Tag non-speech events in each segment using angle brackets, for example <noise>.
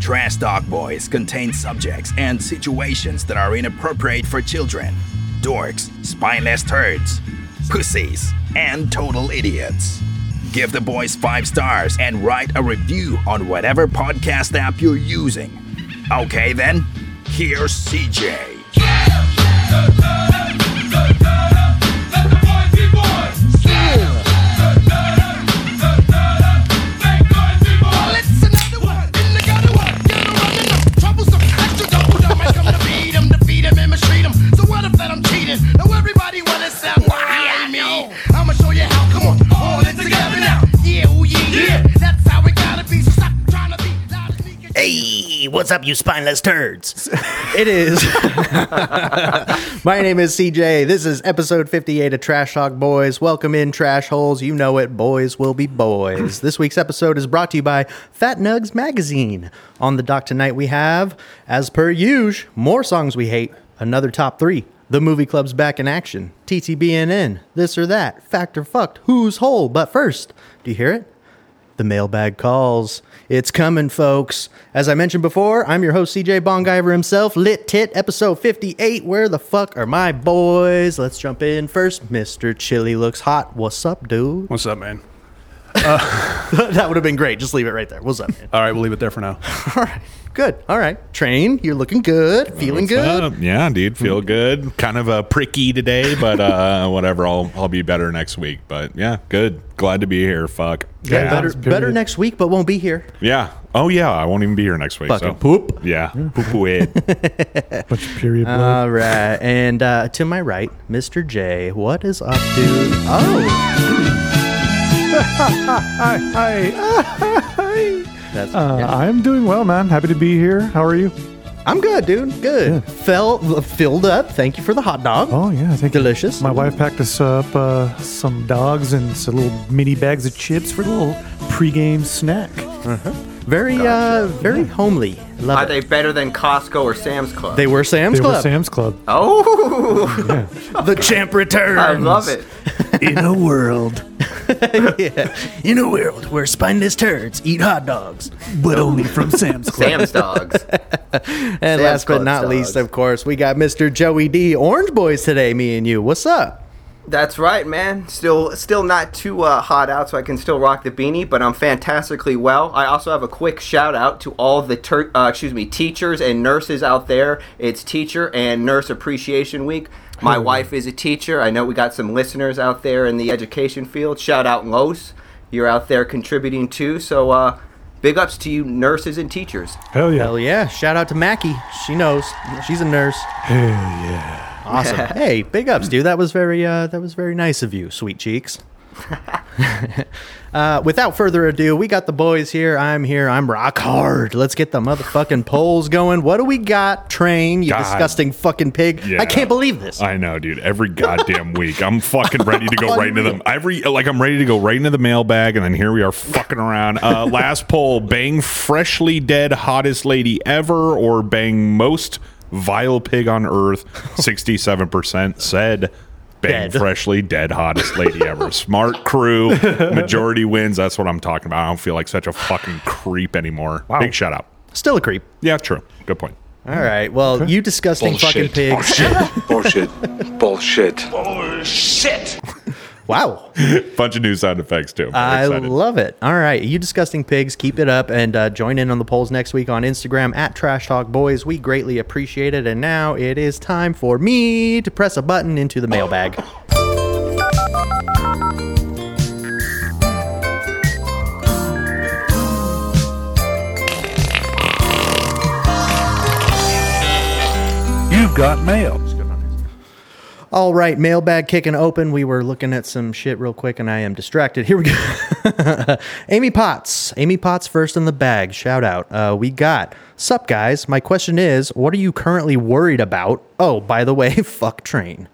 Trash Dog Boys contain subjects and situations that are inappropriate for children dorks, spineless turds, pussies, and total idiots. Give the boys five stars and write a review on whatever podcast app you're using. Okay, then, here's CJ. Hey, what's up, you spineless turds? It is. <laughs> My name is CJ. This is episode 58 of Trash Talk Boys. Welcome in, trash holes. You know it. Boys will be boys. This week's episode is brought to you by Fat Nugs Magazine. On the dock tonight, we have, as per usual, more songs we hate, another top three, the movie club's back in action, TTBNN, this or that, fact or fucked, who's whole. But first, do you hear it? The mailbag calls. It's coming, folks. As I mentioned before, I'm your host, CJ Bongiver himself, Lit Tit, episode 58. Where the fuck are my boys? Let's jump in first. Mr. Chili looks hot. What's up, dude? What's up, man? <laughs> that would have been great. Just leave it right there. What's up, man? All right, we'll leave it there for now. <laughs> All right. Good. All right. Train, you're looking good. Feeling good. Uh, yeah, dude, feel good. Kind of uh, pricky today, but uh, <laughs> whatever. I'll I'll be better next week. But yeah, good. Glad to be here. Fuck. Yeah, Yeah. better, better next week, but won't be here. Yeah. Oh yeah, I won't even be here next week. Fucking so. poop. Yeah. Poo it. Bunch of period blood. All right. And uh, to my right, Mr. J. What is up, dude? Oh, Hi, <laughs> hi. that's Uh, I'm doing well, man. Happy to be here. How are you? I'm good, dude. Good. Fell filled up. Thank you for the hot dog. Oh yeah, thank you. Delicious. My wife packed us up uh, some dogs and some little mini bags of chips for a little pregame snack. Very uh very homely. Love Are it. they better than Costco or Sam's Club? They were Sam's They were Club. Sam's Club. oh, The champ returns. I love it. In a world. yeah. In a world where spineless turds eat hot dogs. but only from Sam's Club. Sam's dogs. And Sam's last but Club not dogs. least, of course, we got Mr. Joey D. Orange Boys today, me and you. What's up? That's right, man. Still, still not too uh, hot out, so I can still rock the beanie. But I'm fantastically well. I also have a quick shout out to all the tur- uh, excuse me teachers and nurses out there. It's Teacher and Nurse Appreciation Week. My wife is a teacher. I know we got some listeners out there in the education field. Shout out Los, you're out there contributing too. So, uh, big ups to you, nurses and teachers. Hell yeah. Hell yeah. Shout out to Mackie. She knows. She's a nurse. Hell yeah. Awesome. hey, big ups, dude. That was very uh, that was very nice of you, sweet cheeks. uh, without further ado, we got the boys here. I'm here. I'm rock hard. Let's get the motherfucking polls going. What do we got? Train, you God. disgusting fucking pig. Yeah. I can't believe this. I know, dude. Every goddamn week, I'm fucking ready <laughs> to go right into them. Every like, I'm ready to go right into the mailbag, and then here we are fucking around. <laughs> Uh, last poll: bang freshly dead hottest lady ever, or bang most vile pig <laughs> on earth? Sixty-seven percent said. Bang Dead. freshly dead hottest <laughs> lady ever. Smart crew. Majority wins. That's what I'm talking about. I don't feel like such a fucking creep anymore. Big shout out. Still a creep. Yeah, true. Good point. All right. Well, you disgusting fucking pig. <laughs> Bullshit. Bullshit. Wow. Bunch of new sound effects too. I'm I excited. love it. All right, you disgusting pigs, keep it up and uh, join in on the polls next week on Instagram at Trash Talk Boys. We greatly appreciate it. And now it is time for me to press a button into the mailbag. You've got mail. All right, mailbag kicking open. We were looking at some shit real quick, and I am distracted. Here we go. <laughs> Amy Potts. Amy Potts first in the bag. Shout out. Uh, we got. Sup, guys. My question is, what are you currently worried about? Oh, by the way, <laughs> fuck train.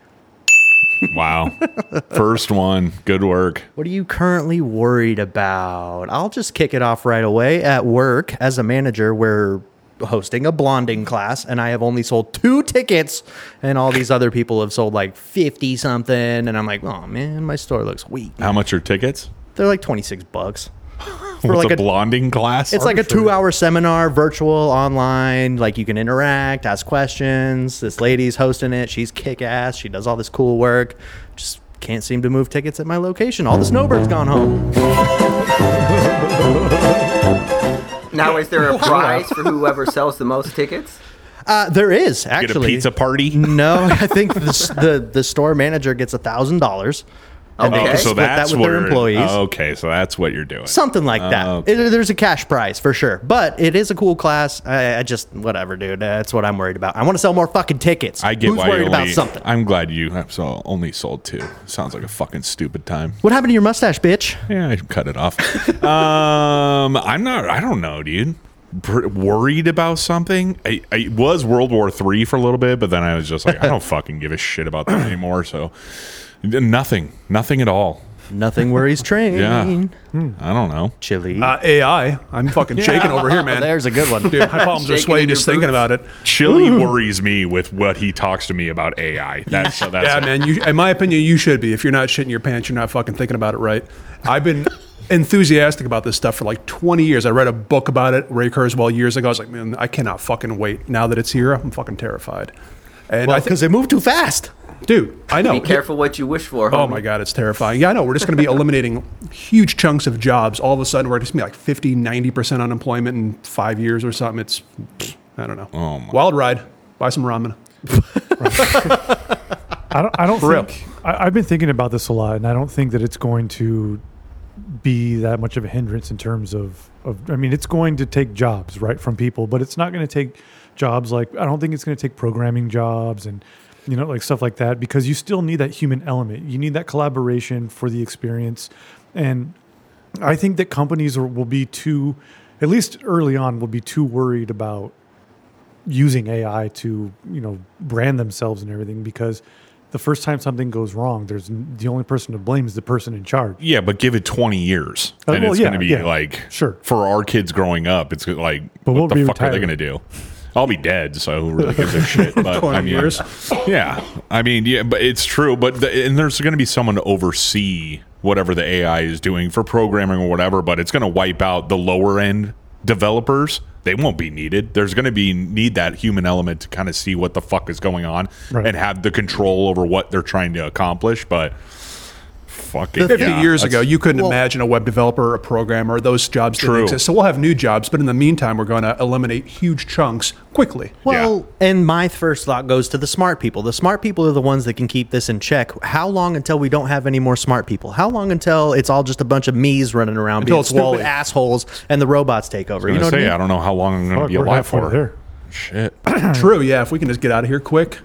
Wow. <laughs> First one. Good work. What are you currently worried about? I'll just kick it off right away. At work, as a manager, we're hosting a blonding class, and I have only sold two tickets, and all these other people have sold like 50 something. And I'm like, oh man, my store looks weak. How much are tickets? They're like 26 bucks. for What's like a, blonding class? It's like a two-hour seminar, virtual, online. Like you can interact, ask questions. This lady's hosting it. She's kick-ass. She does all this cool work. Just can't seem to move tickets at my location. All the snowbirds gone home. Now, <laughs> is there a prize for whoever sells the most tickets? Uh, there is Get a actually pizza party. No, I think the s- the, the store manager gets a thousand dollars, and Okay. they Oh, can so split that that's with where, their employees. oh, okay, so that's what you're doing. Something like that. okay. It- there's a cash prize for sure, but it is a cool class. I, I just whatever, dude. That's what I'm worried about. I want to sell more fucking tickets. I get Who's why you worried only, about something. I'm glad you have so only sold two. Sounds like a fucking stupid time. What happened to your mustache, <laughs> bitch? Yeah, I cut <laughs> it off. um, I'm not. I don't know, dude. Pr- worried about something. I, I was World War Three for a little bit, but then I was just like, <laughs> I don't fucking give a shit about that anymore. So nothing, nothing at all. Nothing worries train. Yeah, I don't know. Chili. Oh, Uh, AI. I'm <laughs> fucking shaking over here, man. There's a good one. Dude, my palms are Shaking sweaty in your just thinking boots. about it. Chili worries me with what he talks to me about AI. That's so that's Yeah, man. You, in my opinion, you should be. If you're not shitting your pants, you're not fucking thinking about it right. I've <laughs> been enthusiastic about this stuff for like 20 years. I read a book about it, Ray Kurzweil, years ago. I was like, man, I cannot fucking wait. Now that it's here, I'm fucking terrified. And I think, Because they move too fast. dude, I know. Be careful what you wish for. Oh Um, homie. my God, it's terrifying. Yeah, I know. We're just going to be eliminating huge chunks of jobs. All of a sudden, we're just going to be like 50, 90% unemployment in five years or something. It's, I don't know. Oh my- Wild ride. Buy some ramen. I don't. I don't For real. think. I, I've been thinking about this a lot, and I don't think that it's going to be that much of a hindrance in terms of. of I mean, it's going to take jobs right from people, but it's not going to take jobs like. I don't think it's going to take programming jobs and you know like stuff like that because you still need that human element. You need that collaboration for the experience, and I think that companies are, will be too, at least early on, will be too worried about using AI to you know brand themselves and everything because the first time something goes wrong, there's n- the only person to blame is the person in charge. Yeah, but give it 20 years. Uh, and well, it's yeah, going to be yeah. like, Sure. For our kids growing up, it's gonna, like, But we'll what the be fuck are they going to retired. do? I'll be dead, so who really gives <laughs> a shit? But I 20 mean, years. yeah, I mean, yeah, but it's true. But the, and there's going to be someone to oversee whatever the AI is doing for programming or whatever. But it's going to wipe out the lower end developers. They won't be needed. There's going to be need that human element to kind of see what the fuck is going on Right. and have the control over what they're trying to accomplish. But fucking 50 yeah, years that's- ago, you couldn't Well- imagine a web developer, a programmer, those jobs True. didn't exist. So we'll have new jobs, but in the meantime, we're going to eliminate huge chunks quickly. Well, and my first thought goes to the smart people. The smart people are the ones that can keep this in check. How long until we don't have any more smart people? How long until it's all just a bunch of me's running around Until being it's stupid Wall-E. assholes and the robots take over? You gonna know what I say, mean? I don't know how long I'm going to Fuck, be we're alive halfway for. there. Shit. True, yeah. If we can just get out of here quick,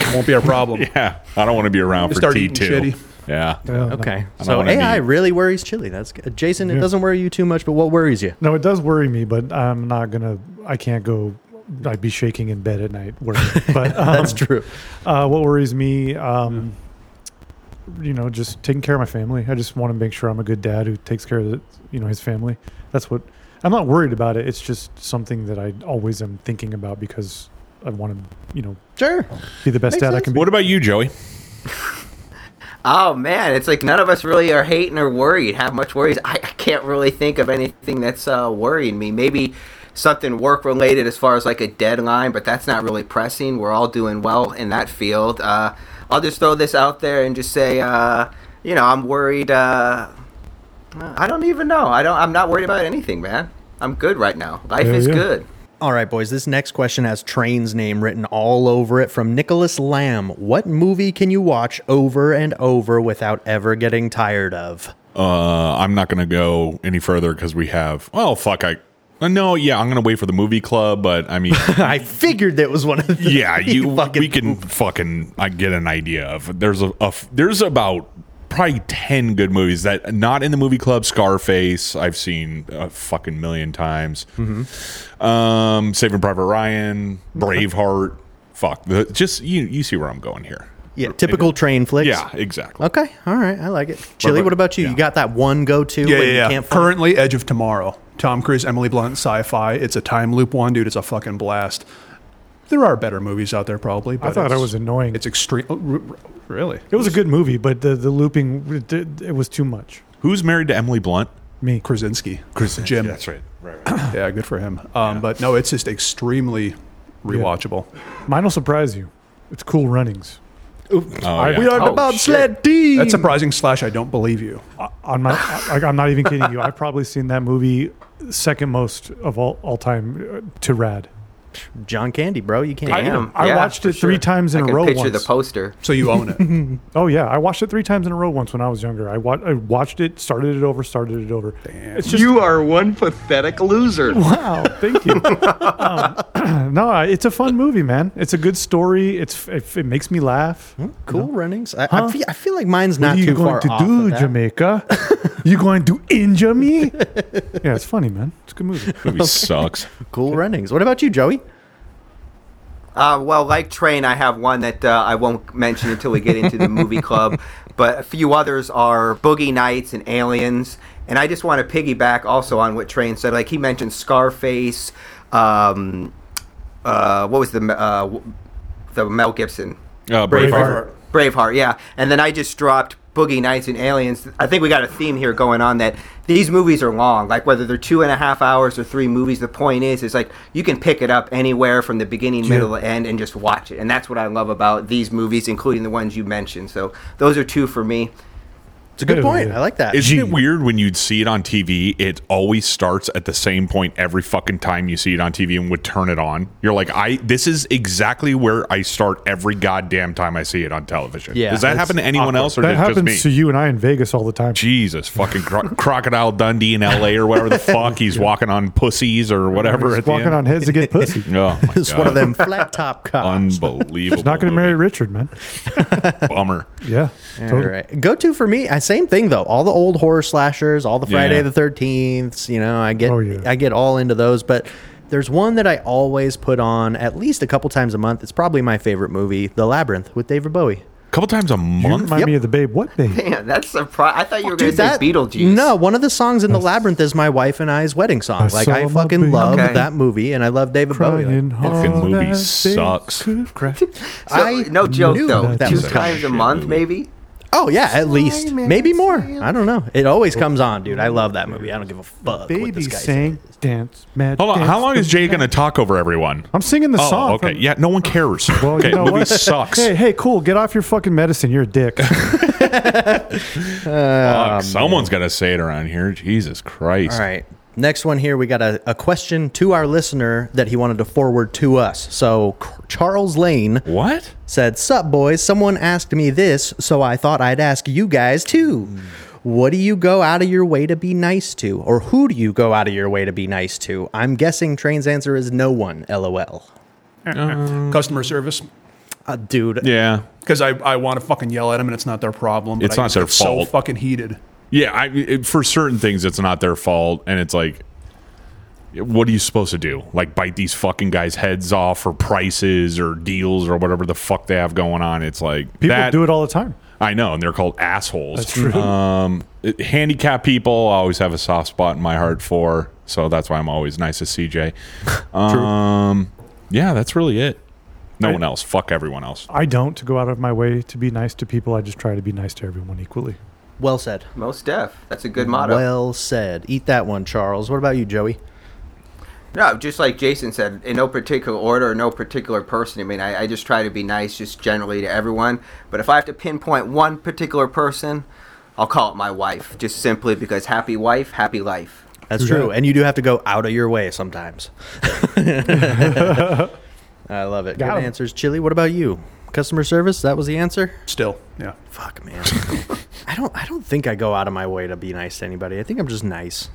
it won't be a problem. <laughs> yeah. I don't want to be around for Start T2. eating shitty. Yeah. Okay. I don't So wanna AI be- really worries Chili. That's good. Jason, it doesn't worry you too much, but what worries you? No, it does worry me, but I'm not gonna. I can't go. I'd be shaking in bed at night. Worrying. But um, That's true. Uh, what worries me, um, you know, just taking care of my family. I just want to make sure I'm a good dad who takes care of, the, you know, his family. That's what I'm not worried about. It. It's just something that I always am thinking about because I want to, you know, Sure. be the best Makes dad I sense. can be. What about you, Joey? Oh man, it's like none of us really are hating or worried. Have much worries? I, I can't really think of anything that's uh, worrying me. Maybe something work related, as far as like a deadline, but that's not really pressing. We're all doing well in that field. Uh, I'll just throw this out there and just say, uh, you know, I'm worried. Uh, I don't even know. I don't. I'm not worried about anything, man. I'm good right now. Life Hell is yeah. good. All right, boys. This next question has Train's name written all over it from Nicholas Lamb. What movie can you watch over and over without ever getting tired of? Uh, I'm not going to go any further because we have. Oh, fuck. I. uh, No, yeah, I'm going to wait for the movie club, but I mean. I figured that was one of the <laughs> yeah, you. fucking we can fucking. I get an idea of. There's a, a f- There's about. Probably ten good movies that not in the movie club. Scarface, I've seen a fucking million times. Um, Saving Private Ryan, Braveheart. Fuck, the, just you. You see where I'm going here. yeah, typical train flicks. Yeah, exactly. Okay. All right. I like it. Chili, but- what about you? You yeah. got that one go to Yeah, when yeah, yeah. you can't find Currently, Edge of Tomorrow. Tom Cruise, Emily Blunt, sci-fi. It's a time loop one, dude. It's a fucking blast. There are better movies out there, probably. But I thought I it's- was annoying. It's extreme. oh, r- r- Really? it was a good movie, but the the looping it, did- it was too much. Who's married to Emily Blunt? Me. Krasinski. Krasinski. Jim. That's right. Right. right. Yeah, good for him. Um, But no, it's just extremely rewatchable. Mine will surprise you. It's cool runnings. Oh, yeah. are the bobsled team. That's surprising. Slash, I don't believe you. I- On my, I, I'm not even kidding you. I've probably seen that movie second most of all all time uh, to Rad. John Candy, bro. You can't. I- hang 'em. I watched for it three times in I a can row Picture the once. poster. So you own <laughs> it. Oh yeah, I watched it three times in a row once when I was younger. I, wa- I watched it, started it over, started it over. It's just You are one pathetic loser. <laughs> wow. Thank you. um, <clears throat> no, I- it's a fun movie, man. It's a good story. It's it, it makes me laugh. Cool runnings. I, I, feel, I feel like mine's not what are you too going far to off do, of that. Jamaica? you going to <laughs> injure me? yeah, it's funny, man. It's a good movie. Movie sucks. Cool runnings. What about you, Joey? Uh, well, like Train, I have one that uh, I won't mention until we get into <laughs> the movie club, but a few others are Boogie Nights and Aliens. And I just want to piggyback also on what Train said. Like he mentioned Scarface. Um, uh, what was the uh, w- the Mel Gibson <laughs> Uh, Braveheart. Braveheart. Braveheart, yeah. And then I just dropped Boogie Nights and Aliens. I think we got a theme here going on that these movies are long. Like whether they're two and a half hours or three movies, the point is, is like you can pick it up anywhere from the beginning, middle, end, and just watch it. And that's what I love about these movies, including the ones you mentioned. So those are two for me. <laughs> It's a good Yeah, point. yeah. I like that. Isn't it weird when you'd see it on TV? It always starts at the same point every fucking time you see it on TV and would turn it on. You're like, I this is exactly where I start every goddamn time I see it on television. Yeah, Does that it's happen to anyone else or that just, just happens me? to you and I in Vegas all the time. Jesus, fucking <laughs> cro- crocodile Dundee in L.A. or whatever the fuck he's walking on pussies or whatever. Just At the walking end. on heads to <laughs> get pussy. Oh <laughs> my It's one of God. them flat top cops. Unbelievable. Not going movie. to marry Richard, man. Bummer. Yeah. All totally. right. Go to for me, I, same thing though. All the old horror slashers, all the Friday Yeah. the Thirteenth. You know, I get Oh, yeah. I get all into those. But there's one that I always put on at least a couple times a month. It's probably my favorite movie, The Labyrinth with David Bowie. couple times a You month. remind Yep. me of the babe. What babe? Man, that's surprising. I thought you were going to say that- Beetlejuice. No, one of the songs in The Labyrinth is my wife and I's wedding song. I like saw I my fucking baby. love Okay. that movie, and I love David Bowie. Like, Crying Fucking hard movie as they sucks. <laughs> could <laughs> cry. So, I no joke knew though. that Two was a times a shit month, movie. maybe. Oh yeah, at least maybe more. I don't know. It always comes on, dude. I love that movie. I don't give a fuck what Baby this guy sang, dance, mad. Hold on. dance. How long is Jay going to talk over everyone? <laughs> I'm singing the oh, song. okay. from- yeah, no one cares. <laughs> Well, okay, you know movie what? sucks. Hey, hey, cool. Get off your fucking medicine. You're <laughs> a dick. Fuck, Um, someone's got to say it around here. Jesus Christ. All right. Next one here, we got a, a question to our listener that he wanted to forward to us. So C- Charles Lane What? said, Sup, boys, someone asked me this, so I thought I'd ask you guys too. What do you go out of your way to be nice to? Or who do you go out of your way to be nice to? I'm guessing Train's answer is no one, lol. Customer service. Uh, dude, Yeah. Because I, I want to fucking yell at them and it's not their problem. but It's I not just their get fault. So fucking heated. Yeah. I, it- for certain things, it's not their fault. And it's like, what are you supposed to do? Like, bite these fucking guys' heads off for prices or deals or whatever the fuck they have going on? It's like, People that, do it all the time. I know. And they're called assholes. That's true. Um, it- handicapped people, I always have a soft spot in my heart for. So that's why I'm always nice to <laughs> CJ. Um, yeah, that's really it. No one else. Fuck everyone else. I don't go out of my way to be nice to people. I just try to be nice to everyone equally. well said. Most deaf. That's a good motto. Well said. Eat that one, Charles. What about you, Joey? No, just like Jason said, in no particular order, no particular person. I mean, I, I just try to be nice just generally to everyone. But if I have to pinpoint one particular person, I'll call it my wife, just simply because happy wife, happy life. That's true. And you do have to go out of your way <laughs> sometimes. <laughs> I love it. Got Good him. answers, Chili. What about you? Customer service? That was the answer? Still. Yeah. Fuck, man. <laughs> I don't I don't think I go out of my way to be nice to anybody. I think I'm just nice.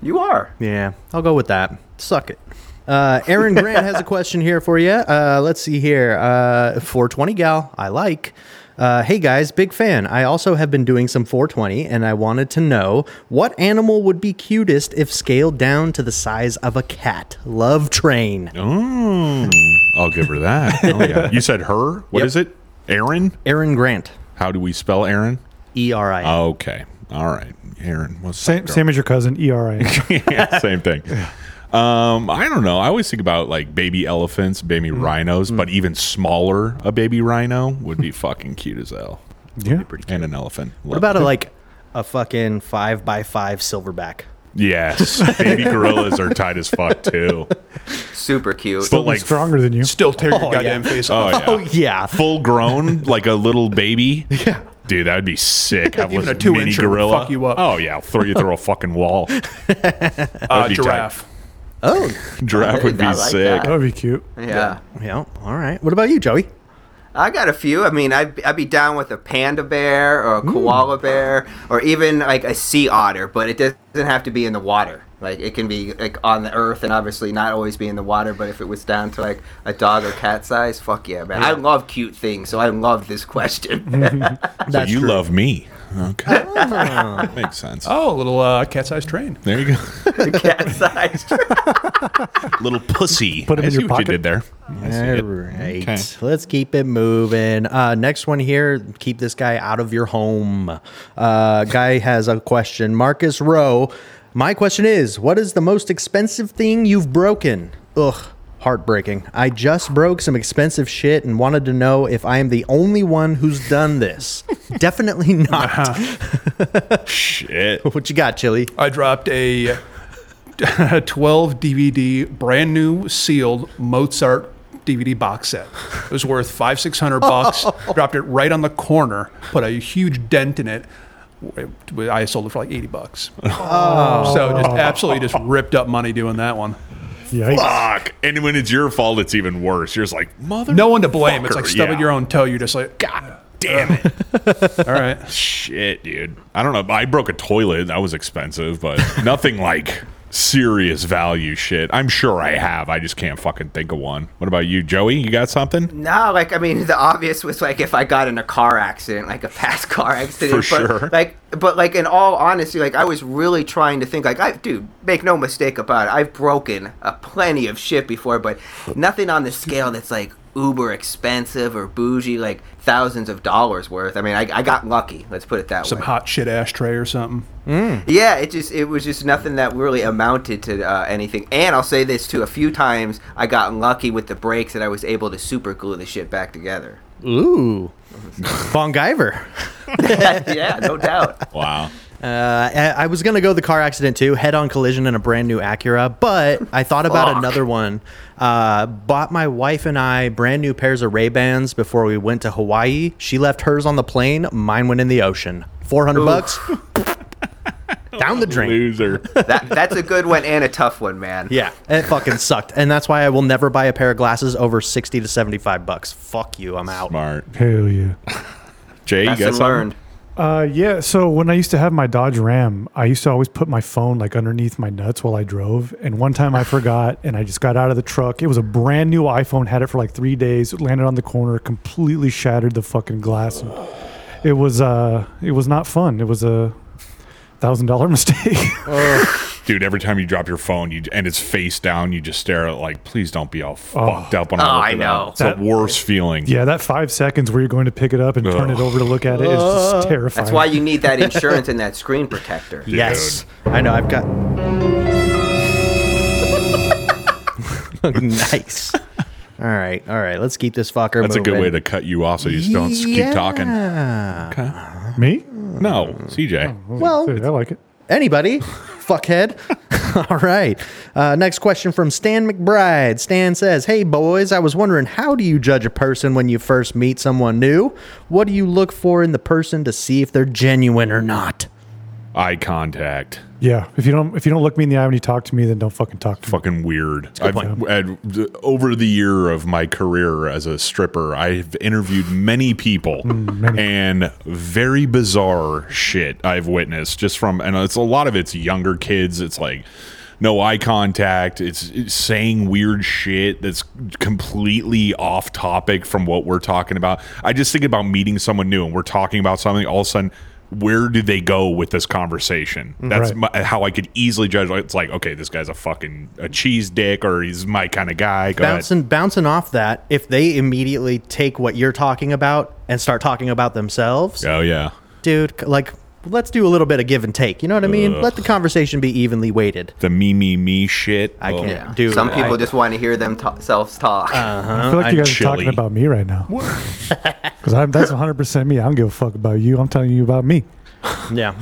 You are. Yeah, I'll go with that. Suck it. Uh, Aaron Grant has a question here for you. Uh, let's see here. Uh, 420 gal, I like. Uh, hey guys, big fan. I also have been doing some 420, and I wanted to know what animal would be cutest if scaled down to the size of a cat. Love train. Oh, I'll give her <laughs> that. Oh, yeah. You said her? What Yep. is it? Aaron? Aaron Grant, How do we spell Aaron? E R I. N. Okay. All right. Aaron. What's Same, same as your cousin, E ERA. <laughs> yeah, same thing. Um, I don't know. I always think about like baby elephants, baby rhinos, but even smaller, a baby rhino would be fucking cute as hell. yeah. And an elephant. What about a like a fucking five by five silverback. <laughs> Yes, baby gorillas are tight as fuck too. Super cute. But like stronger than you. Still tear your goddamn face Oh off. <laughs> yeah. Oh yeah, full grown like a little baby. Yeah. Dude, that'd be sick. Have Even a a two mini incher would gorilla. fuck you up. Oh yeah, I'll throw you through a fucking wall. <laughs> Uh, be tight. giraffe. Giraffe would be I like sick. That would be cute. yeah. yeah. All right. What about you, Joey? I got a few. I mean, I'd, I'd be down with a panda bear or a koala bear or even like a sea otter, but it doesn't have to be in the water. Like it can be like on the earth and obviously not always be in the water, but if it was down to like a dog or cat size, fuck yeah, man. I love cute things, so I love this question. <laughs> So you love me. Okay. Makes sense. Oh, a little uh, cat-sized train. There you <laughs> go. cat size. Little pussy. Put 'em I in see your what pocket. you did there. I see All it. right. Okay. Let's keep it moving. Uh, next one here. Keep this guy out of your home. Uh, guy has a question. Marcus Rowe. My question is What is the most expensive thing you've broken? Ugh. Heartbreaking. I just broke some expensive shit and wanted to know if I am the only one who's done <laughs> this. Definitely not. Uh-huh. <laughs> Shit. What you got, Chili? I dropped a uh, <laughs> 12 DVD, brand new sealed Mozart DVD box set. It was worth five, six hundred <laughs> bucks. dropped it right on the corner, put a huge dent in it. It- I sold it for like 80 bucks. So just absolutely just ripped up money doing that one. Yikes. Fuck. And when it's your fault, it's even worse. You're just like, mother. No one to blame. it's fucker. like stubbing Yeah. your own toe. You're just like, God damn it. all right. Shit, dude. I don't know. I broke a toilet. That was expensive, but <laughs> nothing like serious value shit. I'm sure I have. I just can't fucking think of one. What about you, Joey? You got something? No, like I mean, the obvious was like if I got in a car accident, like a past <laughs> car accident. For but, sure. Like, but like in all honesty, like I was really trying to think. Like, I dude, make no mistake about it. I've broken a plenty of shit before, but nothing on the scale that's like uber expensive or bougie, like thousands of dollars worth. I mean, I, I got lucky. Let's put it that Some way. hot shit ashtray or something. Yeah, it just it was just nothing that really amounted to uh, anything. And I'll say this too: a few times I got lucky with the brakes that I was able to super glue the shit back together. Ooh. Von Guyver. <laughs> yeah, no doubt. Wow. Uh, I I was gonna go the car accident too, head-on collision in a brand new Acura, but I thought about Fuck. another one. Uh, bought my wife and I brand new pairs of Ray Bans before we went to Hawaii. She left hers on the plane, mine went in the ocean. Four hundred bucks down the drain. Loser. That that's a good one and a tough one, man. Yeah, it fucking <laughs> sucked, and that's why I will never buy a pair of glasses over sixty to seventy-five bucks. Fuck you, I'm out. Smart. Hell yeah. Jay, you got Lesson something? learned. Uh, yeah. So when I used to have my Dodge Ram, I used to always put my phone like underneath my nuts while I drove. And one time I forgot, and I just got out of the truck. It was a brand new iPhone. Had it for like three days. It landed on the corner, completely shattered the fucking glass. And it was uh, it was not fun. It was a thousand dollar <laughs> mistake. Dude, every time you drop your phone you and it's face down, you just stare at it like, please don't be all fucked up when Oh, I look I at it. know. It's the worst feeling. yeah, that five seconds where you're going to pick it up and turn it Ugh. over to look at it is just terrifying. That's why you need that insurance and that screen protector. Yes, I know. I've got <laughs> <laughs> nice. All right, all right. Let's keep this fucker. That's a good way to cut you off so you just don't s- keep talking. me. No, CJ. Well, Dude, I like it. anybody, <laughs> fuckhead. all right. Uh, next question from Stan McBride. Stan says, "Hey boys, I was wondering how do you judge a person when you first meet someone new? What do you look for in the person to see if they're genuine or not?" Eye contact. Yeah. If you don't if you don't look me in the eye when you talk to me, then don't fucking talk to me. fucking weird. I've, had- the- over the year of my career as a stripper, I've interviewed Mm, many people and very bizarre shit I've witnessed just from, and it's a lot of it's younger kids. It's like, no eye contact. It's, it's saying weird shit that's completely off topic from what we're talking about. I just think about meeting someone new and we're talking about something. All of a sudden, where do they go with this conversation? That's Right. my, how I could easily judge. It's like, okay, this guy's a fucking a cheese dick, or he's my kind of guy. Go ahead. bouncing bouncing off that if they immediately take what you're talking about and start talking about themselves Oh yeah, dude c- like let's do a little bit of give and take you know what i mean let the conversation be evenly weighted the me me me shit. i Oh. can't do Some people I- just want to hear themselves talk. I feel like you guys chilly. are talking about me <laughs> right now. Because that's 100 percent me. I don't give a fuck about you. I'm telling you about me. Yeah.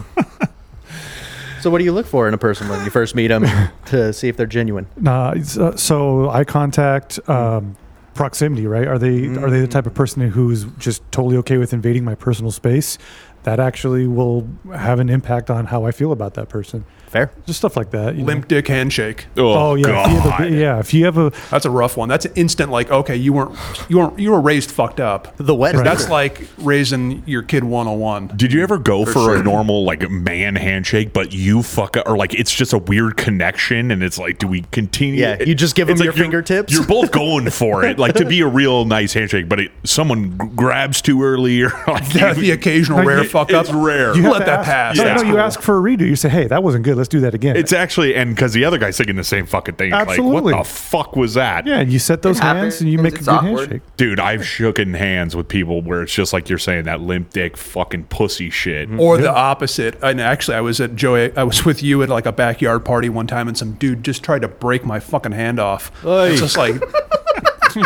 <laughs> so, what do you look for in a person when you first meet <laughs> them to see if they're genuine? Nah, it's, uh, so eye contact, um, proximity, right? Are they are they the type of Mm. person who's just totally okay with invading my personal space? That actually will have an impact on how I feel about that person. Fair. Just stuff like that. you know. Limp dick handshake. Oh, yeah. If you have a- God. yeah. If you have a That's a rough one. That's an instant like, okay, you weren't you weren't you were raised fucked up. The wet. That's like raising your kid <laughs> 101. Did you ever go for, a normal like man handshake, but you fuck up, or like it's just a weird connection, and it's like, do we continue? Yeah, you just give It's them your you're- fingertips? You're both going for it, like to be a real nice handshake, but it, someone g- grabs too early, or like Yeah, the occasional rare it- fuck it's up. rare. You You let to that ask- pass. No, Yeah. no, That's you cool. ask for a redo. You say, "Hey, that wasn't good. Let's do that again." It's actually and because the other guy's thinking the same fucking thing. It's Absolutely. Like, what the fuck was that? yeah. You set those hands and you happens. make a It's good awkward. handshake. Dude, I've shooken hands with people where it's just like you're saying that limp dick fucking pussy shit. Or the opposite. And actually, I was at Joey. I was with you at like a backyard party one time, and some dude just tried to break my fucking hand off. It's just like <laughs>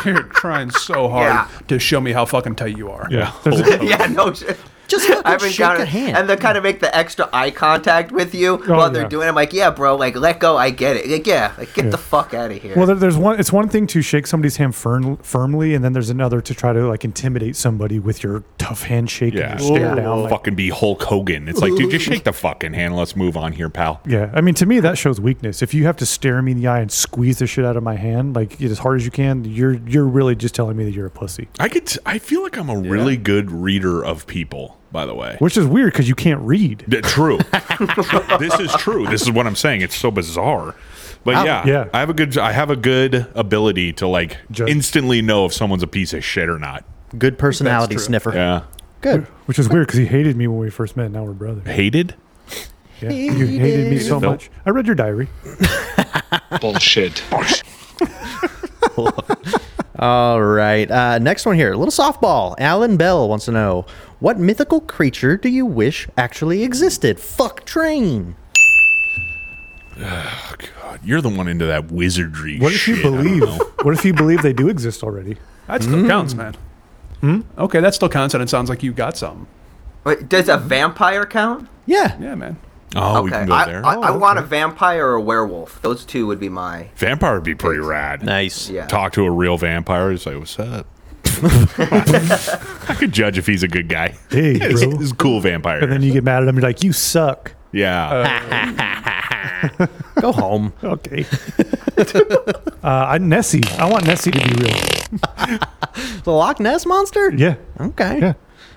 you're trying so hard Yeah. to show me how fucking tight you are. Yeah. There's Oh. a- <laughs> yeah, no shit. <laughs> Just <laughs> fucking I've been shake kind a hand. and they kind of make the extra eye contact with you while they're yeah. doing. it. I'm like, yeah, bro, like let go. I get it. Like, yeah, like get the fuck out of here. well, there, there's one. It's one thing to shake somebody's hand firm, firmly, and then there's another to try to like intimidate somebody with your tough handshake. Yeah, and your stare Ooh. down. Like, fucking be Hulk Hogan. It's like, dude, just shake the fucking hand. Let's move on here, pal. yeah. I mean, to me, that shows weakness. If you have to stare me in the eye and squeeze the shit out of my hand, like as hard as you can, you're you're really just telling me that you're a pussy, I could. T- I feel like I'm a really good reader of people. By the way, which is weird because you can't read. D- <laughs> true. this is true. This is what I'm saying. It's so bizarre. But yeah, Yeah. I have a good. I have a good ability to like Judge. instantly know if someone's a piece of shit or not. Good personality sniffer. Yeah, Good. Which is weird because he hated me when we first met. Now we're <laughs> brothers. hated. Yeah. You hated me so Nope. much. I read your diary. Bullshit. All right. Uh, next one here. A little softball. Alan Bell wants to know what mythical creature do you wish actually existed? Fuck train. God, Uh, you're the one into that wizardry. What if you shit. I don't believe? know. <laughs> What if you believe they do exist already? That still counts, man. Hmm? Okay, that still counts, and it sounds like you got something. Wait, does a vampire count? Yeah. Yeah, man. Oh, we can go I, there. I, I want a vampire or a werewolf. Those two would be my. Vampire would be pretty rad. Nice. Yeah. talk to a real vampire. He's like, "What's <laughs> up?" I could judge if he's a good guy. <laughs> Hey, Yeah, he's, bro. he's a cool vampire. And then you get mad at them. You're like, you Uh, suck. yeah, Go <laughs> home. Okay. <laughs> uh, I Nessie. I want Nessie to be real. The Loch Ness monster? Yeah. Okay. Yeah.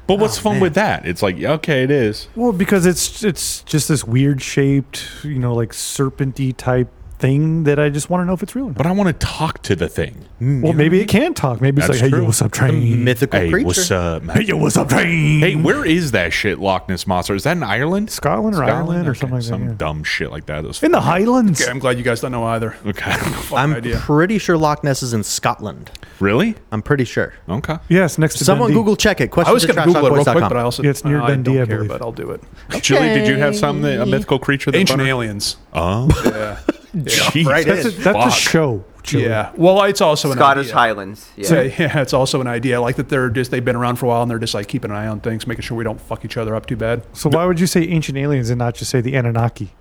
but what's oh, fun with that? It's like, okay, it is. Well, because it's it's just this weird shaped, you know, like serpenty type thing that I just want to know if it's real or not. But I want to talk to the thing. well, maybe it can talk. Maybe it's That's like, hey, true. yo, what's up, train? Mythical hey, creature. what's up? man? Hey, yo, what's up, train? Hey, where is that shit, Loch Ness monster? Is that in Ireland, Scotland or Ireland or Okay, something like that, Some yeah. dumb shit like that. It was In the funny. Highlands. Okay, I'm glad you guys don't know either. <laughs> Okay, I'm idea. pretty sure Loch Ness is in Scotland. <laughs> really? I'm pretty sure. Okay. Yes, next to Someone Dundee. Google check it. I was Questions going to Google it real quick, but I also Yeah, it's near I don't Dundee, I care, believe. but I'll do it. Julie, did you have something a mythical creature? That Ancient buttered- aliens. Oh, Yeah. Jesus. right That's, a, that's a show. Joey. Yeah. Well, it's also an Scottish idea. Highlands. Yeah. So, <laughs> yeah, it's also an idea. I like that they're just they've been around for a while and they're just like keeping an eye on things, making sure we don't fuck each other up too bad. So why would you say ancient aliens and not just say the Anunnaki?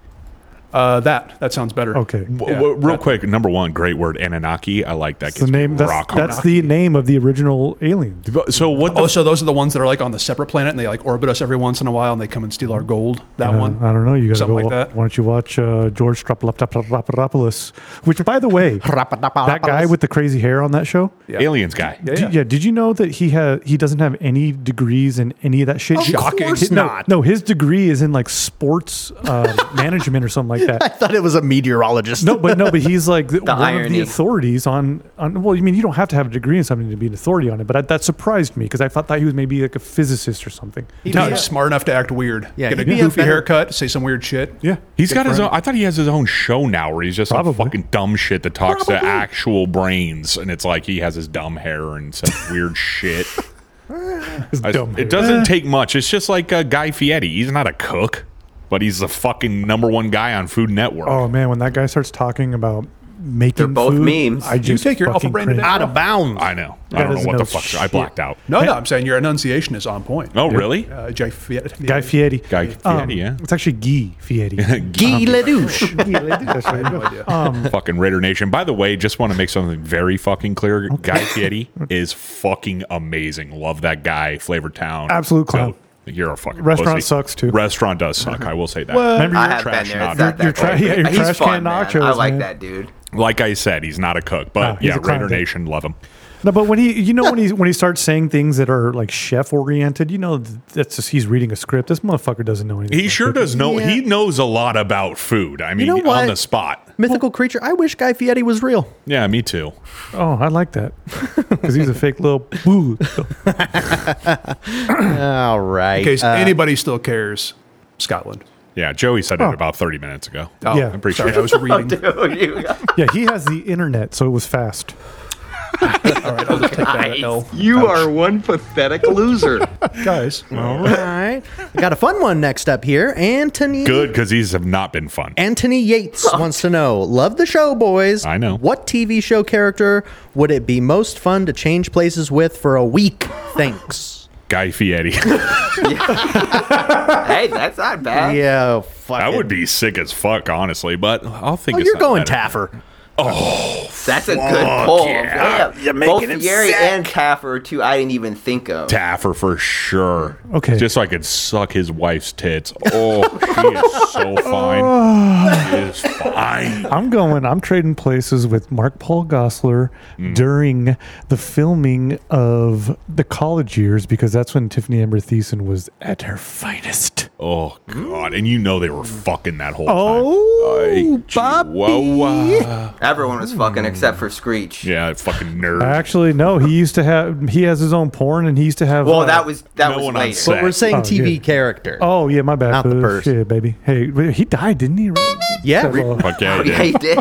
Uh, that that sounds better. Okay. W- Yeah. w- real quick, number one, great word, Anunnaki. I like that. It's the name. That's, rock that's the name of the original alien. So what? The, Oh, so those are the ones that are like on the separate planet and they like orbit us every once in a while and they come and steal our gold. That Uh, one. I don't know. You gotta Something go. like that. Why don't you watch uh, George Strapalopoulos? Which, by the way, that guy with the crazy hair on that show. Yeah. aliens guy. Yeah, Did, yeah. yeah. Did you know that he had he doesn't have any degrees in any of that shit? Of course not. No, his degree is in like sports <laughs> uh, management or something like <laughs> that. I thought it was a meteorologist. No, but no, but <laughs> he's like the one of irony. the authorities on on. Well, you mean you don't have to have a degree in something to be an authority on it, but I, that surprised me because I thought that he was maybe like a physicist or something. No, he's smart enough to act weird. Yeah, Get a he'd be a goofy better- haircut, say some weird shit. Yeah. He's got his own. I thought he has his own show now where he's just some Probably. fucking dumb shit that talks to actual brains, and it's like he has his dumb hair and <laughs> some weird shit. His I- dumb hair. Eh. it doesn't take much. It's just like uh, Guy Fieri. He's not a cook, but he's the fucking number one guy on Food Network. Oh man, when that guy starts talking about making They're both food, memes. I You just take your fucking Alpha Brain cringe. today? Ah, Out of bounds. I know. I That don't know doesn't what know the fuck. I shit. blacked out. No, no, I'm saying your enunciation is on point. Oh, really? Uh, Guy Fieri. Guy Fieri. Um, Guy Fieri, yeah. It's actually Guy <laughs> Fieri. Guy Ledouche. Guy Ledouche, that's what it is. um, fucking Raider Nation. By the way, just want to make something very fucking clear. Guy <laughs> Fieri is fucking amazing. Love that guy. Flavor Town. Absolute clown. So, you're a fucking Restaurant pussy. sucks, too. Restaurant does <laughs> suck. I will say that. remember I your have been trash there. It's knocker. not that Your tra- bad. yeah, your He's trash fun, can man. nachos, I like man. that dude. <laughs> Like I said, he's not a cook, but No, he's yeah, a clown Raider dick. Nation, love him. No, but when he, you know, when he when he starts saying things that are like chef oriented, you know, th- that's just he's reading a script. This motherfucker doesn't know anything. He about sure cooking. does know. He knows a lot about food. I mean, know on what? the spot. Mythical creature. I wish Guy Fieri was real. Yeah, me too. Oh, I <laughs> like that because he's a fake little boo. <laughs> All right. In Uh, case anybody still cares, Scotland. Yeah, Joey said it about 30 minutes ago. Oh, Yeah. yeah, I'm pretty sorry, sure. I was reading. Dude, you Yeah, he has the internet, so it was fast. All right, I'll just take that L. You are one pathetic loser. Guys, All right. I got a fun one next up here. Anthony. Good, because these have not been fun. Anthony Yates <laughs> wants to know Love the show, boys. I know. What TV show character would it be most fun to change places with for a week? Thanks. Guy Fieri. <laughs> hey, that's not bad. yeah, fuck. that it. would be sick as fuck, honestly, but I'll think Oh, of you're something going better. Taffer. That's a good pull. yeah. You're making Both him Yeri sick. and Taffer are two I didn't even think of. Taffer for sure. Okay. Just so I could suck his wife's tits. Oh, she is <laughs> so fine. Oh. she is fine. I'm going. I'm trading places with Mark Paul Gossler Mm. during the filming of the college years because that's when Tiffany Amber Thiessen was at her finest. Oh, God. And you know they were fucking that whole time. Oh, Ay, chihuahua. Everyone was fucking except for Screech. Yeah, fucking nerd. Actually, no. He used to have. He has his own porn, and he used to have. Well, uh, that was that no was one on later. set. But we're saying Oh, TV yeah. character. Oh yeah, my bad. Not the Oh, purse. shit, baby. Hey, wait, he died, didn't he? yeah. Several- Fuck yeah, I did. <laughs> Yeah, he did.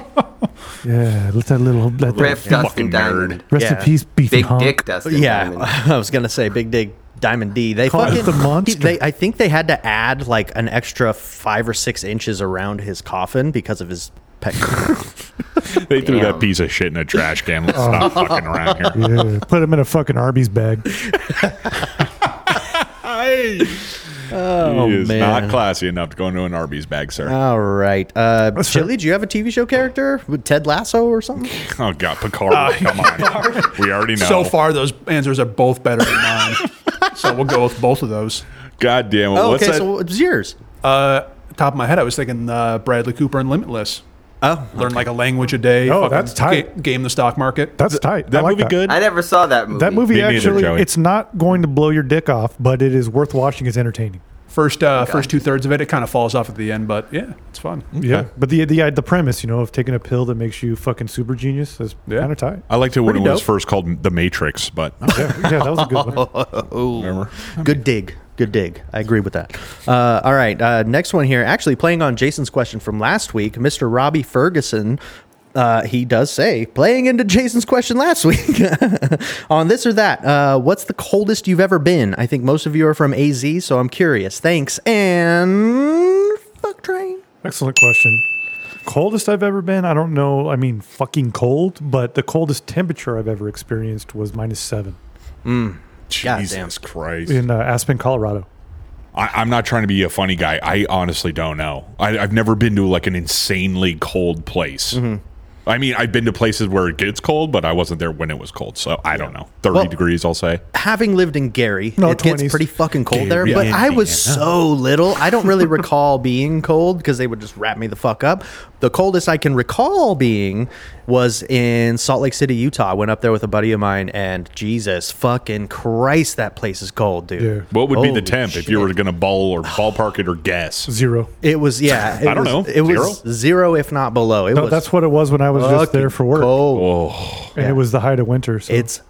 yeah. Let that little. Let that, Rip Dustin Fucking nerd. Diamond. Rest Yeah. in peace, beefy Big hunk. dick Dustin Diamond. yeah, <laughs> I was gonna say Big Dig Diamond D. They Call it fucking the monster. They, I think they had to add like an extra five or six inches around his coffin because of his <laughs> pec. They threw Damn. that piece of shit in a trash can. Let's stop Oh. fucking around <laughs> here. Yeah, put him in a fucking Arby's bag. Oh, he is man. not classy enough to go into an Arby's bag, sir. All right, uh, fair. Chili. Do you have a TV show character with Ted Lasso or something? oh God, Picard, Uh, come <laughs> on. we already know. so far those answers are both better than mine, so we'll go with both of those. God damn it. Oh, What's okay, that? so it's yours. Uh, top of my head, I was thinking uh, Bradley Cooper and Limitless. Oh, Learn like a language a day. Oh, fucking that's tight. ga- game the stock market. That's tight. that I like movie good? I never saw that movie. That movie Me neither, actually, Joey. it's not going to blow your dick off, but it is worth watching. It's entertaining. First, uh, first two thirds of it, it kind of falls off at the end, but yeah, it's fun. Yeah, but the the uh, the premise, you know, of taking a pill that makes you fucking super genius is Yeah. kind of tight. I liked it when it Pretty was dope. first called The Matrix, <laughs> but <laughs> Yeah, yeah, that was a good one. remember? Good dig. Good dig. I agree with that. Uh, all right. Uh, next one here. Actually, playing on Jason's question from last week, Mr. Robbie Ferguson. Uh, he does say, playing into Jason's question last <laughs> week on this or that. Uh, what's the coldest you've ever been? I think most of you are from AZ, so I'm curious. Thanks. And fuck train. Excellent question. Coldest I've ever been. I don't know. I mean, fucking cold, but the coldest temperature I've ever experienced was minus seven Goddamn. Jesus Christ. in uh, Aspen, Colorado. I, I'm not trying to be a funny guy. I honestly don't know. I, I've never been to like an insanely cold place. Mm-hmm. I mean, I've been to places where it gets cold, but I wasn't there when it was cold. So I don't know. 30 Well- degrees, I'll say. having lived in Gary, No, it gets 20s. pretty fucking cold there. Gary, But I was yeah. so little, I don't really recall <laughs> being cold because they would just wrap me the fuck up. The coldest I can recall being was in Salt Lake City, Utah. I went up there with a buddy of mine, and Jesus fucking Christ, that place is cold, dude. Yeah. What would be Holy the temp if you were going to ball or ballpark it or guess? Zero. It was yeah. <laughs> It I don't was- know. It was zero, if not below. It No, was that's what it was when I was just there for work, cold. and it was the height of winter. So. It's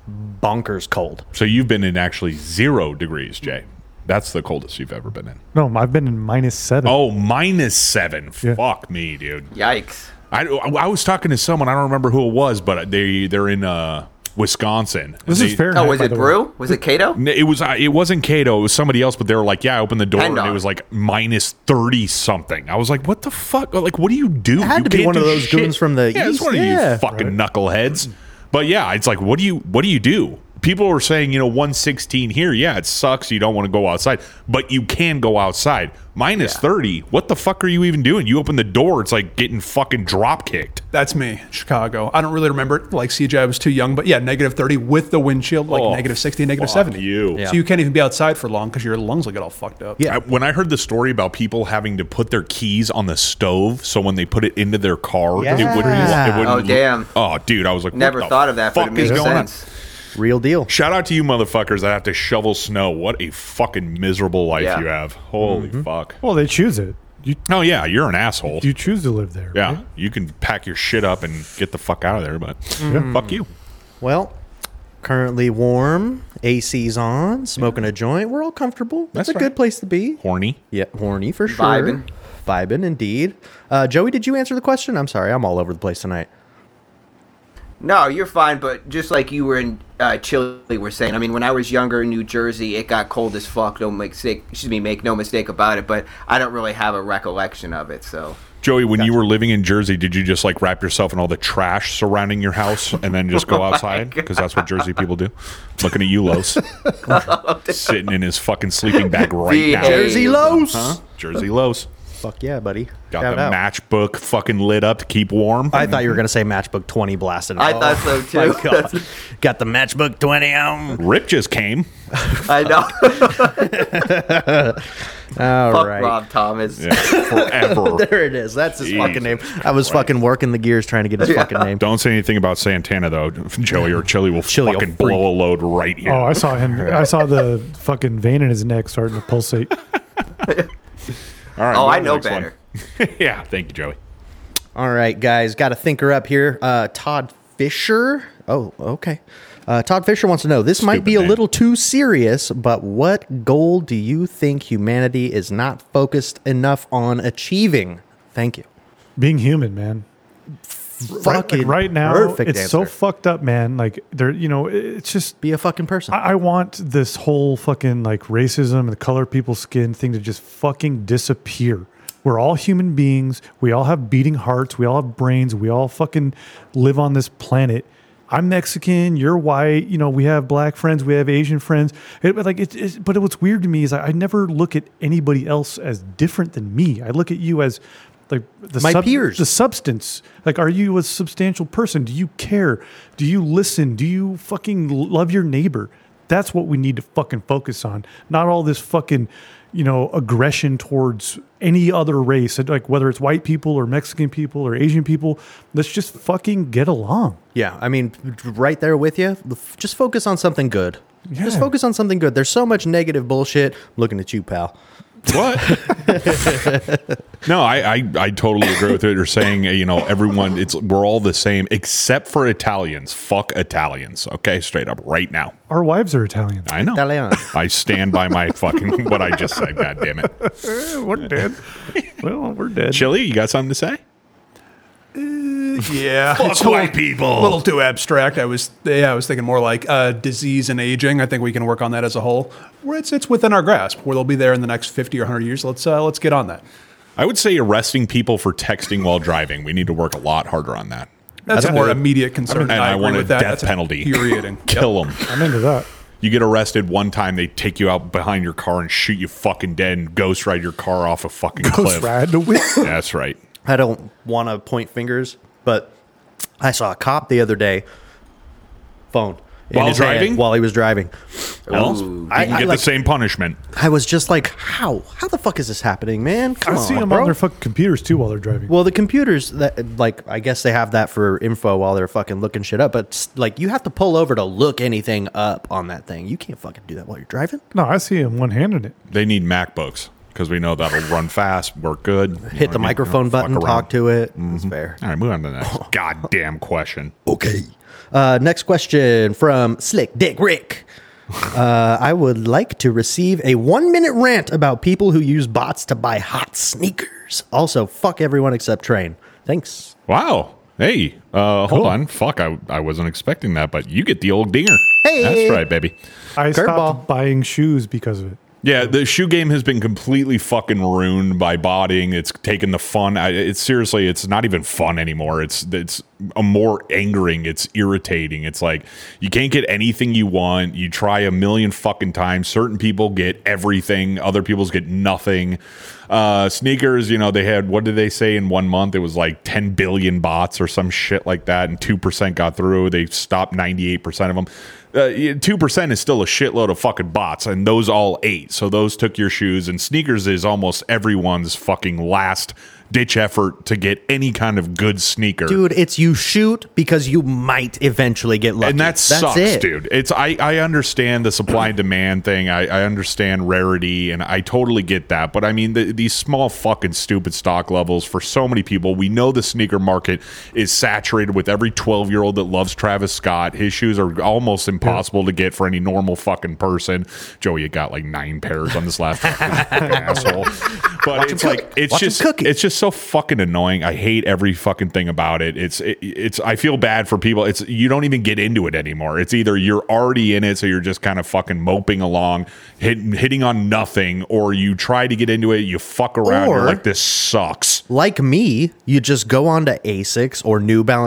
bonkers cold. Oh. So you've been in actually zero degrees, Jay. That's the coldest you've ever been in. no, I've been in minus seven. Oh, minus seven. Yeah. Fuck me, dude. Yikes. I, I was talking to someone. I don't remember who it was, but they they're in uh Wisconsin. This And is they- fair. Oh, was it Brew? Was it Cato? N- It was uh, it wasn't Cato. It was somebody else, but they were like, "Yeah, I opened the door and Hendon. it was like minus thirty something." I was like, "What the fuck? Like, what do you do?" It had to be one of those goons from the yeah, East, it's one of yeah. you fucking knuckleheads. But yeah, it's like, what do you what do you do? People are saying, you know, one sixteen here. Yeah, it sucks. You don't want to go outside, but you can go outside. Minus thirty. What the fuck are you even doing? You open the door. It's like getting fucking drop kicked. That's me, Chicago. I don't really remember it. Like CJ, I was too young, but yeah, negative 30 with the windshield, like Oh, negative 60, negative fuck 70. you. So you can't even be outside for long because your lungs will get all fucked up. I, when I heard the story about people having to put their keys on the stove, so when they put it into their car, it wouldn't. Yeah. It wouldn't Oh, damn. Oh, dude, I was like, what Never the thought of that, but it fuck is makes going on? sense. Real deal. Shout out to you, motherfuckers, that have to shovel snow. What a fucking miserable life Yeah. you have. Holy fuck. Well, they choose it. You Oh yeah, you're an asshole. you choose to live there. yeah, right? you can pack your shit up and get the fuck out of there, but fuck you. Well, currently warm, AC's on, smoking a joint. We're all comfortable. That's, That's a right. good place to be. Horny. Yeah, horny for sure. Vibin'. Vibin', indeed. Uh, Joey, did you answer the question? I'm sorry, I'm all over the place tonight. No, you're fine, but just like you were in uh, Chile, were saying. I mean, when I was younger in New Jersey, it got cold as fuck. Don't make mistake, excuse me, make no mistake about it. But I don't really have a recollection of it. So Joey, when you were living in Jersey, did you just like wrap yourself in all the trash surrounding your house and then <laughs> Oh just go outside? Because that's what Jersey people do. Looking at you, Los. Sitting in his fucking sleeping <laughs> bag right now. Behave. Oh, Jersey Los! Huh? Jersey Los. Fuck yeah, buddy. Got Shout the out. matchbook fucking lit up to keep warm. I thought you were going to say matchbook 20 blasted. I thought so <laughs> too. Got the matchbook 20 um, on. Rip <laughs> just came. I know. All fuck right. Rob Thomas. Yeah, forever. <laughs> There it is. That's his Jesus fucking name. I was fucking working the gears trying to get his fucking name. Don't say anything about Santana though, Joey, or Chili will Chili will fucking freak. blow a load right here. Oh, I saw him. I saw the fucking vein in his neck starting to <laughs> pulsate. All right, Oh, move I to the know next one. better. <laughs> yeah, thank you, Joey. All right, guys, got a thinker up here. Uh, Todd Fisher. Oh, okay. Uh, Todd Fisher wants to know this might Stupid be a name. little too serious, but what goal do you think humanity is not focused enough on achieving? Thank you. Being human, man. Right, Fucking like, right now, perfect it's so answer. fucked up, man. Like there, you know, it's just be a fucking person. I, I want this whole fucking like racism and the color of people's skin thing to just fucking disappear. We're all human beings. We all have beating hearts. We all have brains. We all fucking live on this planet. I'm Mexican. You're white. You know, we have black friends. We have Asian friends. It, but like, it's it's but what's weird to me is I, I never look at anybody else as different than me. I look at you as like the My peers. the substance. Like, are you a substantial person? Do you care? Do you listen? Do you fucking love your neighbor? That's what we need to fucking focus on. Not all this fucking, you know, aggression towards any other race, like whether it's white people or Mexican people or Asian people. Let's just fucking get along. Yeah, I mean, right there with you. F- Just focus on something good. Just Yeah. focus on something good. There's so much negative bullshit. I'm looking at you, pal. What? no, I, I I totally agree with what you're saying. You know, everyone, it's we're all the same except for Italians. Fuck Italians. Okay, straight up, right now. Our wives are Italian. I know. Italian. I stand by my fucking what I just said. God damn it, We're dead. <laughs> well, we're dead. Chili, you got something to say? Yeah. Fuck It's a white little- people. A little too abstract. I was yeah, I was thinking more like uh, disease and aging. I think we can work on that as a whole. Where it's it's within our grasp. Where they'll be there in the next 50 or 100 years. Let's uh, let's get on that. I would say arresting people for texting while driving. We need to work a lot harder on that. That's a more immediate concern. And I, agree want a with that. death That's penalty. <laughs> Infuriating. Kill them. I'm into that. You get arrested one time, they take you out behind your car and shoot you fucking dead and ghost ride your car off a fucking cliff. Ride the wheel. That's right. I don't want to point fingers, but I saw a cop the other day. Phone in While his hand driving? while he was driving. Well, Ooh. you I- can I get like- the same punishment. I was just like, how? How the fuck is this happening, man? Come I on, see them bro. on their fucking computers too while they're driving. well, the computers that like I guess they have that for info while they're fucking looking shit up. But s- like, you have to pull over to look anything up on that thing. You can't fucking do that while you're driving. no, I see him one handed it. They need MacBooks because we know that'll run fast, work good. Hit the microphone button, talk to it. Mm-hmm. It's fair. All right, move on to the next <laughs> goddamn question. Okay. Uh, next question from Slick Dick <laughs> Rick. Uh, I would like to receive a one minute rant about people who use bots to buy hot sneakers. Also, fuck everyone except Train. Thanks. Wow. Hey, uh, hold on. Fuck, I, I wasn't expecting that, but you get the old dinger. Hey. That's right, baby. I stopped Curveball. buying shoes because of it. Yeah, the shoe game has been completely fucking ruined by botting. It's taken the fun. I- It's seriously, it's not even fun anymore. It's it's a more angering. It's irritating. It's like you can't get anything you want. You try a million fucking times. Certain people get everything. Other people's get nothing. Uh, sneakers, you know, they had what did they say in one month? It was like ten billion bots or some shit like that, and two percent got through. They stopped ninety eight percent of them Uh, two percent is still a shitload of fucking bots, and those all ate. So those took your shoes, and sneakers is almost everyone's fucking last ditch effort to get any kind of good sneaker. Dude, it's you shoot because you might eventually get lucky. and that sucks, dude. It's I, I understand the supply and demand thing. I, I understand rarity, and I totally get that. But I mean, the, these small fucking stupid stock levels for so many people. We know the sneaker market is saturated with every twelve year old that loves Travis Scott. His shoes are almost impossible to get for any normal fucking person. Joey, you got like nine pairs on this last <laughs> fucking asshole. But it's like it's Watch him just cook it. it's it's just so fucking annoying. I hate every fucking thing about it. It's it, it's I feel bad for people. It's you don't even get into it anymore. It's either you're already in it so you're just kind of fucking moping along, hit, hitting on nothing or you try to get into it, you fuck around, Or- you're like this sucks. Like me, you just go on to Asics or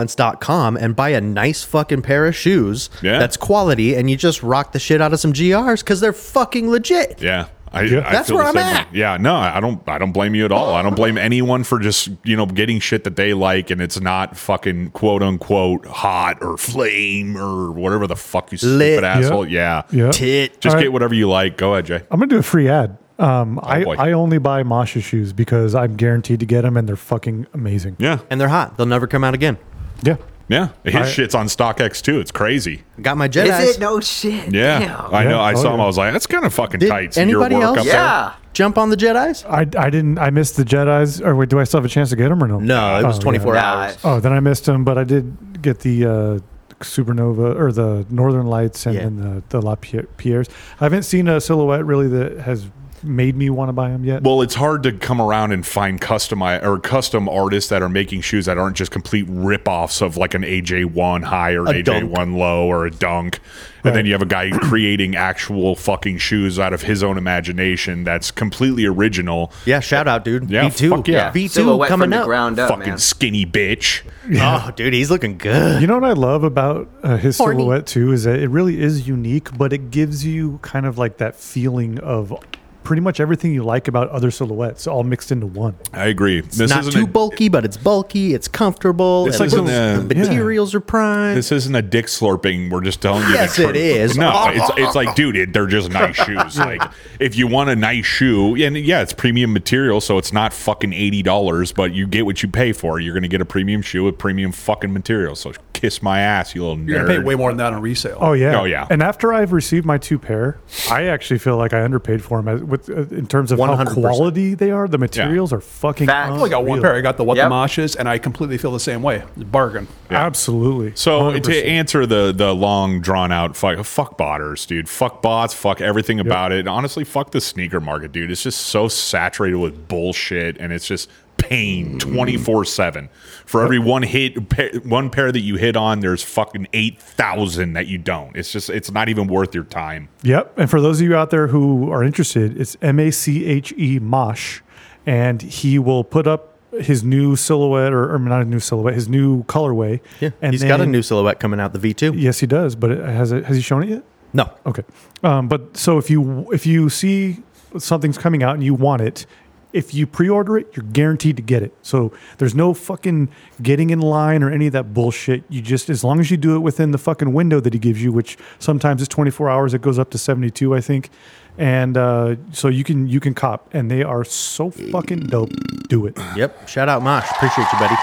NewBalance.com and buy a nice fucking pair of shoes Yeah. that's quality, and you just rock the shit out of some GRs because they're fucking legit. Yeah. I, I That's feel where the I'm same at. way. Yeah, no, I don't. I don't blame you at all. I don't blame anyone for just you know getting shit that they like, and it's not fucking quote unquote hot or flame or whatever the fuck you stupid Lit. asshole. Yeah, Yeah. Tit. Just All get right. whatever you like. Go ahead, Jay. I'm gonna do a free ad. Um, I Oh, boy. I only buy Masha shoes because I'm guaranteed to get them and they're fucking amazing. Yeah. And they're hot. They'll never come out again. Yeah. Yeah. His I- shit's on StockX too. It's crazy. Got my Jedi. Is it? No shit. Yeah. Damn. I know. I Yeah. saw Oh, him. yeah. I was like, that's kind of fucking Did tight. anybody else? up there? Yeah. Jump on the Jedi's? I, I didn't. I missed the Jedi's. Or wait, do I still have a chance to get them or no? No, it was Oh, yeah. 24 Nah, hours. Oh, then I missed them, but I did get the uh, Supernova or the Northern Lights and Yeah. then the, the La Pierre- Pierres. I haven't seen a silhouette really that has made me want to buy them yet. Well, it's hard to come around and find custom or custom artists that are making shoes that aren't just complete rip-offs of like an AJ1 high or an A dunk. AJ1 low or a dunk. And then you have a guy creating actual fucking shoes out of his own imagination that's completely original. Yeah, shout out, dude. Yeah, V2. fuck yeah. V2 Silhouette coming from the up. ground up, fucking man. skinny bitch. Oh, dude, he's looking good. You know what I love about uh, his Horny. silhouette too is that it really is unique, but it gives you kind of like that feeling of pretty much everything you like about other silhouettes all mixed into one. I agree. It's <laughs> this not isn't too a- bulky, but it's bulky. It's comfortable. and It's like it's- an, the uh, yeah. materials are prime. This isn't a dick slurping. We're just telling you. Yes, the it truth. is. No, it's, it's like, dude, it, they're just nice shoes. Like, if you want a nice shoe, and yeah, it's premium material, so it's not fucking eighty dollars, but you get what you pay for. You're gonna get a premium shoe with premium fucking material. So kiss my ass, you little nerd. You're gonna pay way more than that on resale. Oh yeah, Oh, yeah. And after I've received my two pair, I actually feel like I underpaid for them as, with uh, in terms of how 100%. quality they are. The materials are fucking. Facts. I only got one unreal. pair. I got the what Yep. the mosh is, and I completely feel the same way. It's a bargain. Absolutely. So 100%. to answer the the long drawn out fuck fuck botters, dude. Fuck bots. Fuck everything about it. And honestly, fuck the sneaker market, dude. It's just so saturated with bullshit, and it's just Mm. pain twenty four seven. For every one hit, pair, one pair that you hit on, there's fucking eight thousand that you don't. It's just it's not even worth your time. Yep. And for those of you out there who are interested, it's M A C H E Mosh, and he will put up his new silhouette or, or not a new silhouette, his new colorway. Yeah, and he's got a then- new silhouette coming out, the V2. Yes, he does. But it, has it, has he shown it yet? No. Okay. Um, but so if you if you see something's coming out and you want it, if you pre-order it, you're guaranteed to get it. So there's no fucking getting in line or any of that bullshit. You just as long as you do it within the fucking window that he gives you, which sometimes is 24 hours. It goes up to 72, I think. And uh, so you can you can cop, and they are so fucking dope. Do it. Yep. Shout out Mosh. Appreciate you, buddy.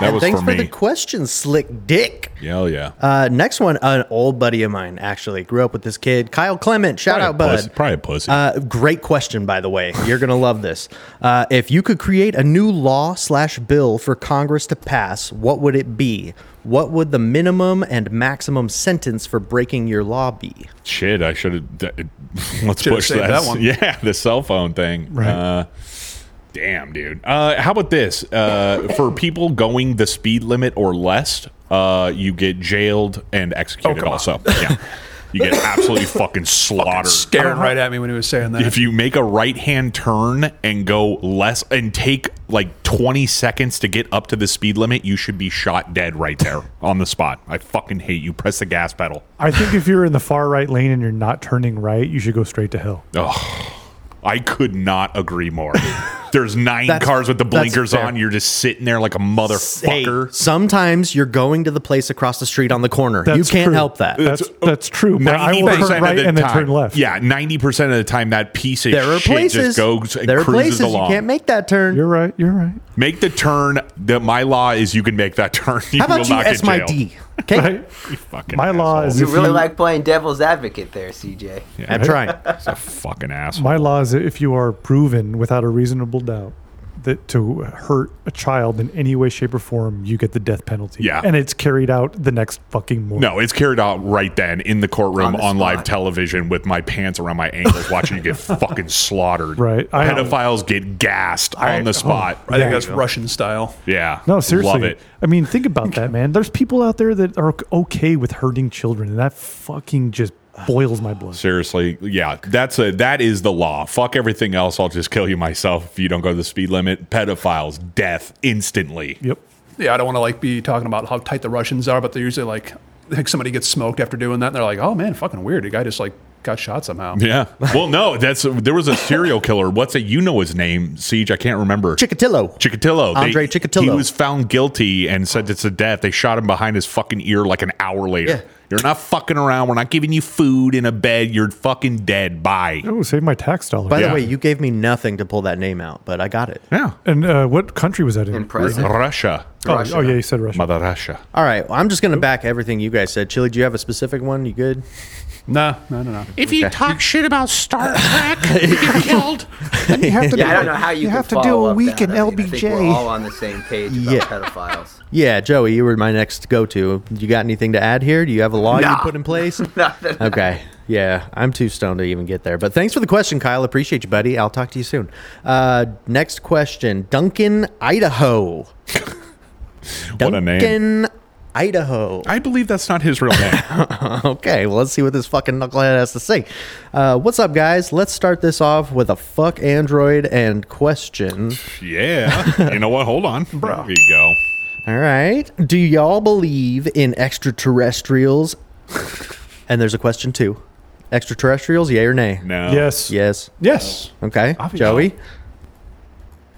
That and was thanks for for, me. the question, Slick Dick. Hell yeah. Uh, next one, an old buddy of mine actually grew up with this kid, Kyle Clement. Shout out, bud. Pussy, probably a pussy. Uh, great question, by the way. You're gonna love this. Uh, if you could create a new law slash bill for Congress to pass, what would it be? What would the minimum and maximum sentence for breaking your law be? Shit, I should have. <laughs> Let's Should've push <laughs> saved that. that one. Yeah, the cell phone thing. Right. Uh, Damn, dude. Uh, how about this? Uh, for people going the speed limit or less, uh, you get jailed and Oh, executed. also, yeah, you get <laughs> absolutely fucking slaughtered. Staring right at me when he was saying that. if you make a right hand turn and go less and take like 20 seconds to get up to the speed limit, you should be shot dead right there on the spot. I fucking hate you. Press the gas pedal. I think if you're in the far right lane and you're not turning right, you should go straight to hell. I could not <laughs> agree more. There's nine That's- cars with the that's blinkers fair. on. You're just sitting there like a motherfucker. Hey, sometimes you're going to the place across the street on the corner. you That's can't true. help that. That's that's true. But I will 90% turn of right the and then time- turn left. Yeah, ninety percent of the time that piece of there are shit places. just goes and there are places cruises along. you can't make that turn. you're right. <laughs> You're right. Make the turn. That my law is you can make that <laughs> turn. You How will about you not get S my jailed. D? Okay, <laughs> Right? Fucking <laughs> My law asshole. is You if really you, like playing devil's advocate there, CJ. I'm trying. a fucking asshole. my law is that if you are proven without a reasonable doubt that to hurt a child in any way, shape, or form, you get the death penalty. Yeah. and it's carried out the next fucking morning. No, it's carried out right then in the courtroom On on, the live spot. television with my pants around my ankles, <laughs> watching you get fucking slaughtered. Right. I- Pedophiles get gassed on oh, the spot. I think that's Russian style. Yeah. No, seriously. Love it. I mean, <laughs> think about that, man. There's people out there that are okay with hurting children, and that fucking just boils <sighs> my blood. Seriously, yeah, that's a that is the law. Fuck everything else. I'll just kill you myself if you don't go to the speed limit. Pedophiles, death instantly. Yep. Yeah, I don't want to like be talking about how tight the Russians are, but they're usually like, I think somebody gets smoked after doing that, and they're like, oh man, fucking weird. The guy just like got shot somehow. Yeah. <laughs> Well, no, that's there was a serial killer. What's a you know his name? Siege. I can't remember. Chicatillo. Chicatillo. They- Andre Chicatillo. He was found guilty and sentenced to death. They shot him behind his fucking ear like an hour later. Yeah. You're not fucking around. We're not giving you food in a bed. You're fucking dead. Bye. Oh, save my tax dollar. By Yeah. the way, you gave me nothing to pull that name out, but I got it. Yeah. and uh, what country was that in? Impressive. Russia. Oh, oh, yeah, you said Russia. Mother Russia. All right, well, I'm just going to back everything you guys said. Chili, do you have a specific one? You good? Nah, no, no, no. If you talk shit about Star <laughs> Trek, you're killed. Then you have to Yeah, I do, don't know how you, you can have to do follow a up week that. in I mean, I think LBJ. we're all on the same page about Yeah. pedophiles. Yeah, Joey, you were my next go to. You got anything to add here? Do you have a law you Nah. put in place? okay. Yeah, I'm too stoned to even get there. But thanks for the question, Kyle. Appreciate you, buddy. I'll talk to you soon. Uh, next question Duncan, Idaho. What a name. Duncan, Idaho. <laughs> I believe that's not <laughs> his real name. Okay, well, let's see what this fucking knucklehead has to say. Uh, what's up, guys? Let's start this off with a fuck Android and question. yeah. You know what? Hold on. Bro. There you go. All right. Do y'all believe in extraterrestrials? and there's a question too. Extraterrestrials, yay or nay? No. Yes. Yes. Yes. Okay. Obviously. Joey,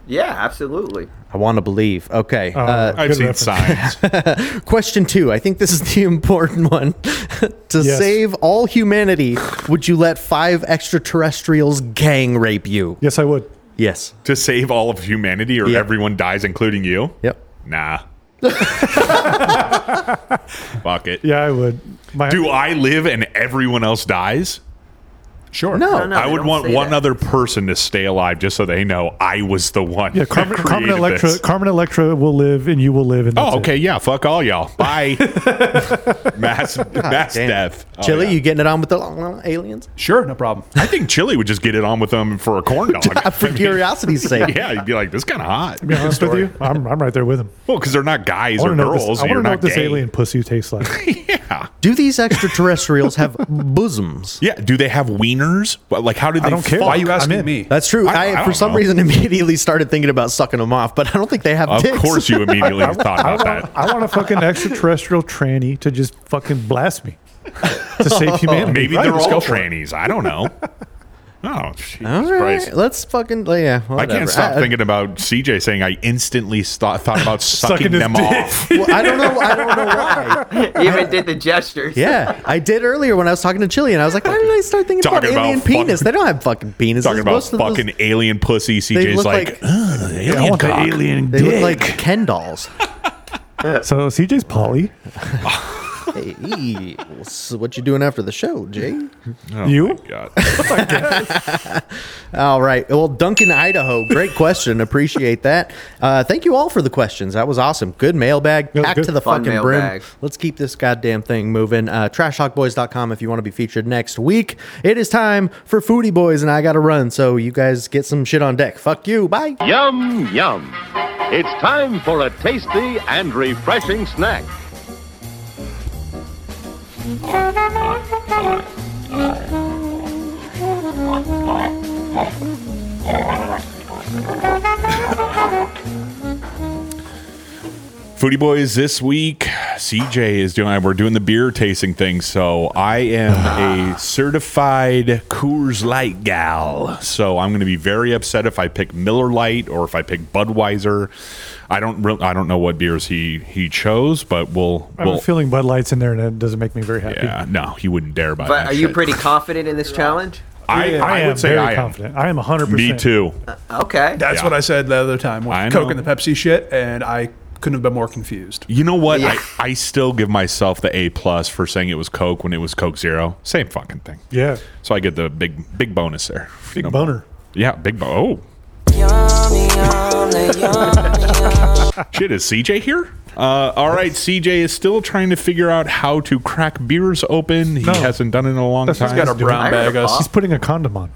Yeah, absolutely. <laughs> I want to believe. Okay. Uh, Uh, I've good seen reference. signs. <laughs> question two. I think this is the <laughs> important one. to Yes. save all humanity, would you let five extraterrestrials gang rape you? Yes, I would. Yes. to save all of humanity or Yeah. everyone dies, including you? Yep. Nah. Fuck it. Yeah, I would. My, Do I live and everyone else dies? Sure. No. No, no, I they would don't want say one that. other person to stay alive just so they know I was the one. yeah, that Carmen, Carmen created Electra. this. Carmen Electra will live, and you will live. And that's Oh, it. okay. Yeah. Fuck all y'all. <laughs> Bye. mass mass damn. death. Oh, Chili, yeah. you getting it on with the <laughs> aliens? Sure, no <laughs> problem. I think Chili would just get it on with them for a corn <laughs> dog. <laughs> For curiosity's sake. yeah. You'd be like, this kind of hot. Be honest with you, I'm, I'm right there with him. Well, because they're not guys or I want to know, girls. this, I and wanna you're know not what this gay. alien pussy tastes like. <laughs> Yeah. Do these extraterrestrials have <laughs> bosoms? Yeah. Do they have wieners? Well, Like, how do they? don't care. fuck? Why are you I'm asking in. me? That's true. I- I I, don't for some know. reason, <laughs> immediately started thinking about sucking them off, but I don't think they have Of dicks. course, you immediately thought <laughs> I about want, that. I want a fucking extraterrestrial tranny to just fucking blast me to save humanity. <laughs> Maybe Right, they're let's go all for it. trannies. I don't <laughs> know. Oh, Jesus All right, Christ. let's fucking oh, yeah. I whatever. can't stop thinking about CJ saying I instantly sta- thought about sucking <laughs> Sucking his them dick. <laughs> off. Well, I don't know. I don't know <laughs> why. You even did the gestures. Yeah, I did earlier when I was talking to Chili, and I was like, "Why did I start thinking about, Talking about alien fuck- penis? They don't have fucking penises. Talking about Most of those- fucking alien pussy. CJ's look like, like- "Ugh, I alien want the cock." alien They dick. look like Ken dolls. Oh so CJ's poly. Hey, so what you doing after the show, Jay? you? God. All right. Well, Duncan, Idaho. Great <laughs> question. Appreciate that. Uh, thank you all for the questions. That was awesome. Good mailbag. was Packed good. to the Fun fucking brim. mailbag. Let's keep this goddamn thing moving. Uh, TrashHawkBoys.com if you want to be featured next week. It is time for Foodie Boys, and I got to run. So you guys get some shit on deck. Fuck you. Bye. Yum, yum. It's time for a tasty and refreshing snack. Foodie Boys this week, CJ is doing. We're doing the beer tasting thing, so I am a certified Coors Light gal. So I'm going to be very upset if I pick Miller Light or if I pick Budweiser. I don't really, I don't know what beers he he chose, but we'll I'm we'll. feeling Bud Lights in there, and it doesn't make me very happy. Yeah, no, he wouldn't dare buy But that are you shit. pretty confident in this challenge? I, I, I, am would say very I am. confident. I am 100%. Me too. Okay. That's Yeah. what I said the other time with I Coke know. and the Pepsi shit, and I couldn't have been more confused. You know what? Yeah. I, I still give myself the A plus for saying it was Coke when it was Coke Zero. Same fucking thing. Yeah. So I get the big big bonus there. Big No. boner. Yeah, big bo Oh. Shit, is CJ here? Uh, all right, CJ is still trying to figure out how to crack beers open. He No. hasn't done it in a long That's- time. he's Got a Nice, brown dude. bag I us. Uh-huh. He's putting a condom on.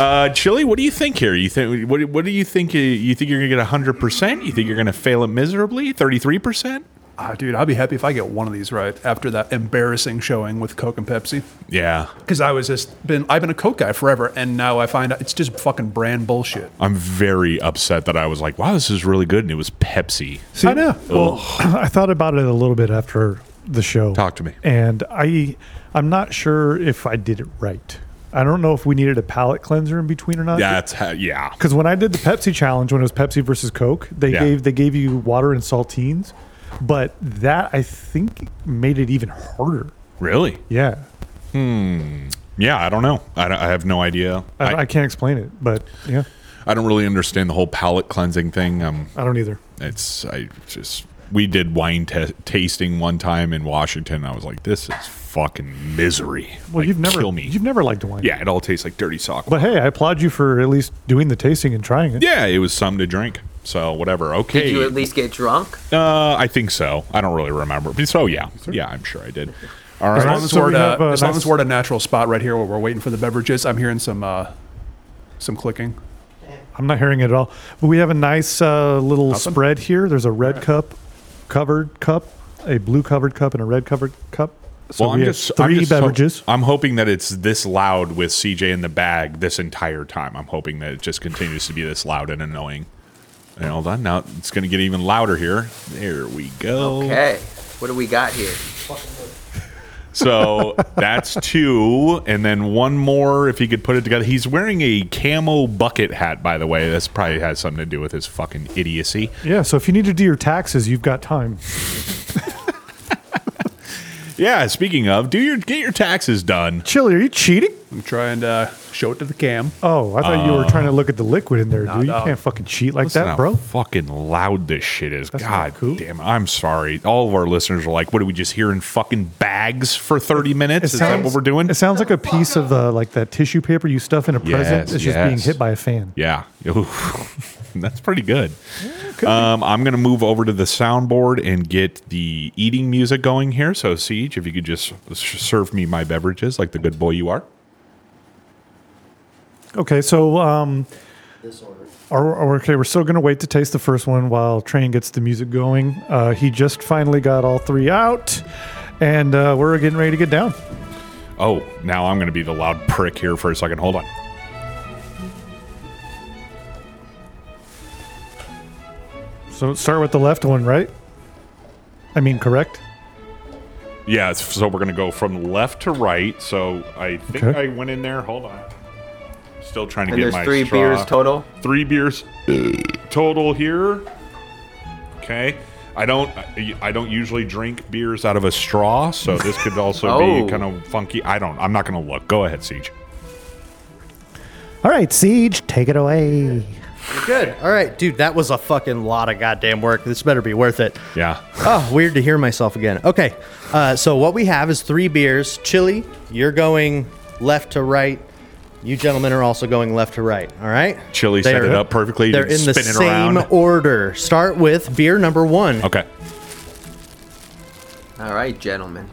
Uh, Chili, what do you think here? You think what? What do you think? You, you think you're gonna get hundred percent? You think you're gonna fail it miserably? Thirty three percent? Ah, dude, I'll be happy if I get one of these right after that embarrassing showing with Coke and Pepsi. Yeah, Because I was just been I've been a Coke guy forever, and now I find out it's just fucking brand bullshit. I'm very upset that I was like, wow, this is really good, and it was Pepsi. I know. Well, <clears throat> I thought about it a little bit after the show. Talk to me. And I, I'm not sure if I did it right. I don't know if we needed a palate cleanser in between or not. That's how, yeah. Because when I did the Pepsi challenge, when it was Pepsi versus Coke, they Yeah. gave they gave you water and saltines, but that I think made it even harder. Really? Yeah, Yeah, I don't know. I, don't- I have no idea. I, I, I, can't explain it, but yeah, I don't really understand the whole palate cleansing thing. Um, I don't either. it's I just we did wine t- tasting one time in Washington. I was like, this is fucking misery. Well, Like, you've never kill me. you've never liked wine. yeah, it all tastes like dirty sock. but hey, I applaud you for at least doing the tasting and trying it. yeah, it was some to drink. So whatever. Okay. Did you at least get drunk? uh, I think so. I don't really remember. But so yeah, yeah, I'm sure I did. All right. As long as, So we're, we at a- have, uh, as long nice- as we're at a natural spot right here where we're waiting for the beverages, I'm hearing some uh, some clicking. I'm not hearing it at all. But we have a nice uh, little spread here. There's a red cup, covered cup, a blue covered cup, and a red covered cup. So well, we I'm have just 3 I'm just ho- beverages. I'm hoping that it's this loud with CJ in the bag this entire time. I'm hoping that it just continues to be this loud and annoying. And hold on, now it's going to get even louder here. There we go. Okay. What do we got here? So that's two, and then one more if he could put it together. He's wearing a camo bucket hat, by the way. This probably has something to do with his fucking idiocy. yeah. So if you need to do your taxes, you've got time. Yeah, speaking of, do your get your taxes done. Chili, are you cheating? I'm trying to uh, show it to the cam. Oh, I thought you were trying to look at the liquid in there, dude. You no. can't fucking cheat Uh, like Listen that, how bro. Fucking loud this shit is. God not cool. damn it. I'm sorry. All of our listeners are like, what are we just hearing fucking bags for 30 minutes? Is that what we're doing? It sounds like a piece of uh, like that tissue paper you stuff in a present. Yes, It's just being yes. hit by a fan. Yeah. <laughs> Oof. <laughs> That's pretty good. Um, I'm going to move over to the soundboard and get the eating music going here. So, Siege, if you could just s- serve me my beverages like the good boy you are. Okay, so um, are, are- okay, we're still gonna wait to taste the first one while Train gets the music going. Uh, he just finally got all three out, and uh, we're getting ready to get down. Oh, now I'm going to be the loud prick here for a second. Hold on. So start with the left one, right? I mean, correct. Yeah. it's- So, we're going to go from left to right. So, I think Okay. I went in there. Hold on. Still trying to And get there's my three straw. beers total. three beers uh, total here. Okay. I don't I don't usually drink beers out of a straw, so this could <laughs> also Oh. be kind of funky. I don't. I'm not going to look. Go ahead, Siege. All right, Siege, take it away. Good. All right, dude, that was a fucking lot of goddamn work. This better be worth it. Yeah. Oh, weird to hear myself again. Okay, uh, so what we have is three beers. Chili, you're going left to right. You gentlemen are also going left to right. All right. Chili set it up perfectly. You They're can in the spin it same around. order. Start with beer number one. Okay. All right, gentlemen.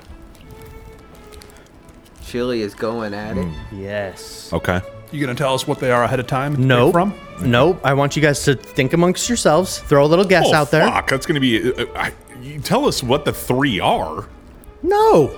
Chili is going at it. Hmm. Yes. Okay. You gonna tell us what they are ahead of time? They're Nope. From? Nope. I want you guys to think amongst yourselves. Throw a little guess oh, out there. Fuck. That's going to be. Uh, I, you tell us what the three are. No.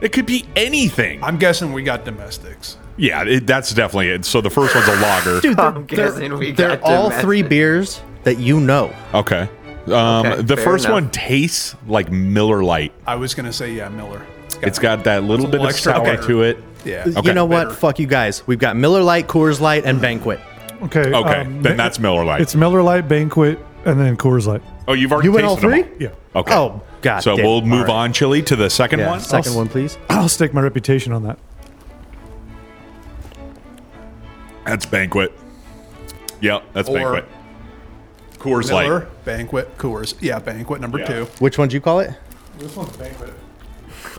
It could be anything. I'm guessing we got domestics. yeah, it, that's definitely it. So the first one's a lager. Dude, they're, <laughs> I'm guessing we they're got all domestic. three beers that you know. Okay. Um, Okay, the fair first enough. one tastes like Miller Lite. I was gonna say yeah, Miller. It's got that little a bit little of extra sour bitter. to it. yeah. Okay. you know what? Bitter. Fuck you guys. We've got Miller Lite, Coors Light, and Banquet. Okay. Okay, um, then that's Miller Lite. It's Miller Lite Banquet and then Coors Light. oh, you've already You went all tasted them three? Yeah. Okay. Oh, God So damn. we'll All move right. on, Chili, to the second Yeah, one. second one, please. I'll stake my reputation on that. That's Banquet. Yep, that's Or- Banquet. Coors Miller, Light. banquet, Coors. Yeah, banquet number Yeah. two. Which one do you call it? This one's banquet.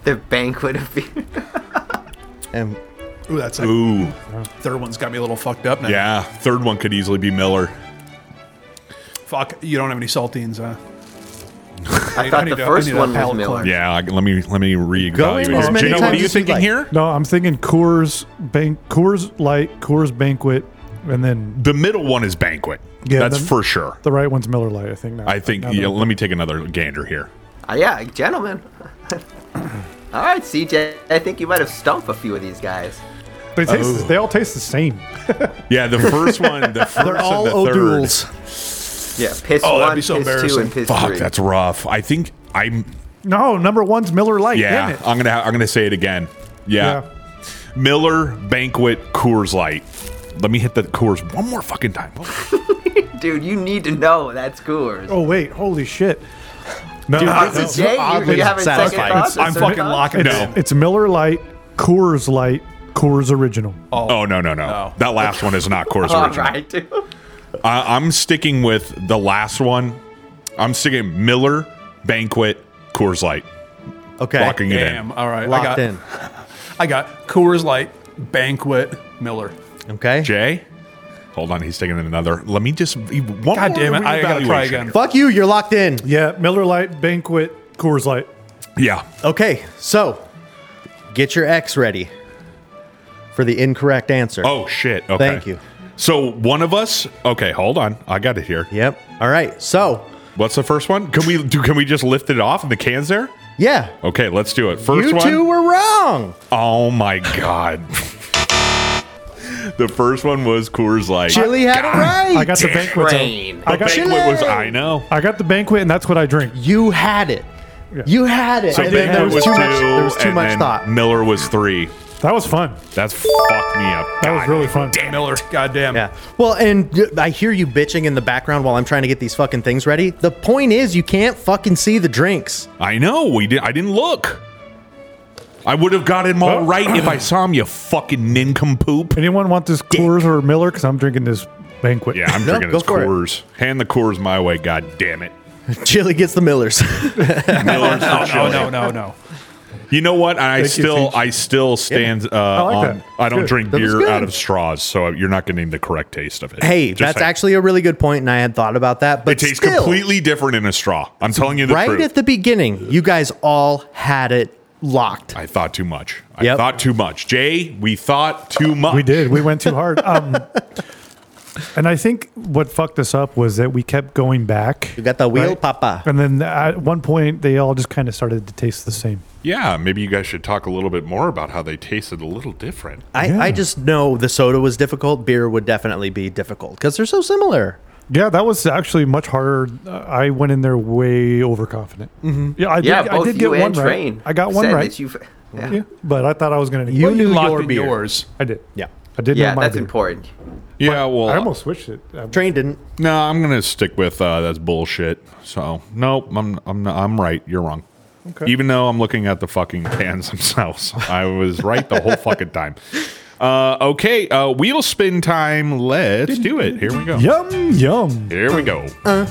The banquet of beer. <laughs> And Ooh, that's like, Ooh, third one's got me a little fucked up now. yeah. Third one could easily be Miller. Fuck, you don't have any saltines, huh? <laughs> I thought need the to- I first need that one was palate Miller. cleanser. Yeah, I- let me let me reevaluate. Go in as it. many Gina, what times are you as you'd thinking like. here? No, I'm thinking Coors Bank, Coors Light, Coors Banquet, and then The middle one is Banquet. Yeah, that's the- for sure. the right one's Miller Light. I think. Now. I think. Now that Yeah, I'm- let me take another gander here. Uh, yeah, gentlemen. all right, CJ. I think you might have stumped a few of these guys. They Oh. taste. They all taste the same. Yeah, the first one. The 1st <laughs> they're all and the third. O'Douls. Yeah, piss Oh, one, that'd be so piss two, embarrassing. and piss Fuck, three. that's rough. I think I'm. No, number one's Miller Light. Yeah, Damn it. I'm gonna. ha- I'm gonna say it again. Yeah. Yeah. Miller Banquet Coors Light. Let me hit the Coors one more fucking time. Dude, you need to know that's Coors. Oh wait, holy shit! No, Dude, no, this no. is- Jay, you, oddly you having second satisfying. thoughts? or I'm third fucking thoughts? locking No. this in. it's Miller Light, Coors Light, Coors Original. Oh, no, no, no. That last one is not Coors All Original. oh, right, dude. I, I'm sticking with the last one. I'm sticking Miller Banquet Coors Light. Okay. Locking it Damn. in. All right. I Locked got, in. I got Coors Light, Banquet, Miller. Okay. Jay, hold on. He's taking another. Let me just. One God damn it. I gotta try again. Fuck you. You're locked in. Yeah, Miller Light, Banquet, Coors Light. Yeah. Okay. So get your X ready for the incorrect answer. Oh, shit. Okay. Thank you. So one of us. Okay, hold on. I got it here. Yep. All right. So, What's the first one? Can we do? Can we just lift it off in the cans there? yeah. Okay, let's do it. First you one. two were wrong. Oh my god. the first one was Coors Light. Chili had it right. I got the banquet. Rain. I got Banquet was I know. I got the banquet, and that's what I drink. you had it. Yeah. You had it. So and then Banquet there was, was too two, much, there was too and much then thought. Miller was three. That was fun. That's fucked me up. That was God really fun. Miller. Goddamn. Yeah. Well, and y- I hear you bitching in the background while I'm trying to get these fucking things ready. The point is, you can't fucking see the drinks. I know. We did. I didn't look. I would have got him all right <clears throat> if I saw him. You <laughs> fucking nincompoop. Anyone want this Coors or Miller? Because I'm drinking this banquet. Yeah, I'm No, drinking go this for it. Coors. Hand the Coors my way. God damn it. Chili gets the Millers. <laughs> <laughs> Miller's No, not no, showing. no, no, no. You know what? I still, Teach. I still stand. Uh, like on, that. I don't Good. drink That was beer out good. of straws, so you're not getting the correct taste of it. hey, Just that's saying. actually a really good point, and I had thought about that. But It tastes still, completely different in a straw. I'm telling you the right truth. at the beginning, you guys all had it locked. I thought too much. I Yep. thought too much. Jay, we thought too much. We did. We went too hard. Um, and I think what fucked us up was that we kept going back. You got the wheel, Right. Papa. And then at one point, they all just kind of started to taste the same. Yeah, maybe you guys should talk a little bit more about how they tasted a little different. I, I just know the soda was difficult. Beer would definitely be difficult because they're so similar. Yeah, that was actually much harder. Uh, I went in there way overconfident. Mm-hmm. Yeah, I did, <laughs> Yeah, I both did get you one and right. Train. I got one said right. that you've- yeah. Yeah, but I thought I was going to. You knew Locked your in beer. yours. I did. Yeah. I did. Yeah, know my that's beer. important. Yeah, well, I almost switched it. I- Train didn't. no, I'm gonna stick with uh, that's bullshit. So nope, I'm I'm not, I'm right. You're wrong. Okay. <laughs> Even though I'm looking at the fucking cans themselves, I was right the whole fucking time. Uh, okay, uh, wheel spin time. Let's do it. Here we go. Yum, yum. Here we go. Uh.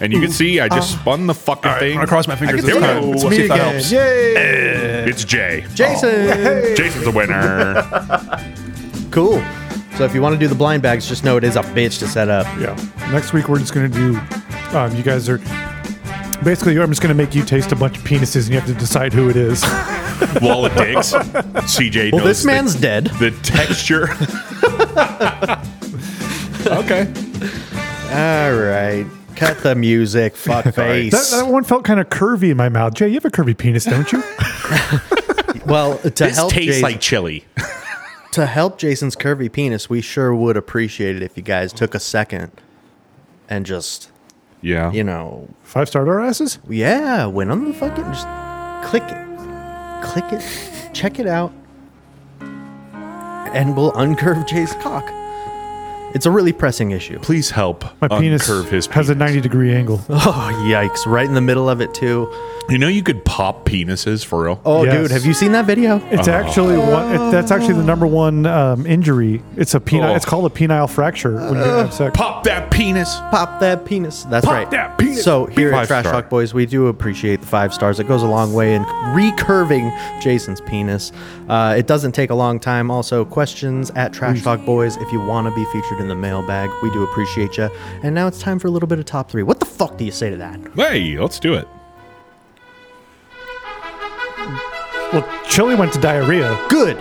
and you can see I just spun the fucking thing. I'm gonna cross my fingers I this can time. do it. It's Let's me see if that again. helps. It's Jay. Oh, Jason. Jason's the winner. <laughs> Cool. So if you want to do the blind bags, just know it is a bitch to set up. Yeah. Next week we're just gonna do. Um, you guys are basically. I'm just gonna make you taste a bunch of penises, and you have to decide who it is. Wall of dicks. CJ. Well, knows this man's the, dead. the <laughs> texture. <laughs> okay. All right. Cut the <laughs> music, fuckface. That, that one felt kind of curvy in my mouth. Jay, you have a curvy penis, don't <laughs> you? Well, to This help tastes Jason, like chili. to help Jason's curvy penis, we sure would appreciate it if you guys took a second and just, Yeah. you know, Five star our asses. yeah, went on the fucking just click it. Click it. Check it out. And we'll uncurve Jay's cock. It's a really pressing issue. <laughs> Please help. My penis uncurve his has a 90 degree angle. Oh, yikes. Right in the middle of it, too. You know you could pop penises for real. Oh, Yes. dude, have you seen that video? Oh. It's actually one. It, that's actually the number one um, injury. It's a penile. Oh. It's called a penile fracture when you have sex. Pop that penis. Pop that penis. That's Pop right. that penis. So here Five at Trash star. Talk Boys, we do appreciate the five stars. It goes a long way in recurving Jason's penis. Uh, it doesn't take a long time. Also, questions at Trash Talk Boys if you want to be featured in the mailbag. We do appreciate you. And now it's time for a little bit of top three. What the fuck do you say to that? Hey, let's do it. Well, Chili went to diarrhea. Good.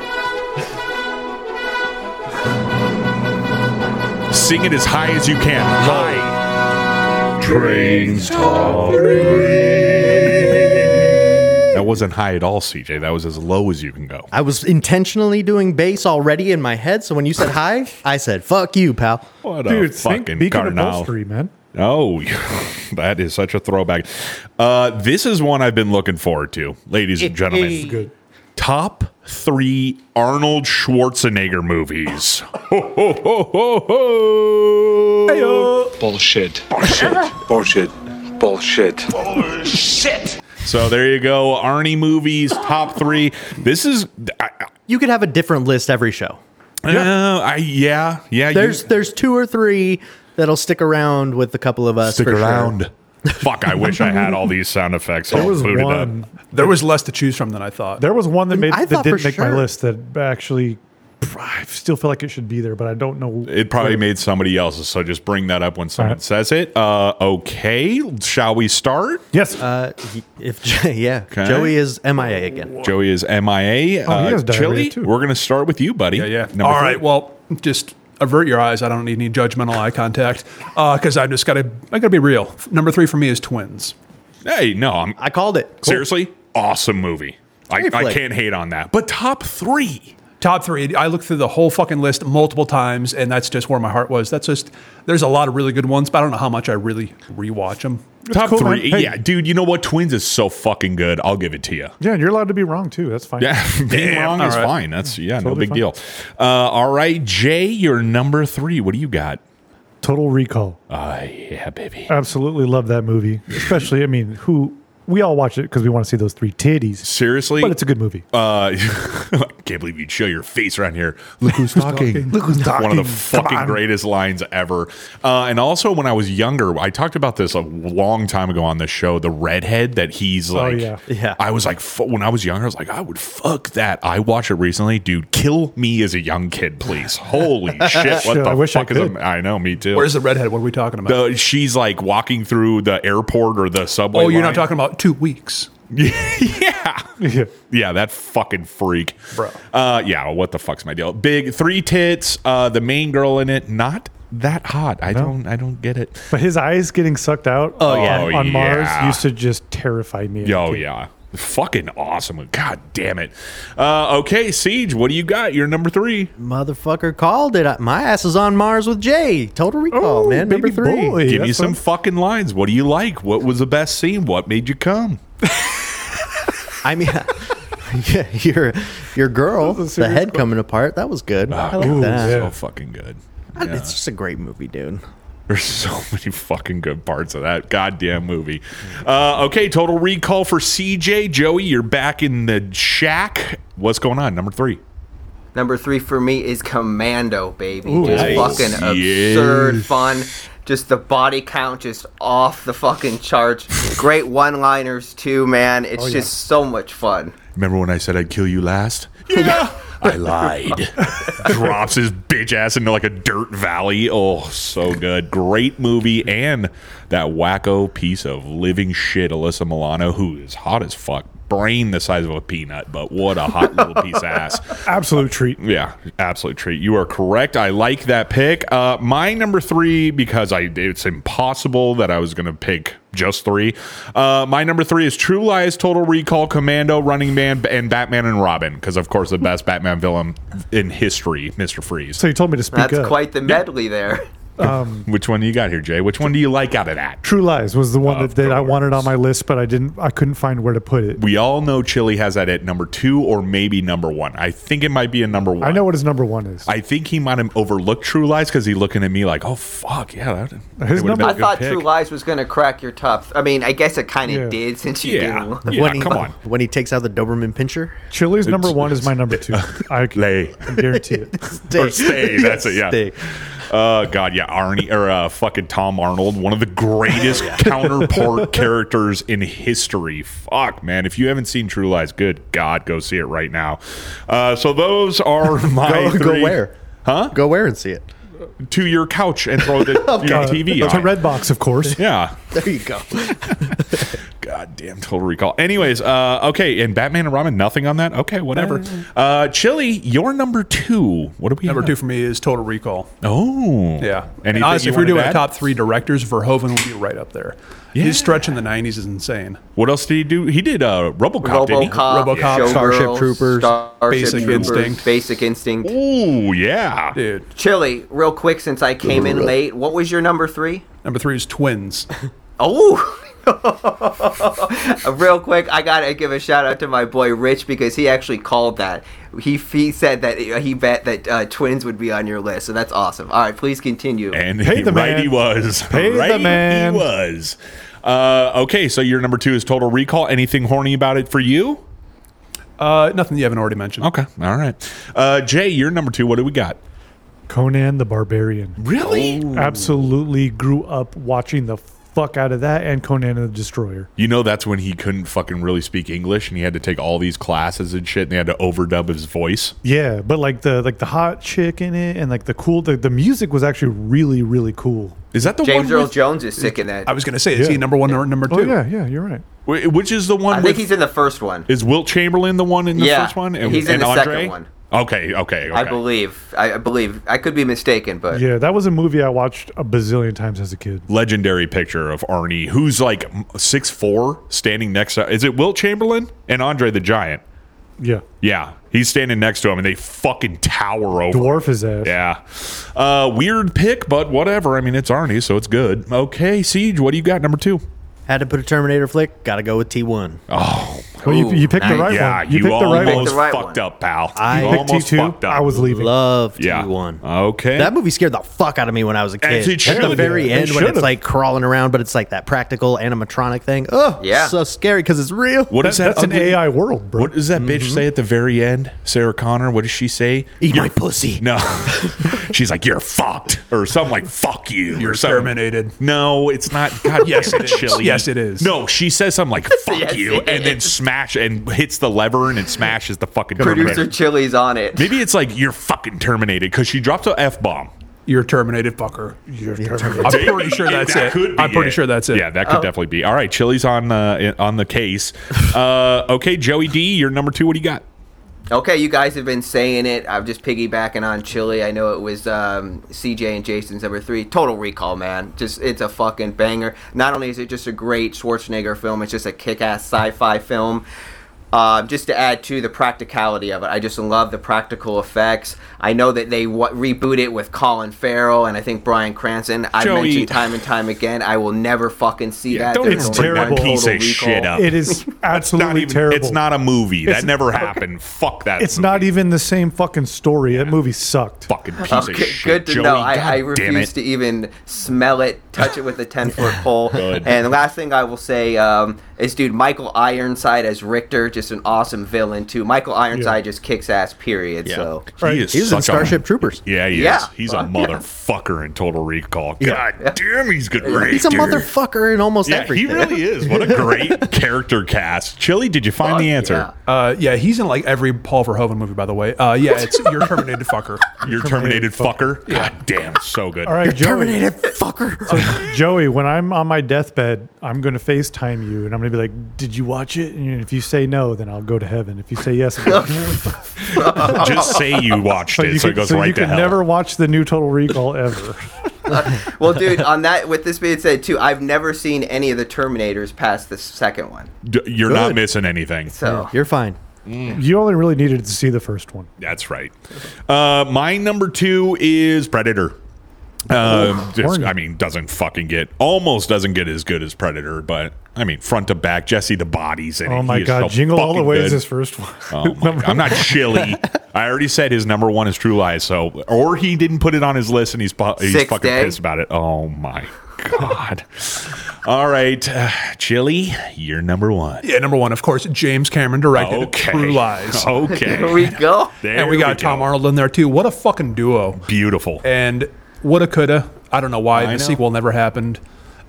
Sing it as high as you can. High. Trains top That wasn't high at all, CJ. That was as low as you can go. I was intentionally doing bass already in my head, so when you said hi, I said, fuck you, pal. What a Dude, think fucking beacon carnal. upholstery, man. Oh, <laughs> that is such a throwback. Uh, this is one I've been looking forward to, ladies and gentlemen. Good. Top three Arnold Schwarzenegger movies. <laughs> ho, ho, ho, ho, ho. bullshit. Bullshit. Bullshit. Bullshit. So there you go. Arnie movies, top three. This is. I, You could have a different list every show. I- uh, I yeah yeah. you- There's there's two or three that'll stick around with a couple of us. stick for sure. around. Fuck! I wish I had all these sound effects all There was booted one. up. There was less to choose from than I thought. There was one that made I that thought for didn't make my sure. list. That actually, I still feel like it should be there, but I don't know. It probably made somebody else's. So just bring that up when someone Alright. says it. Uh, okay, shall we start? yes. Uh, he- if <laughs> yeah, Okay. Joey is MIA again. Joey is MIA. Oh, he uh, has diarrhea, Chili, too. we're going to start with you, buddy. Yeah, yeah. Number All three. right. Well, just avert your eyes. I don't need any judgmental eye contact because I've just got to. I got to be real. Number three for me is twins. Hey, no, I'm Ah, I called it. seriously awesome movie. I, Great I flick. can't hate on that. But top three. Top three. I looked through the whole fucking list multiple times, and that's just where my heart was. That's just. There's a lot of really good ones, but I don't know how much I really rewatch them. top cool, three. man. Hey. Yeah, dude, you know what? Twins is so fucking good. I'll give it to you. yeah, and you're allowed to be wrong too. That's fine. <laughs> Yeah, <laughs> being Damn, wrong all is right. fine. That's, yeah, no Totally big fine. deal. Uh, all right, Jay, you're number three. What do you got? Total Recall. Uh, yeah, baby. Absolutely love that movie. Especially, I mean, who we all watch it because we want to see those three titties. Seriously? But it's a good movie. Uh, <laughs> I can't believe you'd show your face around here. Look who's talking. Look who's talking. One of the fucking greatest lines ever. Uh, and also, when I was younger, I talked about this a long time ago on the show. The redhead that he's like, Oh, yeah. Yeah. I was like, fu- when I was younger, I was like, I would fuck that. I watched it recently, dude. Kill me as a young kid, please. <laughs> Holy shit! What Shit, the I wish I fuck is? could. am- I know, me too. Where's the redhead? What are we talking about? the, she's like walking through the airport or the subway. oh, you're line. not talking about two weeks. <laughs> yeah. <laughs> Yeah. Yeah, that fucking freak. Bro. Uh, yeah, what the fuck's my deal? Big three tits, uh, the main girl in it, not that hot. I don't I don't get it. But his eyes getting sucked out Oh, on, yeah. on Oh, Mars yeah. used to just terrify me. as a Yo, kid. yeah. Fucking awesome. God damn it. Uh, okay, Siege, what do you got? You're number three. Motherfucker called it. I- My ass is on Mars with Jay. Total Recall, Oh, man. Number baby three. boy. Give me that's some what- fucking lines. What do you like? What was the best scene? What made you come? <laughs> I mean, <laughs> yeah, your your girl, the head coming apart. That was good. I like Ooh, that. So fucking good. I- It's just a great movie, dude. There's <laughs> so many fucking good parts of that goddamn movie. Uh, okay, total recall for CJ. Joey, you're back in the shack. What's going on? Number three. Number three for me is Commando, baby. Ooh, just nice. fucking absurd fun. Just the body count just off the fucking charts. Great one liners too, man. It's Oh, just so much fun. Remember when I said I'd kill you last? Yeah. I lied. Drops his bitch ass into like a dirt valley. Oh, so good. Great movie. And that wacko piece of living shit, Alyssa Milano, who is hot as fuck. Brain the size of a peanut, but what a hot little piece of ass. Absolute treat. Yeah, absolute treat. You are correct. I like that pick. Uh, my number three because I it's impossible that I was going to pick just three. Uh, my number three is True Lies, Total Recall, Commando, Running Man, and Batman and Robin because of course the best Batman villain in history, Mister Freeze. So you told me to speak That's up. quite the medley there. Which one do you got here, Jay? Which one do you like out of that? True Lies was the one Of that, that I course. wanted on my list, but I didn't. I couldn't find where to put it. We all know Chili has that at number two or maybe number one. I think it might be a number one. I know what his number one is. I think he might have overlooked True Lies because he's looking at me like, "Oh fuck, yeah." That, that His would've been number- a I good thought pick." True Lies was gonna crack your top. I mean, I guess it kind of Yeah. did since you Yeah, do. yeah. when he, come on. When he takes out the Doberman pincher. Chili's number one is my <laughs> number two. I Lay. <laughs> guarantee it. <laughs> <laughs> Or stay. That's it. Yeah. Stay. Uh, God, yeah. Arnie or uh, fucking Tom Arnold, one of <laughs> the greatest counterpart characters in history. Fuck, man. If you haven't seen True Lies, good God, go see it right now. Uh, so those are <laughs> my Go, three go where? Huh? Go where and see it. to your couch and throw the <laughs> Oh, your Uh, TV to on. Redbox, of course. yeah. There you <laughs> go. God damn Total Recall. Anyways, uh, okay, and Batman and Robin, nothing on that. Okay, whatever. Uh, Chili, you're number two. What do we Number have? two for me is Total Recall. Oh, Yeah. And And honestly, if we're doing a top three directors, Verhoeven would be right up there. His stretch in the 90s is insane. What else did he do? He did uh, RoboCop. didn't he? RoboCop, Robocop, Showgirls, Starship Troopers, Starship Basic Troopers, Instinct. Basic Instinct. Ooh, yeah. Dude, Chili, real quick, since I came in late, what was your number three? number three is <laughs> Twins. Oh, <laughs> real quick, I gotta give a shout out to my boy Rich because he actually called that. He he said that he bet that uh, twins would be on your list, so that's awesome. All right, please continue. And Pay he- the right man. he was. <laughs> Pay the right man. he was. Uh, okay, so your number two is Total Recall. Anything horny about it for you? Uh, nothing you haven't already mentioned. Okay, all right. Uh, Jay, your number two. What do we got? Oh. Conan the Barbarian. Really? Absolutely grew up watching the fuck out of that and Conan the Destroyer. You know that's when he couldn't fucking really speak English, and he had to take all these classes and shit, and they had to overdub his voice. Yeah, but like the like the hot chick in it and like the cool the, the music was actually really really cool. Is that the James one? Earl with- Jones is sick in that. I was going to say, is Yeah. he number one or number two? Oh yeah, yeah, you're right. wh- which is the one? I with, think he's in the first one, is Wilt Chamberlain the one in the Yeah, first one? he's in the second Andre? one. Okay, okay, okay. I believe. I, I believe. I could be mistaken, but Yeah, that was a movie I watched a bazillion times as a kid. legendary picture of Arnie, who's like six four, standing next to. Is it Wilt Chamberlain and Andre the Giant? Yeah, Yeah, he's standing next to him, and they fucking tower over. dwarf his ass. Yeah, uh, weird pick, but whatever. I mean, it's Arnie, so it's good. Okay, Siege, what do you got? Number two. Had to put a Terminator flick. Got to go with T1. Well, you, you picked the Ooh, right Yeah, one. you, picked the right almost one. one. Picked the right fucked one. up, pal. I you picked almost T2. fucked up. I was leaving. Love Yeah. T1. Okay. That movie scared the fuck out of me when I was a As kid. it At the should. very It end, when should it's have. like crawling around, but it's like that practical animatronic thing. Oh, Yeah. so scary because it's real. What That- is that? that's an ugly- AI world, bro. What does that bitch say at the very end? Sarah Connor. What does she say? Mm-hmm. Eat my pussy. No, <laughs> she's like you're fucked or something like fuck you You're or something. terminated. No, <laughs> it's not. God, yes, it it's is. chilly. Yes, it is. No, she says <laughs> something like fuck Yes, you it and then is. smash and hits the lever and it smashes the fucking producer Terminator. Chili's on it. Maybe it's like you're fucted terminated because she drops a f bomb. You're terminated, fucker. I'm pretty sure that's That it. could be I'm pretty sure that's it. Yeah, Oh. that could definitely be. All right, Chili's on uh, on the case. Uh, okay, Joey D, you're number two. What do you got? Okay, you guys have been saying it. I'm just piggybacking on Chili. I know it was um, CJ and Jason's number three. Total Recall, man. Just it's a fucking banger. Not only is it just a great Schwarzenegger film, it's just a kick-ass sci-fi film. Um, just to add to the practicality of it, I just love the practical effects. I know that they wa reboot it with Colin Farrell and I think Brian Cranston. I Joey. mentioned time and time again, I will never fucking see that. don't There's even only bring that one piece Total of shit Recall. up. <laughs> It is absolutely not even, terrible. It's not a movie. It's- that never happened. Fuck that. It's not even the same fucking story. That movie sucked. fucking piece Oh, of good, shit. good to Joey, know. I, I God damn refuse it. to even smell it, touch it with a <laughs> 10 foot pole. Good. And the last thing I will say um, is, dude, Michael Ironside as Richter, just an awesome villain, too. Michael Ironside just kicks ass, period. So, He is He's in such a- Starship Troopers. Yeah, he Yeah. is. He's a Fuck yeah. motherfucker in Total Recall. God damn, he's good. He's a Richter. motherfucker in almost Yeah, everything. he really is. What a <laughs> great character cast. Chili, did you find Fuck the answer? Uh, yeah, he's in like every Paul Verhoeven movie, by the way. Uh, yeah, it's you're terminated fucker. You're terminated, fucker. God damn, so good. All right, Joey. Terminated fucker. Joey, when I'm on my deathbed, I'm going to FaceTime you and I'm going to be like, Did you watch it? And if you say no, then I'll go to heaven. If you say yes, I'll go to <laughs> hell. Just say you watched it, you so can, it goes <laughs> so right you to can hell. never watch the new Total Recall ever. <laughs> well, dude, on that, with this being said, too, I've never seen any of the Terminators past the second one. D- You're not missing anything. So, You're fine. Hmm. you only really needed to see the first one. That's right. Uh, my number two is Predator. Oh, Um, just- I mean, doesn't fucking get almost doesn't get as good as Predator, but I mean, front to back, Jesse the bodies in it. Oh He my is God. so Jingle All the fucking Way is good. his first one. <laughs> Oh <laughs> my God. I'm not chilly. I already said his number one is True Lies, so or he didn't put it on his list and he's pu- he's Sixth fucking Day? pissed about it. Oh my god! All right, uh, Chili, you're number one. Yeah, number one, of course, James Cameron directed Okay, True Lies, <laughs> Okay, here we go. There and we got Tom go. Arnold in there too. What a fucking duo! Beautiful. And woulda coulda. I don't know why I the know. sequel never happened.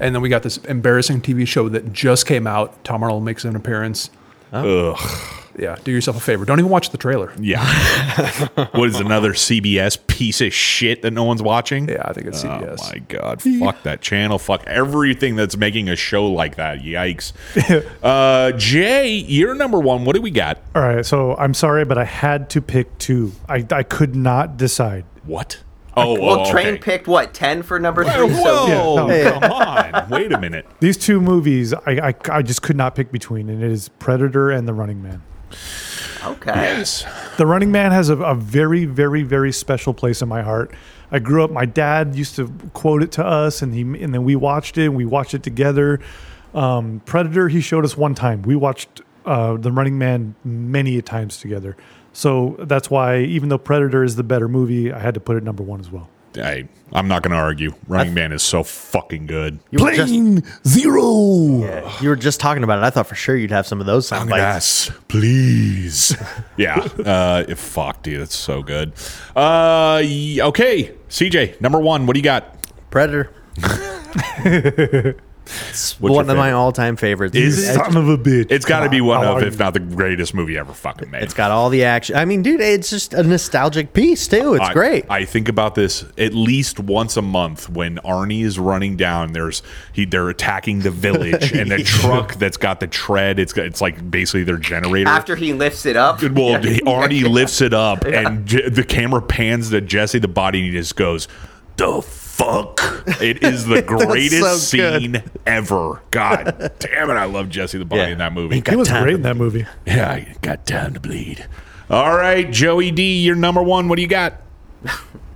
And then we got this embarrassing TV show that just came out. Tom Arnold makes an appearance. Ugh. Yeah, do yourself a favor. Don't even watch the trailer. Yeah. what is another CBS piece of shit that no one's watching? Yeah, I think it's CBS. Oh my god! Fuck that channel. Fuck everything that's making a show like that. Yikes. uh, Jay, you're number one. What do we got? All right. So I'm sorry, but I had to pick two. I, I could not decide. What? Oh, Well, oh, Train okay. picked what, 10 for number Whoa! three? <laughs> So, no. Come on! Wait a minute. These two movies, I, I, I just could not pick between, and it is Predator and The Running Man. okay. The Running Man has a, a very, very, very special place in my heart. I grew up. My dad used to quote it to us, and he and then we watched it. and We watched it together. Um, Predator. He showed us one time. We watched uh, The Running Man many a times together. So that's why, even though Predator is the better movie, I had to put it number one as well. I, I'm not going to argue. Running Man is so fucking good. You were, just, zero. you were just talking about it. I thought for sure you'd have some of those sound bites. Yes, please. <laughs> yeah. Uh, it- fuck, dude. It's so good. Uh, y- okay, CJ, number one. What do you got? <laughs> Predator. it's What's your one of my favorite? all-time favorites. Is it? It's- Son of a bitch! It's got to be one How of, are if you? not the greatest movie ever fucking made. It's got all the action. I mean, dude, it's just a nostalgic piece too. It's I, great. I think about this at least once a month when Arnie is running down. There's he, they're attacking the village, and the truck that's got the tread. It's got- it's like basically their generator. After he lifts it up. well, Arnie lifts it up, and J- the camera pans to Jesse the body, and he just goes, "The fuck!" It is the greatest so good. scene ever. God damn it! I love Jesse the body Yeah. in that movie. He was great in that <laughs> movie. Yeah, I got time to bleed. All right, Joey D, you're number one. What do you got?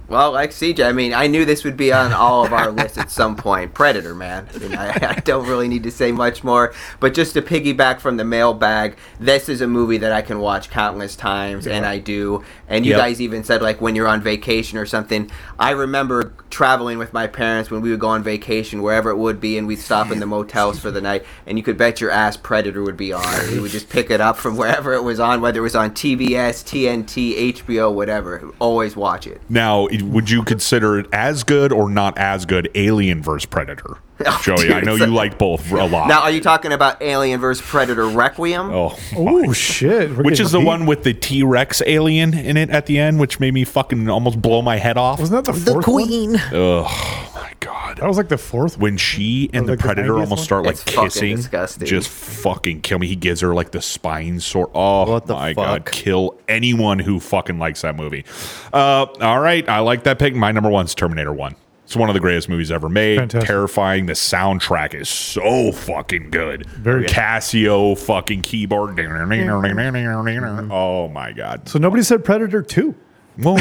Well, like CJ, I mean, I knew this would be on all of our lists at some point. Predator, man. I, mean, I, I don't really need to say much more. But just to piggyback from the mailbag, this is a movie that I can watch countless times, and I do. And you Yep. guys even said, like, when you're on vacation or something. I remember traveling with my parents when we would go on vacation, wherever it would be, and we'd stop in the motels for the night, and you could bet your ass Predator would be on. We would just pick it up from wherever it was on, whether it was on TBS, TNT, HBO, whatever. Always watch it. Now, i- would you consider it as good or not as good? Alien versus Predator. Joey, I dude, know it's you a- like both a lot. Now, are you talking about Alien vs. Predator Requiem? oh, Oh shit! We're which getting is the deep. one with the T Rex alien in it at the end, which made me fucking almost blow my head off. Wasn't that the, the fourth one? queen. <laughs> Oh my god. That was like the fourth one. When she and the like the predator 90s almost one? start like It's fucking kissing, disgusting. just fucking kill me. He gives her like the spine sort. Oh What the my god! fuck? Kill anyone who fucking likes that movie. Uh, all right, I like that pick. My number one's Terminator One. It's one of the greatest movies ever made. Fantastic. Terrifying. The soundtrack is so fucking good. Very Casio fucking keyboard. Mm-hmm. Oh my god. So nobody said Predator two. Well,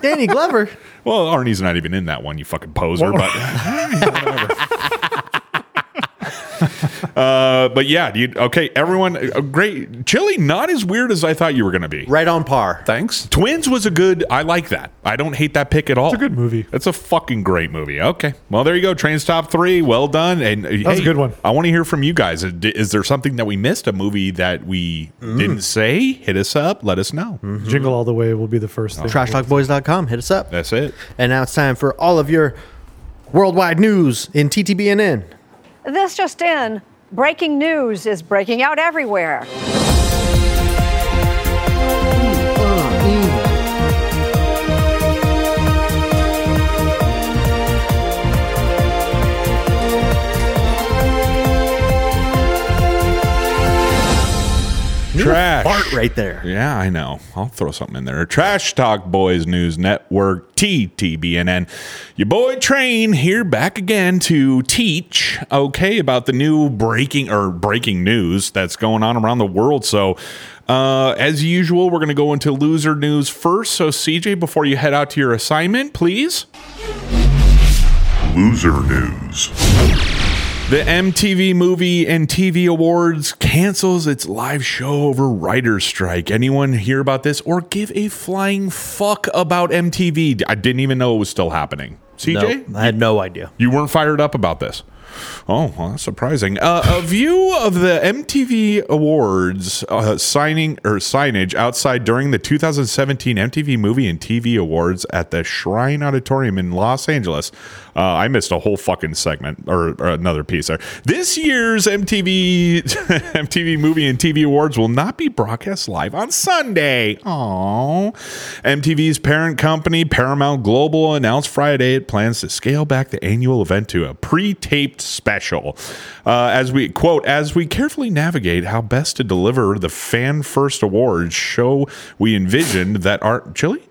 Danny Glover. <laughs> Well, Arnie's not even in <laughs> that one, you fucking poser. Well- but Uh, but yeah, dude. Okay, everyone. uh, Great. Chili, not as weird as I thought you were going to be. Right on par. Thanks. Twins was a good. I like that. I don't hate that pick at all. It's a good movie. It's a fucking great movie. Okay. Well, there you go. Train's top three. Well done. And that was a good one. I want to hear from you guys. Is is there something that we missed? A movie that we Mm. didn't say? Hit us up. Let us know. Jingle All the Way will be the first thing. TrashTalkBoys.com. Hit us up. That's it. And now it's time for all of your worldwide news in TTBNN. This just in breaking news is breaking out everywhere. Trash. Bart right there. Yeah, I know. I'll throw something in there. Trash Talk Boys News Network, TTBNN. Your boy Train here back again to teach, okay, about the new breaking or breaking news that's going on around the world. So, uh, as usual, we're going to go into loser news first. So, CJ, before you head out to your assignment, please. Loser News. The MTV Movie and TV Awards cancels its live show over writer's strike. Anyone hear about this or give a flying fuck about MTV? I didn't even know it was still happening. CJ, I had no idea. you weren't fired up about this. Oh, well, that's surprising. Uh, a view of the MTV Awards uh, signing or signage outside during the 2017 MTV Movie and TV Awards at the Shrine Auditorium in Los Angeles. Uh, I missed a whole fucking segment or, or another piece there. This year's <laughs> MTV MTV Movie and TV Awards will not be broadcast live on Sunday. Aww. MTV's parent company, Paramount Global, announced Friday it plans to scale back the annual event to a pre-taped special. Uh, as we quote, as we carefully navigate how best to deliver the fan first awards show, we envisioned that our chili.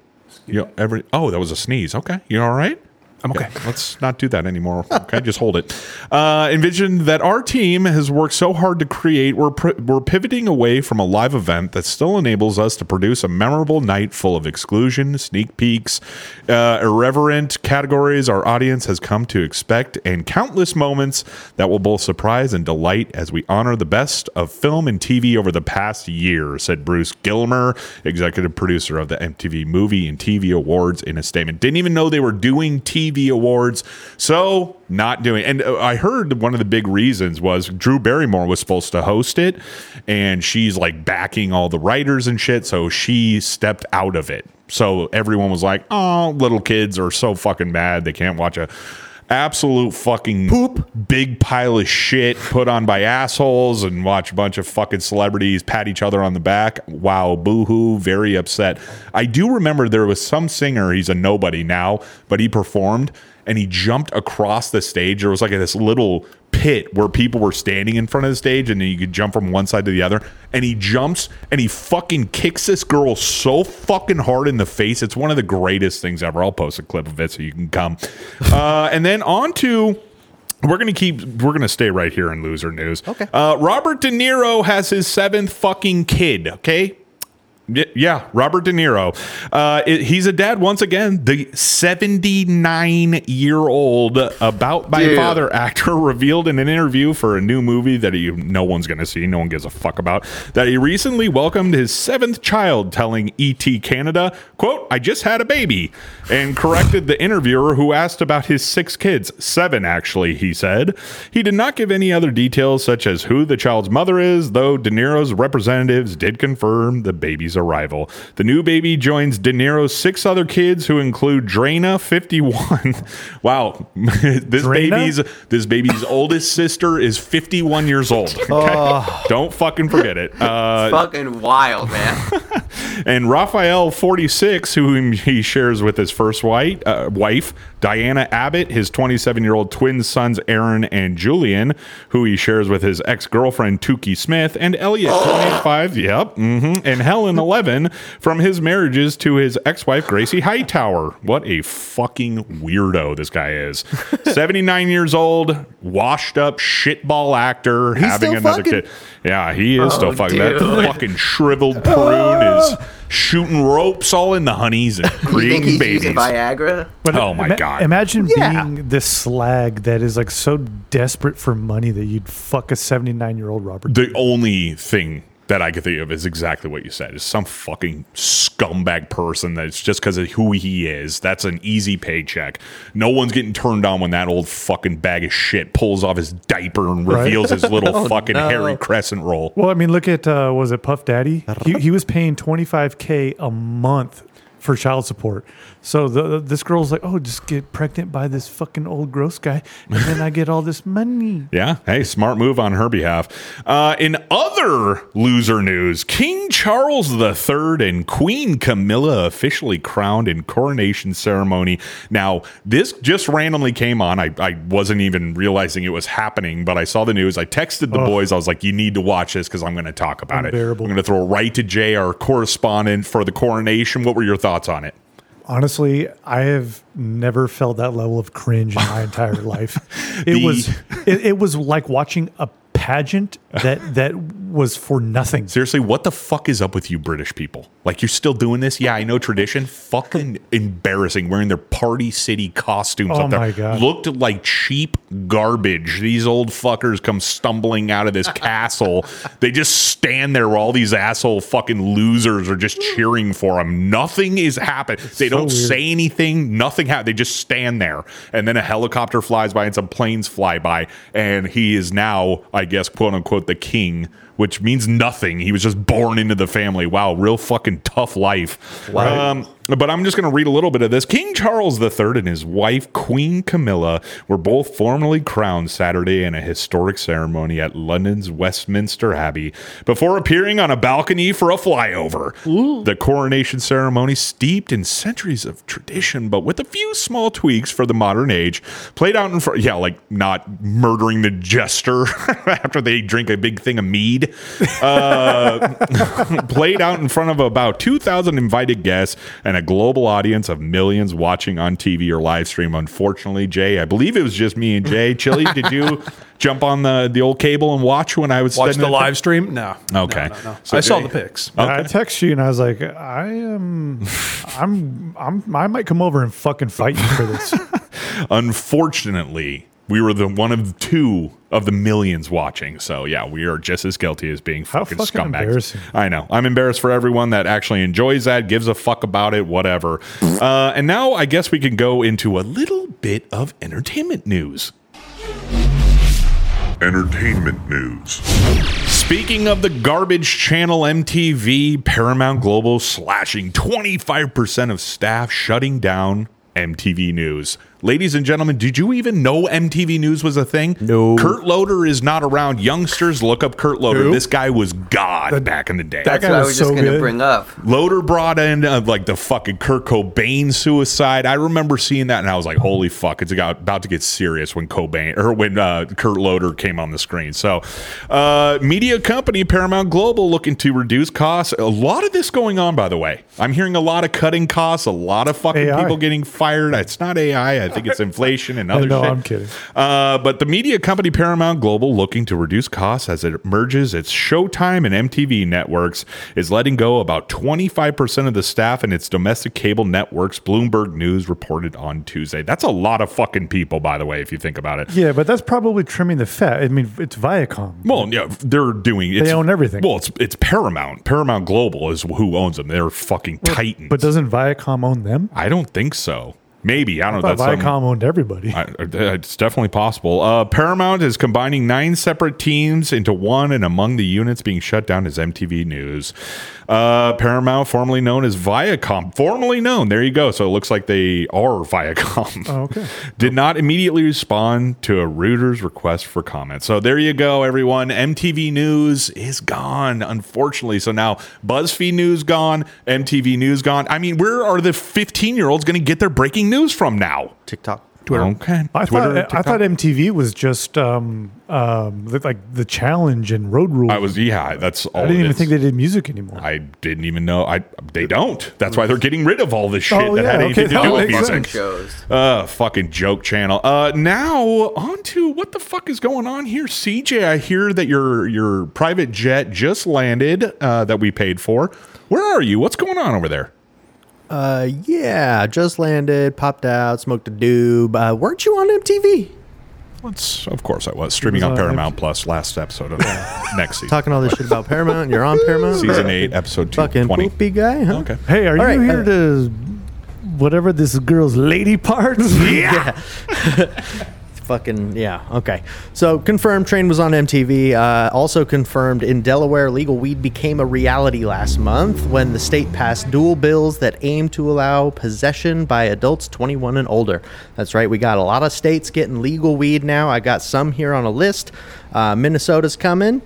You every oh, that was a sneeze. Okay, you all right? I'm okay. Let's not do that anymore. Okay, just hold it. Uh, envision that our team has worked so hard to create. We're pr- we're pivoting away from a live event that still enables us to produce a memorable night full of exclusion, sneak peeks, uh, irreverent categories our audience has come to expect, and countless moments that will both surprise and delight as we honor the best of film and TV over the past year," said Bruce Gilmer, executive producer of the MTV Movie and TV Awards, in a statement. Didn't even know they were doing TV awards, so not doing. And uh, I heard one of the big reasons was Drew Barrymore was supposed to host it, and she's like backing all the writers and shit, so she stepped out of it. So everyone was like, "Oh, little kids are so fucking mad they can't watch a." Absolute fucking poop, big pile of shit put on by assholes, and watch a bunch of fucking celebrities pat each other on the back. Wow, boo hoo, very upset. I do remember there was some singer, he's a nobody now, but he performed and he jumped across the stage. There was like this little pit where people were standing in front of the stage and then you could jump from one side to the other. And he jumps and he fucking kicks this girl so fucking hard in the face. It's one of the greatest things ever. I'll post a clip of it so you can come. Uh, and then on to. We're gonna keep. We're gonna stay right here in loser news. Okay. Uh, Robert De Niro has his seventh fucking kid. Okay. Y- Yeah, Robert De Niro. Uh, it- he's a dad once again. The 79 year old About My Dude. Father <laughs> actor revealed in an interview for a new movie that he, no one's going to see, no one gives a fuck about, that he recently welcomed his seventh child, telling ET Canada, quote, I just had a baby, and corrected the interviewer who asked about his six kids, seven actually, he said. He did not give any other details such as who the child's mother is, though De Niro's representatives did confirm the baby's arrival. The new baby joins De Niro's six other kids, who include Drana, 51. <laughs> wow, this Drana? baby's this baby's oldest sister is 51 years old. Okay? Don't fucking forget it. Uh, Fucking wild, man. and Raphael, 46, whom he shares with his first wife, uh, wife Diana Abbott, his 27 year old twin sons Aaron and Julian, who he shares with his ex girlfriend Tukey Smith, and Elliot, Oh. 25, yep, hmm and Helen, 11, from his marriages to his ex wife Gracie Hightower. What a fucking weirdo this guy is. <laughs> 79 years old, washed up shitball actor, having still another fucking- Oh, kid. Yeah, he is still fucking. That dude. fucking shriveled prune is shooting ropes all in the honeys <laughs> and creating he's babies. using Viagra? oh my Ima- god! Imagine Yeah. being this slag that is like so desperate for money that you'd fuck a 79 year old Robert. the only thing that I could think of is exactly what you said. Is some fucking scumbag person that's just because of who he is. That's an easy paycheck. No one's getting turned on when that old fucking bag of shit pulls off his diaper and Right. reveals <laughs> his little Oh, fucking no. hairy crescent roll. Well, I mean, look at uh, was it Puff Daddy? He, he was paying twenty five k a month for child support. So the, the- this girl's like, oh, just get pregnant by this fucking old gross guy, and then I get all this money. Yeah. Hey, smart move on her behalf. Uh, in other loser news, King Charles III and Queen Camilla officially crowned in coronation ceremony. Now, this just randomly came on. I, I wasn't even realizing it was happening, but I saw the news. I texted the boys. I was like, you need to watch this because I'm going to talk about it. I'm Unbearable. going to throw it right to Jay, our correspondent for the coronation. What were your thoughts on it? Honestly, I have never felt that level of cringe in my <laughs> entire life. It The- was it, it was like watching a pageant <laughs> that that was for nothing. Seriously, what the fuck is up with you British people? Like you're still doing this? Yeah, I know tradition. <laughs> Fucking embarrassing. Wearing their party city costumes Oh up there. my God. Looked like cheap garbage. These old fuckers come stumbling out of <laughs> this castle. They just stand there where all these asshole fucking losers are just cheering for them. Nothing is happening. They so don't weird. say anything. Nothing happens. They just stand there. And then a helicopter flies by and some planes fly by. And he is now, I guess, quote unquote, the king, which means nothing. He was just born into the family. Wow, real fucking tough life. Um, but I'm just going to read a little bit of this. King Charles III and his wife, Queen Camilla, were both formally crowned Saturday in a historic ceremony at London's Westminster Abbey before appearing on a balcony for a flyover. The coronation ceremony, steeped in centuries of tradition, but with a few small tweaks for the modern age, played out in front. Yeah, like not murdering the jester <laughs> after they drink a big thing of mead. Uh, <laughs> played out in front of about 2,000 invited guests and a global audience of millions watching on TV or live stream. Unfortunately, Jay, I believe it was just me and Jay. Chili, <laughs> did you jump on the, the old cable and watch when I was Watch setting the it- live stream? No. Okay, No, no, no. I saw the pics. I text you and I was like, I am, I'm, I'm, I might come over and fucking fight you <laughs> for this. Unfortunately, we were the one of two of the millions watching. So yeah, we are just as guilty as being How fucking, fucking scumbags. embarrassing. I know. I'm embarrassed for everyone that actually enjoys that, gives a fuck about it, whatever. Uh, and now I guess we can go into a little bit of entertainment news. Entertainment news. Speaking of the garbage channel MTV, Paramount Global slashing 25% of staff, shutting down MTV News. Ladies and gentlemen, did you even know MTV News was a thing? No. Kurt Loder is not around. Youngsters, look up Kurt Loder. Who? This guy was God back in the day. That's what I was just going to bring up. Loader brought in uh, like the fucking Kurt Cobain suicide. I remember seeing that and I was like, "Holy fuck!" It's got- about to get serious when Cobain or when uh, Kurt Loader came on the screen. So, uh, media company Paramount Global looking to reduce costs. A lot of this going on, by the way. I'm hearing a lot of cutting costs. A lot of fucking AI. people getting fired. It's not AI. I think <laughs> it's inflation and I other know, shit. I'm kidding. Uh, but the media company Paramount Global, looking to reduce costs as it merges its Showtime and MTV networks, is letting go about 25% of the staff in its domestic cable networks, Bloomberg News reported on Tuesday. That's a lot of fucking people, by the way, if you think about it. Yeah, but that's probably trimming the fat. I mean, it's Viacom. Well, yeah, they're doing it's, own everything. Well, it's it's Paramount. Paramount Global is who owns them. They're fucking titans. But doesn't Viacom own them? I don't think so. Maybe I don't know. I thought something- Viacom owned everybody. I, it's definitely possible. Uh, Paramount is combining nine separate teams into one, and among the units being shut down is MTV News. Uh, Paramount, formerly known as Viacom, formerly known. There you go. So it looks like they are Viacom. okay. <laughs> Did not immediately respond to a Reuters request for comment. So there you go, everyone. MTV News is gone, unfortunately. So now BuzzFeed News gone, MTV News gone. I mean, where are the 15 year olds going to get their breaking news from now? TikTok. Twitter. Okay. I Twitter, thought I TikTok. thought MTV was just um, um, the- like the challenge and road rules. I was yeah. That's all. I didn't it even is. think they did music anymore. I didn't even know. I they don't. That's why they're getting rid of all this shit Oh, that yeah, had anything okay, to <laughs> that do with makes music. sense. Uh, fucking joke channel. Uh, now on to what the fuck is going on here, CJ? I hear that your your private jet just landed uh, that we paid for. Where are you? What's going on over there? Uh, yeah, just landed, popped out, smoked a doob. Uh, weren't you on MTV? Let's. Of course, I was streaming on Uh, Paramount Plus last episode of <laughs> next season. Talking all this shit about Paramount. and You're on Paramount. Season eight, episode two Fucking twenty. poopy guy, huh? Okay. Hey, are All you right, here uh, to whatever this girl's lady parts? yeah. Fucking yeah. Okay. So confirmed, train was on MTV. Uh, also confirmed in Delaware, legal weed became a reality last month when the state passed dual bills that aim to allow possession by adults 21 and older. That's right. We got a lot of states getting legal weed now. I got some here on a list. Uh, Minnesota's coming.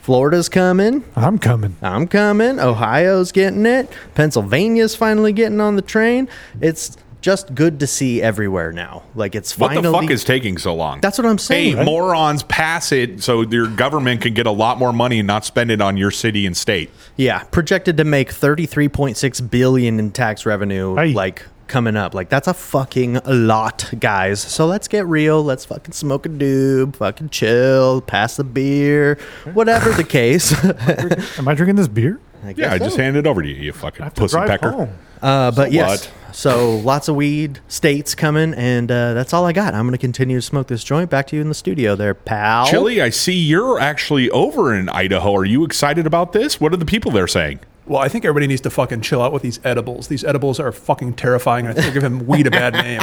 Florida's coming. I'm coming. I'm coming. Ohio's getting it. Pennsylvania's finally getting on the train. It's just good to see everywhere now. Like it's What finally. the fuck is taking so long? That's what I'm saying. Hey, morons, pass it so your government can get a lot more money and not spend it on your city and state. yeah, projected to make 33.6 billion in tax revenue. Like coming up. Like that's a fucking lot, guys. So let's get real. Let's fucking smoke a doob. Fucking chill. Pass the beer. Whatever the case. <laughs> Am I drinking this beer? yeah, I just handed it over to you, you fucking pussy pecker. Uh, but So yes, what? so lots of weed states coming, and uh, that's all I got. I'm going to continue to smoke this joint. Back to you in the studio, there, pal. Chili, I see you're actually over in Idaho. Are you excited about this? What are the people there saying? Well, I think everybody needs to fucking chill out with these edibles. These edibles are fucking terrifying, and I think they're giving weed a <laughs> bad name.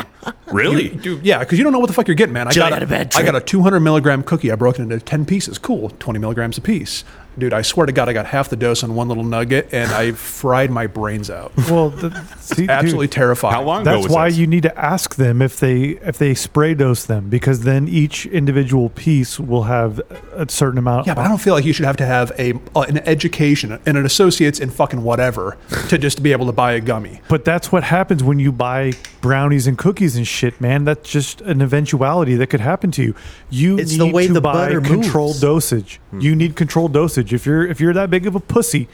Really? You- dude, yeah, because you don't know what the fuck you're getting, man. I Chill got, out of bed, I got a Trent. 200 milligram cookie. I broke it into 10 pieces. Cool, 20 milligrams a piece. Dude, I swear to God, I got half the dose on one little nugget, and I fried my brains out. <laughs> Well, the, see, absolutely dude, terrifying. How long That's why you need to ask them if they if they spray dose them because then each individual piece will have a certain amount. Yeah, but I don't feel like you should have to have a uh, an education and an associate's in fucking whatever to just be able to buy a gummy. But that's what happens when you buy brownies and cookies and shit, man. That's just an eventuality that could happen to you. You It's need the way to the buy butter controlled moves. dosage. Hmm. You need controlled dosage. If you're if you're that big of a pussy,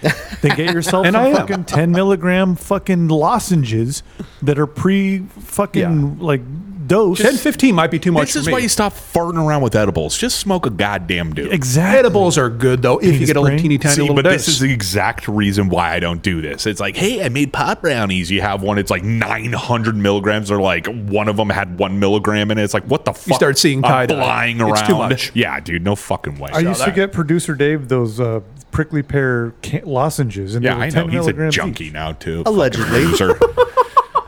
<laughs> then get yourself And I some am. fucking ten milligram fucking lozenges that are pre fucking like dosed. 10, 15 might be too much This for is me. why you stop farting around with edibles. Just smoke a goddamn dude. Exactly. Edibles are good though if you Penis get a little brain. teeny tiny See, little but dose. this is the exact reason why I don't do this. It's like, hey, I made pot brownies. You have one. It's like 900 milligrams, or like one of them had one milligram in it. It's like, what the fuck? start seeing I'm tie-dye. Flying around. It's too much. Yeah, dude, no fucking way. I used to get producer Dave those uh, prickly pear can- lozenges, and they yeah, were I 10 know. He's a milligrams junkie now too. Allegedly. Loser.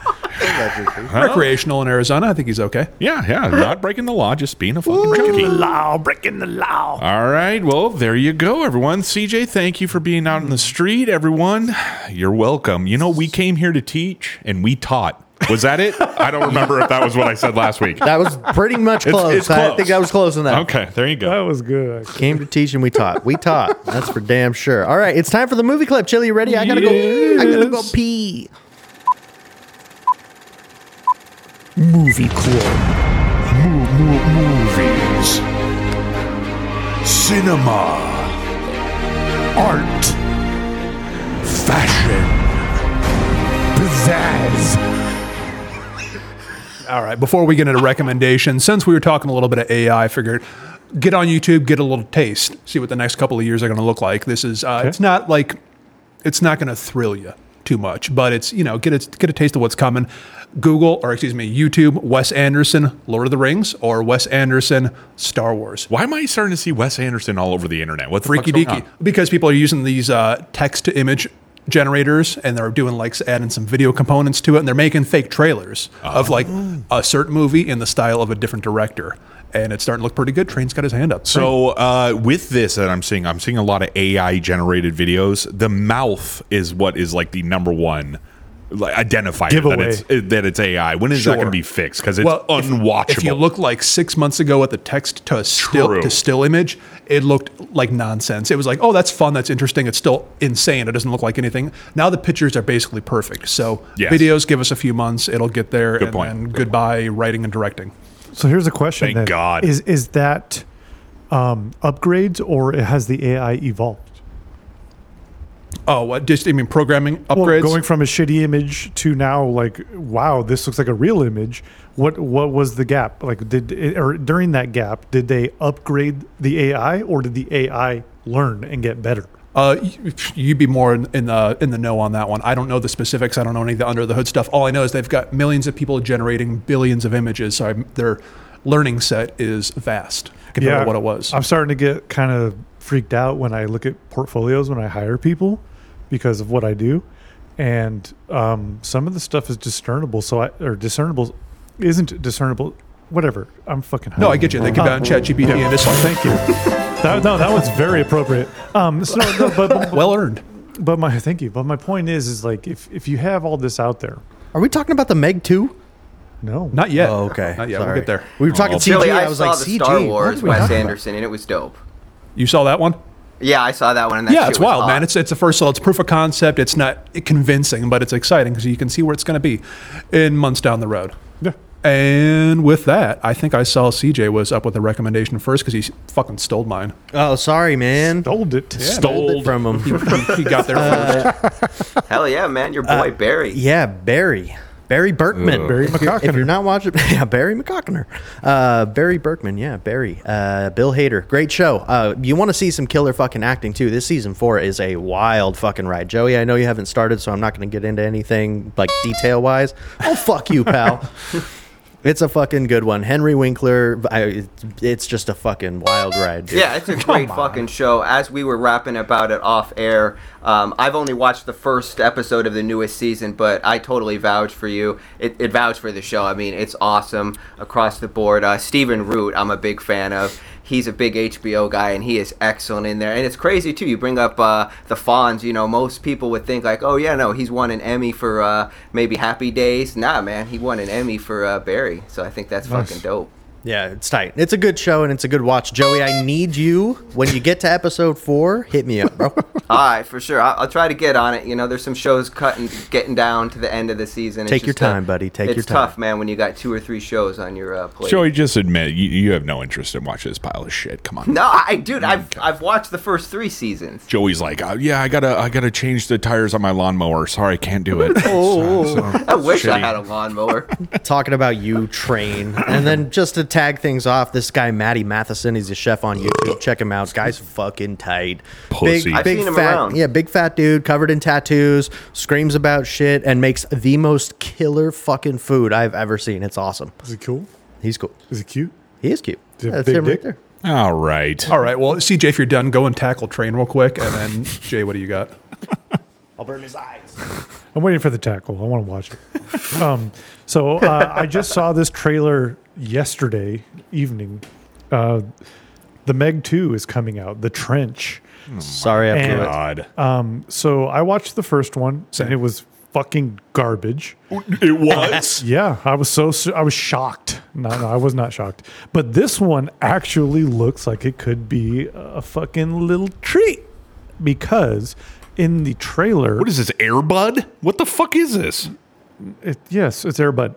Huh? recreational in Arizona. I think he's okay. Yeah, <laughs> yeah. Not breaking the law, just being a fucking junkie. law, breaking the law. All right. Well, there you go, everyone. CJ, thank you for being out in the street, everyone. You're welcome. You know, we came here to teach and we taught. Was that <laughs> it? I don't remember if that was what I said last week. That was pretty much It's- close. it's I close. think I was close on that. Okay, there you go. That was good. Came to teach and we taught. We taught. That's for damn sure. All right, it's time for the movie clip. Chili, you ready? I gotta go. I gotta go Yes. pee. Movie club. movies, cinema, art, fashion, pizzazz. All right. Before we get into recommendations, since we were talking a little bit of AI, I figured get on YouTube, get a little taste, see what the next couple of years are going to look like. This is uh, it's not like it's not going to thrill you too much, but it's you know get a get a taste of what's coming. Google or excuse me, YouTube, Wes Anderson, Lord of the Rings, or Wes Anderson, Star Wars. Why am I starting to see Wes Anderson all over the internet? What the Freaky fuck's going deaky. on? Because people are using these uh, text to image generators and they're doing like adding some video components to it and they're making fake trailers of Oh. like a certain movie in the style of a different director. And it's starting to look pretty good. Train's got his hand up. So uh, with this that I'm seeing, I'm seeing a lot of AI generated videos. The mouth is what is like the number one like, identifier that Giveaway. it's it- that it's AI. When is that going Sure. to be fixed? Because it's if- unwatchable. If, you look like six months ago at the text to still True. to still image, it looked like nonsense. It was like, oh, that's fun, that's interesting. It's still insane. It doesn't look like anything. Now the pictures are basically perfect. So Yes. videos give us a few months. It'll get there. Good and point. then goodbye, writing and directing. So here's a question. Thank then. God. Is is that um, upgrades or it has the AI evolved? Oh, what? Just I mean, programming upgrades. Going from a shitty image to now, like, wow, this looks like a real image. What what was the gap? Like, did it, or during that gap, did they upgrade the AI or did the AI learn and get better? Uh, you- you'd be more in, in the in the know on that one. I don't know the specifics. I don't know any of the under the hood stuff. All I know is they've got millions of people generating billions of images. So I'm, their learning set is vast compared to what it was. I'm starting to get kind of freaked out when I look at portfolios when I hire people because of what I do, and um, some of the stuff is discernible. So I or discernible isn't discernible. Whatever. I'm fucking. No, I high. get you. They get down ChatGPT Yeah. and just thank you. That, no, that was very appropriate. Um, so, no, but, well earned. But my thank you. But my point is, is like if if you have all this out there, Are we talking about the Meg 2? No. Not yet. Oh, okay. Not yet. Sorry. We'll get there. We were talking CG. Billy, Oh, I, I was saw like, the CG. Star what Wars are we Wes talking about? Anderson, and it was dope. You saw that one? Yeah, I saw that one. And that yeah, shit it's was wild, hot. man. It's it's the first all. It's proof of concept. It's not convincing, but it's exciting because you can see where it's going to be in months down the road. Yeah. And with that, I think I saw CJ was up with a recommendation first because he s- fucking stole mine. Oh, sorry, man. Stole it. Stole it from him. he, got there Uh, Hell yeah, man! Your boy Barry. Yeah, Barry. Barry Berkman. Ooh. Barry if you're, if McCockiner. you're not watching, <laughs> yeah, Barry McCockiner. Uh, Barry Berkman. Yeah, Barry. Uh, Bill Hader. Great show. Uh, you want to see some killer fucking acting too. This season four is a wild fucking ride. Joey, I know you haven't started, so I'm not going to get into anything like detail wise. Oh, fuck you, pal. <laughs> It's a fucking good one. Henry Winkler, I, it's just a fucking wild ride. Dude. Yeah, it's a great fucking show. As we were rapping about it off air, um, I've only watched the first episode of the newest season, but I totally vouch for you. It, it vouched for the show. I mean, it's awesome across the board. Uh, Steven Root, I'm a big fan of. He's a big HBO guy, and he is excellent in there. And it's crazy too. You bring up uh, the Fonz. You know, most people would think like, oh yeah, no, he's won an Emmy for uh, maybe Happy Days. Nah, man, he won an Emmy for uh, Barry. So I think that's Nice. fucking dope. Yeah, it's tight. It's a good show and it's a good watch. Joey, I need you when you get to episode four. Hit me up, bro. All right, for sure. I'll, I'll try to get on it. You know, there's some shows cutting, getting down to the end of the season. It's Take your just a- time, buddy. Take it's your time. tough, man, when you got two or three shows on your uh, plate. Joey, just admit you, you have no interest in watching this pile of shit. Come on. No, I, dude, I've I've watched the first three seasons. Joey's like, oh, yeah, I gotta, I gotta change the tires on my lawnmower. Sorry, I can't do it. <laughs> Oh, I wish I shitty. had <laughs> a lawnmower. Talking about you, train. And then just to tag things off, this guy, Matty Matheson, he's a chef on YouTube. Check him out. Guy's fucking tight. Pussy. I've seen him fat, around. Yeah, big fat dude, covered in tattoos, screams about shit, and makes the most killer fucking food I've ever seen. It's awesome. Is he cool? He's cool. Is he cute? He is cute. he have That's big him right dick? there. All right. All right. Well, CJ, if you're done, go and tackle train real quick, and then Jay, what do you got? I'll burn his eyes. I'm waiting for the tackle. I want to watch it. <laughs> um, so uh, I just saw this trailer yesterday evening. Uh, the Meg 2 is coming out. The Trench. Sorry, I blew it. God. Uh, Um, so I watched the first one, and it was fucking garbage. It was. yeah, I was so su- I was shocked. No, no, I was not shocked. But this one actually looks like it could be a fucking little treat because in the trailer, What is this, Airbud? What the fuck is this? it, yes, it's Airbud,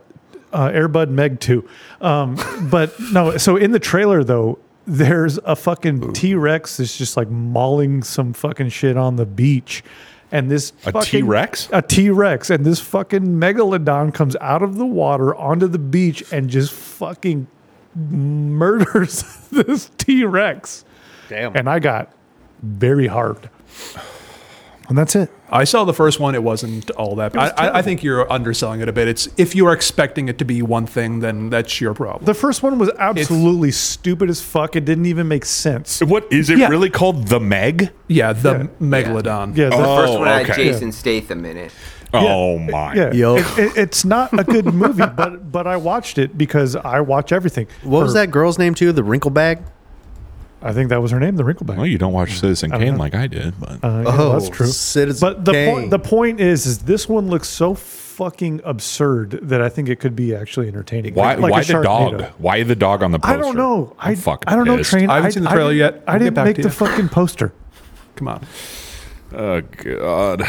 uh, Airbud Meg Two. Um, but no, so in the trailer though, there's a fucking T Rex that's just like mauling some fucking shit on the beach, and this A fucking- T-Rex? a T Rex, and this fucking megalodon comes out of the water onto the beach and just fucking murders <laughs> this T Rex. Damn. And I got very hard. And that's it. I saw the first one. It wasn't all that. was bad. I, I, I think you're underselling it a bit. It's if you are expecting it to be one thing, then that's your problem. The first one was absolutely stupid as fuck. It didn't even make sense. What is it Yeah. really called? The Meg? Yeah, the megalodon. Yeah, the the- first one had Oh, okay. Jason Statham in it. Oh my. Yeah, Yo. It, it- it's not a <laughs> good movie, but but I watched it because I watch everything. What was that girl's name, too? The wrinkle bag? I think that was her name, the Wrinkleback. Well, Oh, you don't watch Citizen I don't Kane know. like I did, but Uh, yeah, Oh, that's true. but the point the point is, is this one looks so fucking absurd that I think it could be actually entertaining. why? Like- like why a the dog? Sharknado. Why the dog on the poster? I don't know. I, I'm fucking I don't know. pissed. Train. didn't- We'll I get didn't back make to the you. fucking poster. Come on. Oh god.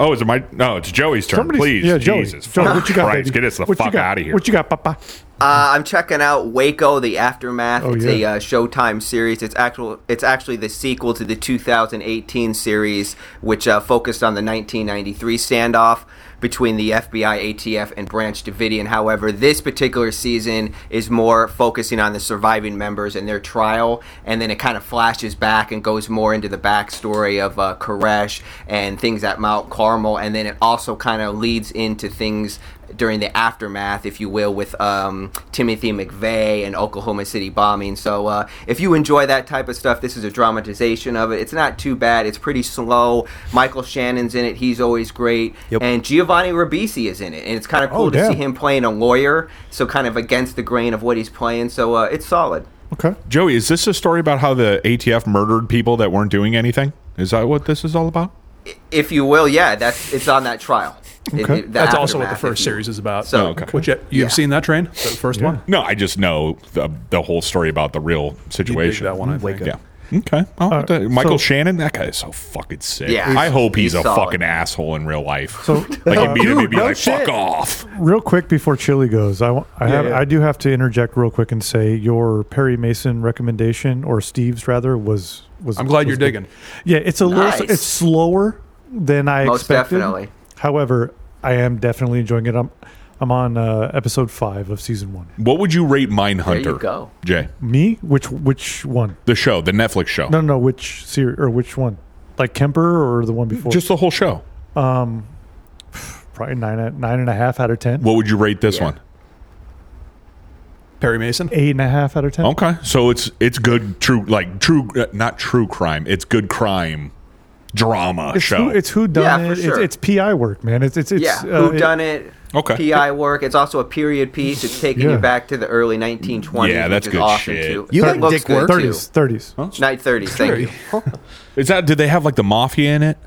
Oh, is it my? No, it's Joey's turn. Somebody's- Please, yeah, Joey. Jesus, Joey, fuck what you got, Christ, baby? get us the What you fuck got? out of here. What you got, Papa? Uh, I'm checking out Waco: The Aftermath. Oh, it's yeah. a uh, Showtime series. It's actual. It's actually the sequel to the 2018 series, which uh, focused on the 1993 standoff between the FBI, ATF, and Branch Davidian. However, this particular season is more focusing on the surviving members and their trial, and then it kind of flashes back and goes more into the backstory of uh, Koresh and things at Mount Carmel, and then it also kind of leads into things during the aftermath, if you will, with um, Timothy McVeigh and Oklahoma City bombing. So uh, if you enjoy that type of stuff, this is a dramatization of it. It's not too bad. It's pretty slow. Michael Shannon's in it. He's always great. And Giovanni Ribisi is in it. And it's kind of cool Oh, to damn. see him playing a lawyer, so kind of against the grain of what he's playing. So uh, it's solid. Okay. Joey, is this a story about how the ATF murdered people that weren't doing anything? Is that what this is all about? If you will, yeah, that's it's on that trial. It- it- the That's also what the aftermath, if first you series is about. So- So, Oh, okay. which you've Yeah. seen that train, the first one. No, I just know the, the whole story about the real situation. that one, I Wake think. up. Yeah. Okay. I'll have Uh, to- Michael so- Shannon, that guy is so fucking sick. Yeah. I hope he's, He's a solid. fucking asshole in real life. So, like uh, immediately Dude, be no like, shit. "Fuck off." Real quick before Chili goes, I, wa- I Yeah, have yeah. I do have to interject real quick and say your Perry Mason recommendation or Steve's rather was was. I'm glad you're was good. digging. Yeah, it's a Nice. little it's slower than I Most expected. definitely. However, I am definitely enjoying it. I'm I'm on uh, episode five of season one. What would you rate There Mindhunter? you go. Jay, Me, which which one? the show, the Netflix show. No, no, no which series or which one? Like Kemper or the one before? Just the whole show. probably nine nine and a half out of ten. What would you rate this Yeah. one? Perry Mason. Eight and a half out of ten. Okay, so it's it's good true like true uh, not true crime. It's good crime drama It's show. who, it's who done for it. sure. It's, it's PI work, man. It's it's it's Yeah, uh, who done it? Okay. PI work. It's also a period piece. It's taking Yeah. you back to the early 1920s. Yeah, that's which is good awesome shit. Too. You It like looks dick good, work? too. 30s, 30s. Night 30s. Thank you. Is that did they have like the mafia in it?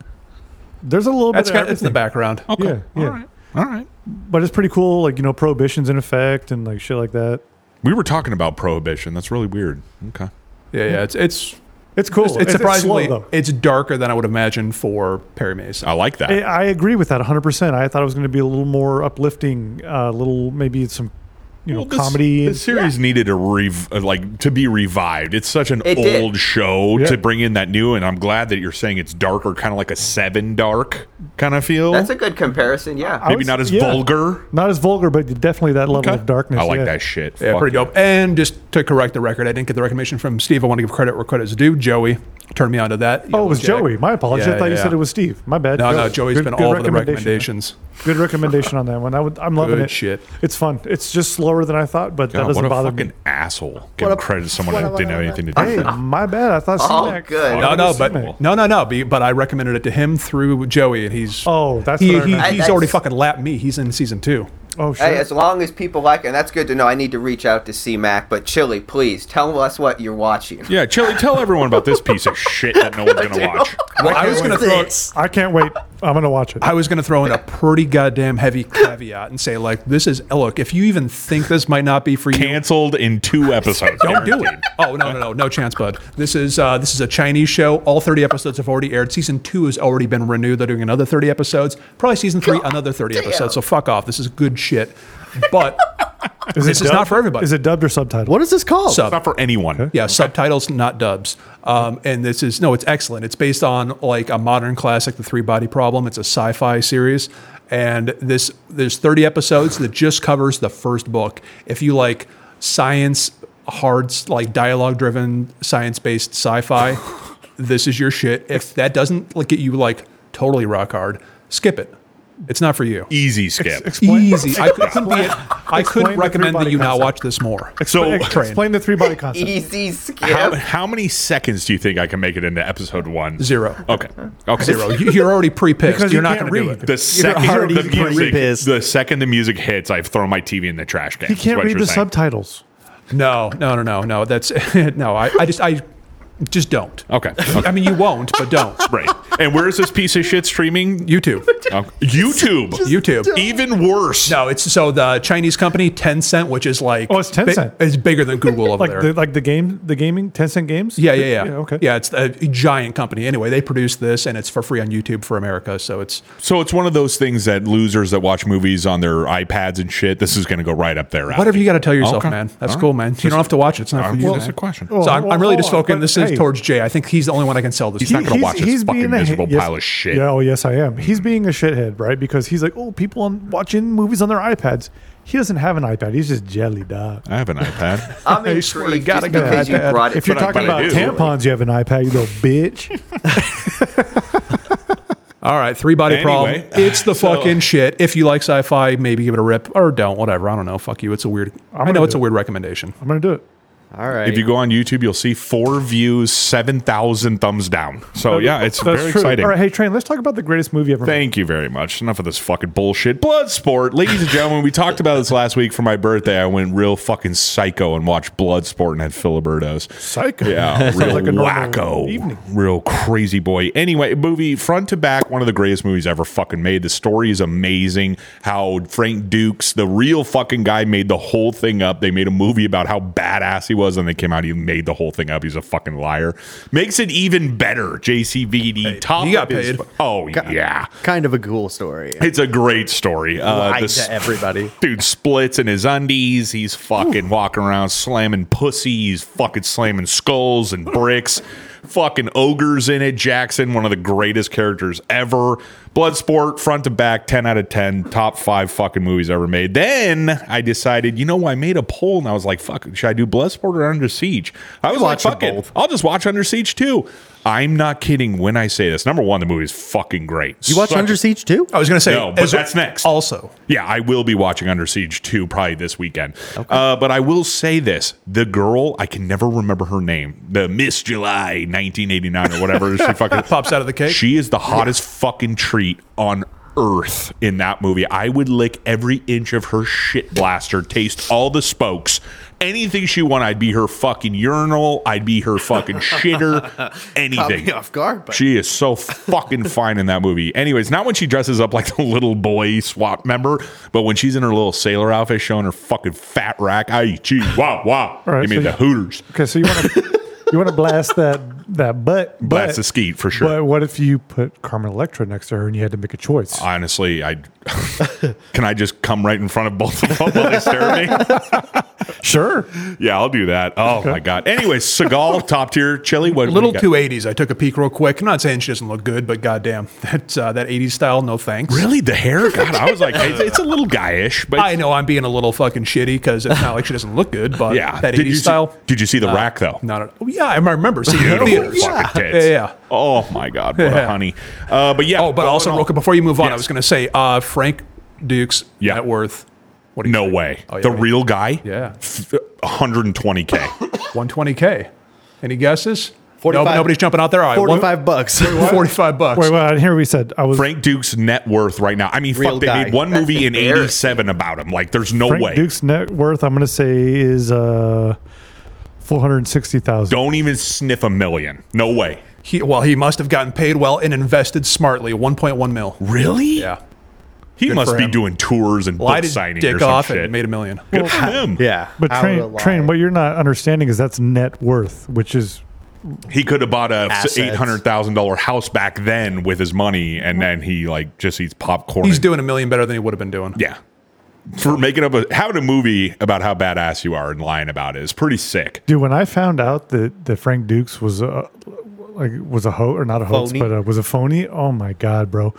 There's a little That's bit. of got, it's in the everything. Oh. background. Yeah, yeah. All right. But it's pretty cool. Like you know, prohibition's in effect and like shit like that. We were talking about prohibition. That's really weird. Okay. Yeah, yeah. It's it's It's cool. it's, surprisingly slow, though. it's, darker than I would imagine for Perry Mason. I like that. I, I agree with that 100. percent I thought it was going to be a little more uplifting, a little maybe some, you know, Well, this- comedy. This series needed a rev- uh, like to be revived. It's such an It did. old show Yeah. to bring in that new, and I'm glad that you're saying it's darker, kind of like a Seven dark kind of feel. That's a good comparison. Yeah. Maybe would- not as yeah. vulgar. Not as vulgar, but definitely that level Okay. of darkness. I like yeah. that shit. Yeah, Fuck pretty yeah. dope. And just to correct the record, I didn't get the recommendation from Steve. I want to give credit where credit's due. Joey turned me onto that. Oh, it was Joey. My apologies. Yeah, I thought you yeah. said it was Steve. My bad. No, Joey. no, Joey's Good- been good all over the recommendation. recommendations. Good recommendation on that one. I would, I'm loving Good it. shit. It's fun. It's just slower than I thought, but that God, what doesn't a bother fucking me. asshole. Give credit to someone that didn't have anything to do Hey, with <laughs> it. my bad. I thought Oh, C-Mac. good. No, Fuck no, is but Seymour? no, no, no. be- But I recommended it to him through Joey, and he's Oh, that's he, what I he- remember. he's I- already I- fucking lapped me. He's in season two. Oh, shit. Hey, as long as people like it, and that's good to know. I need to reach out to C-Mac, but Chili, please tell us what you're watching. Yeah, Chili, tell everyone about this piece of shit that no one's <laughs> going to watch. Well, I was gonna throw I can't wait. I'm going to watch it. I was gonna throw in a pretty goddamn heavy caveat and say like, this is look. If you even think this might not be for you, Canceled in two episodes. Don't do it. Oh no, no, no, no chance, bud. This is uh, this is a Chinese show. All thirty episodes have already aired. Season two has already been renewed. They're doing another thirty episodes. Probably season three, another thirty episodes. So fuck off. This is good shit. But <laughs> Is this is dubbed? not for everybody. Is it dubbed or subtitled? What is this called? Sub. Not for anyone. yeah, subtitles, not dubs. Um, and this is no, it's excellent. It's based on like a modern classic, The Three Body Problem. It's a sci-fi series, and this there's 30 episodes that just covers the first book. If you like science, hard like dialogue-driven, science-based sci-fi, this is your shit. If that doesn't like get you like totally rock hard, skip it. It's not for you. Easy skip. Easy. I couldn't, be I Explain couldn't the recommend that three-body you not concept. watch this more. so, Ex- Explain the three <laughs> body concept. Easy skip. how, how many seconds do you think I can make it into episode one? <laughs> Zero. Okay. Okay. Zero. You- You're already pre-pissed. Because You're you not can't going to do read. it. The second already the music, pre-pissed. the second the music hits, I've thrown my TV in the trash can. He can't read the subtitles. <laughs> No, no, no, no, no. That's no. I, I just I Just don't. Okay. <laughs> I mean, you won't, but don't. right. And where is this piece of shit streaming? <laughs> YouTube. YouTube. YouTube. Even worse. No, it's so the Chinese company Tencent, which is like Oh, it's Tencent. It's bigger than <laughs> Google over like there. the like the game, the gaming, Tencent Games. yeah, yeah, yeah. Okay. Yeah, it's a giant company. Anyway, they produce this and it's for free on YouTube for America. So it's So it's one of those things that losers that watch movies on their iPads and shit. This is going to go right up there. whatever you got to tell yourself, man. That's cool, man. You don't have to watch it. It's not for you. Well, man. that's a question. so I'm, I'm really Well, just focusing. but This is hey. towards Jay. I think he's the only one I can sell this. He's not going to watch this fucking a- miserable yes- pile of shit. Yeah, oh yes, I am. He's being a shithead, right? Because he's like, oh, people on watching movies on their iPads. He doesn't have an iPad. He's just jelly dog. I have an <laughs> iPad. I'm I swear to intrigued God, I just got because you an iPad. brought it. If you're But I- talking but I about do. tampons, you have an iPad. You little bitch. All right, three body Anyway, <laughs> problem. It's the so- fucking shit. If you like sci-fi, maybe give it a rip or don't. Whatever. I don't know. Fuck you. It's a weird. I gonna know it's a do it. weird recommendation. I'm gonna do it. All right. If you go on YouTube, you'll see four views, 7,000 thumbs down. So, Oh, yeah, it's That's very true. exciting. All right, hey Train, let's talk about the greatest movie ever. made. Thank you very much. Enough of this fucking bullshit. Bloodsport, ladies and gentlemen, we talked about this last week for my birthday. I went real fucking psycho and watched Bloodsport and had Filibertos. Psycho. Yeah, <laughs> Sounds real like a normal wacko, evening. real crazy boy. Anyway, movie front to back, one of the greatest movies ever fucking made. The story is amazing. How Frank Dukes, the real fucking guy, made the whole thing up. They made a movie about how badass he was, and they came out. He made the whole thing up. He's a fucking liar. Makes it even better. JCVD top. you got of his paid. fu- oh yeah. kind of a cool story. It's a great story. Uh, Lied this to everybody. dude splits in his undies. He's fucking walking around slamming pussies, fucking slamming skulls and bricks. fucking ogres in it. Jackson, one of the greatest characters ever. Bloodsport, front to back, 10 out of 10, top five fucking movies ever made. Then I decided, you know, I made a poll and I was like, fuck, should I do Bloodsport or Under Siege? I was like, watch them fuck it. both. I'll just watch Under Siege too. I'm not kidding when I say this. Number one, the movie is fucking great. You watch Under Siege too? I was gonna say, No, but as- that's next. Oh, Also, Yeah, I will be watching Under Siege 2 probably this weekend. Uh, but I will say this the girl, I can never remember her name, the Miss July 1989 or whatever. <laughs> she fucking Pops out of the cake? She is the hottest fucking treat on earth in that movie. I would lick every inch of her shit blaster, taste all the spokes. Anything she wanted, I'd be her fucking urinal. I'd be her fucking <laughs> shitter. Anything. me off guard, but- She is so fucking fine in that movie. Anyways, not when she dresses up like the little boy swap member, but when she's in her little sailor outfit showing her fucking fat rack. I gee, wow, wow. All right, you mean so the you- Hooters. Okay, so you want to you want to blast that that butt? Blast but- the skeet for sure. But what if you put Carmen Electra next to her and you had to make a choice? Honestly, I can I just come right in front of both of them while they stare at me. sure. Yeah, I'll do that. Oh my god. Anyways, Seagal, top tier chili. What a what little you got? two eighties. I took a peek real quick. I'm not saying she doesn't look good, but goddamn, <laughs> that uh, that eighties style, no thanks. Really, the hair? God, I was like, it's, it's a little guyish, but I know I'm being a little fucking shitty because it's not like she doesn't look good, but yeah. that did you eighties see- style. did you see the rack though? Not at, oh, yeah, I remember seeing it in <laughs> Beautiful theaters. fucking Yeah, tits. yeah. Oh my god, what a Yeah. honey. Uh, but yeah. Oh, but all also in all- real quick before you move on, I Yes. was going to say uh, Frank Dukes Yeah. net worth. What do you No think? way. Oh, yeah, the yeah. real guy? Yeah. F- 120K. 120k. Any guesses? 45 No, nobody's jumping out there. All right, one- Forty-five bucks. 45 bucks. Wait, well, here we said I <coughs> was Frank Duke's net worth right now. I mean, Real fuck, they guy. made one That's movie in embarrassing. 87 about him. Like, there's no Frank way. Duke's net worth. I'm gonna say is uh four hundred sixty thousand. Don't even sniff a million. No way. He, well, he must have gotten paid well and invested smartly. 1.1 mil. Really? Yeah. He Good must for be him. doing tours and book Lied his signing or dick some off shit. and made a million. Good for him. Yeah, But I train, would've train. lied. What you're not understanding is that's net worth, which is He could have bought a Assets. $800,000 house back then with his money, and then he, like, just eats popcorn. He's and doing a million better than he would have been doing. Yeah. For making up a having a movie about how badass you are and lying about it is pretty sick. dude. When I found out that that Frank Dukes was a like was a ho or not a hoax, Phony. but uh, was a phony. Oh my god, bro,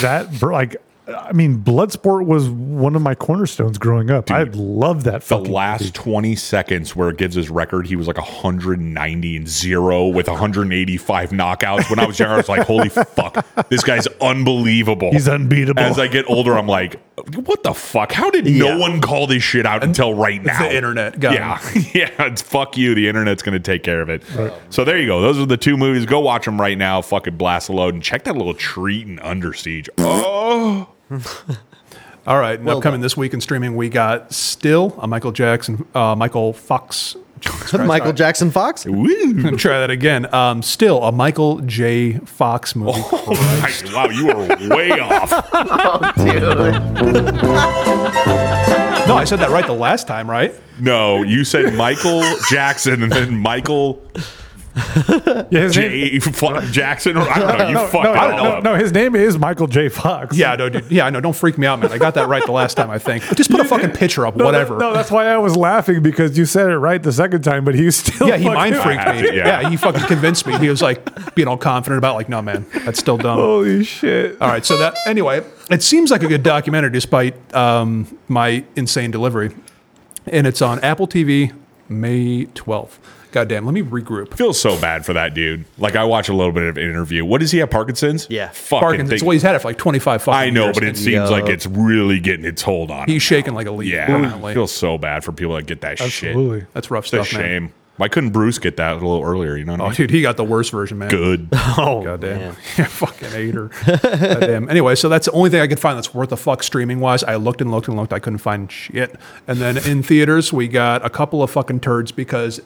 that bro, like. I mean, Bloodsport was one of my cornerstones growing up. I love that. The fucking last 20 seconds where it gives his record, he was like 190 and zero with 185 knockouts. When I was younger, I was like, holy fuck, this guy's unbelievable. He's unbeatable. As I get older, I'm like, what the fuck? How did Yeah. no one call this shit out until right now? the internet got yeah. <laughs> yeah, it's fuck you. The internet's going to take care of it. So there you go. Those are the two movies. Go watch them right now. Fucking blast a load and check that little treat in Under Siege. Oh, All right. and Well upcoming done. this week in streaming, we got Still, a Michael Jackson, uh, Michael Fox Michael Jackson Fox. Try that again. Um, still a Michael J. Fox movie. Oh. wow, you are way off. No, I said that right the last time, right? No, you said Michael Jackson and then Michael J. F- Jackson. Or, I don't know. You no, fucked no, it no, all no, up. no, his name is Michael J. Fox. Yeah, no, dude. Yeah, I know. Don't freak me out, man. I got that right the last time, I think. Just put a fucking picture up, No, that- whatever. No, that's why I was laughing because you said it right the second time, but he <laughs> still. yeah, he fucking- mind freaked had me. to, yeah. Yeah. he fucking convinced me. He was like being all confident about like, no, man, that's still dumb. Oh. Holy shit! All right, so that anyway, it seems like a good documentary despite um, my insane delivery, and it's on Apple TV May twelfth. Goddamn, let me regroup. Feels so bad for that dude. Like I watch a little bit of an interview. What does he have? Parkinson's. Yeah. fucking Parkinson's. thing. Well, he's had it for like twenty five. I know, but it seems like Yup. it's really getting its hold on. him. he's shaking like a leaf. yeah, apparently. feels so bad for people that get that Absolutely. shit. that's rough It's a stuff, man. shame. Why couldn't Bruce get that a little earlier? You know what I Oh, mean? dude, he got the worst version, man. Good. <laughs> Oh, <laughs> goddamn. Yeah, fucking hate her. goddamn. Anyway, so that's the only thing I could find that's worth the fuck streaming wise. I looked and looked and looked. I couldn't find shit. And then in theaters, we got a couple of fucking turds because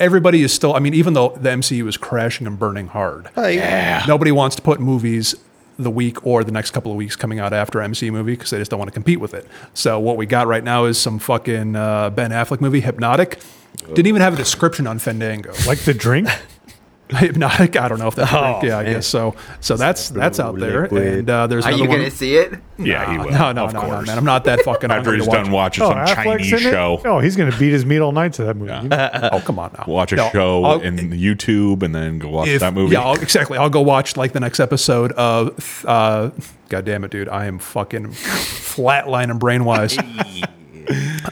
everybody is still, I mean, even though the MCU is crashing and burning hard, nobody wants to put movies the week or the next couple of weeks coming out after MCU movie because they just don't want to compete with it. So what we got right now is some fucking uh, Ben Affleck movie, Hypnotic. Didn't even have a description on Fandango. Like the drink. <laughs> Hypnotic. I don't know if that's correct. yeah, I guess so. So that's that's out there, and uh, there's Are another you one. going to see it? yeah, he will. Ah, no, no, of no, no, <laughs> course. man. I'm not that fucking. After hungry he's to watch done watching Oh, some Affleck's Chinese in it? show, Oh, he's gonna beat his meat all night to that movie. You know? it. Oh, come on now. watch a No, show I'll- in YouTube, and then go watch if- that movie. Yeah, I'll, exactly. I'll go watch like the next episode of. Uh, God damn it, dude! I am fucking flatlining <laughs> brainwise.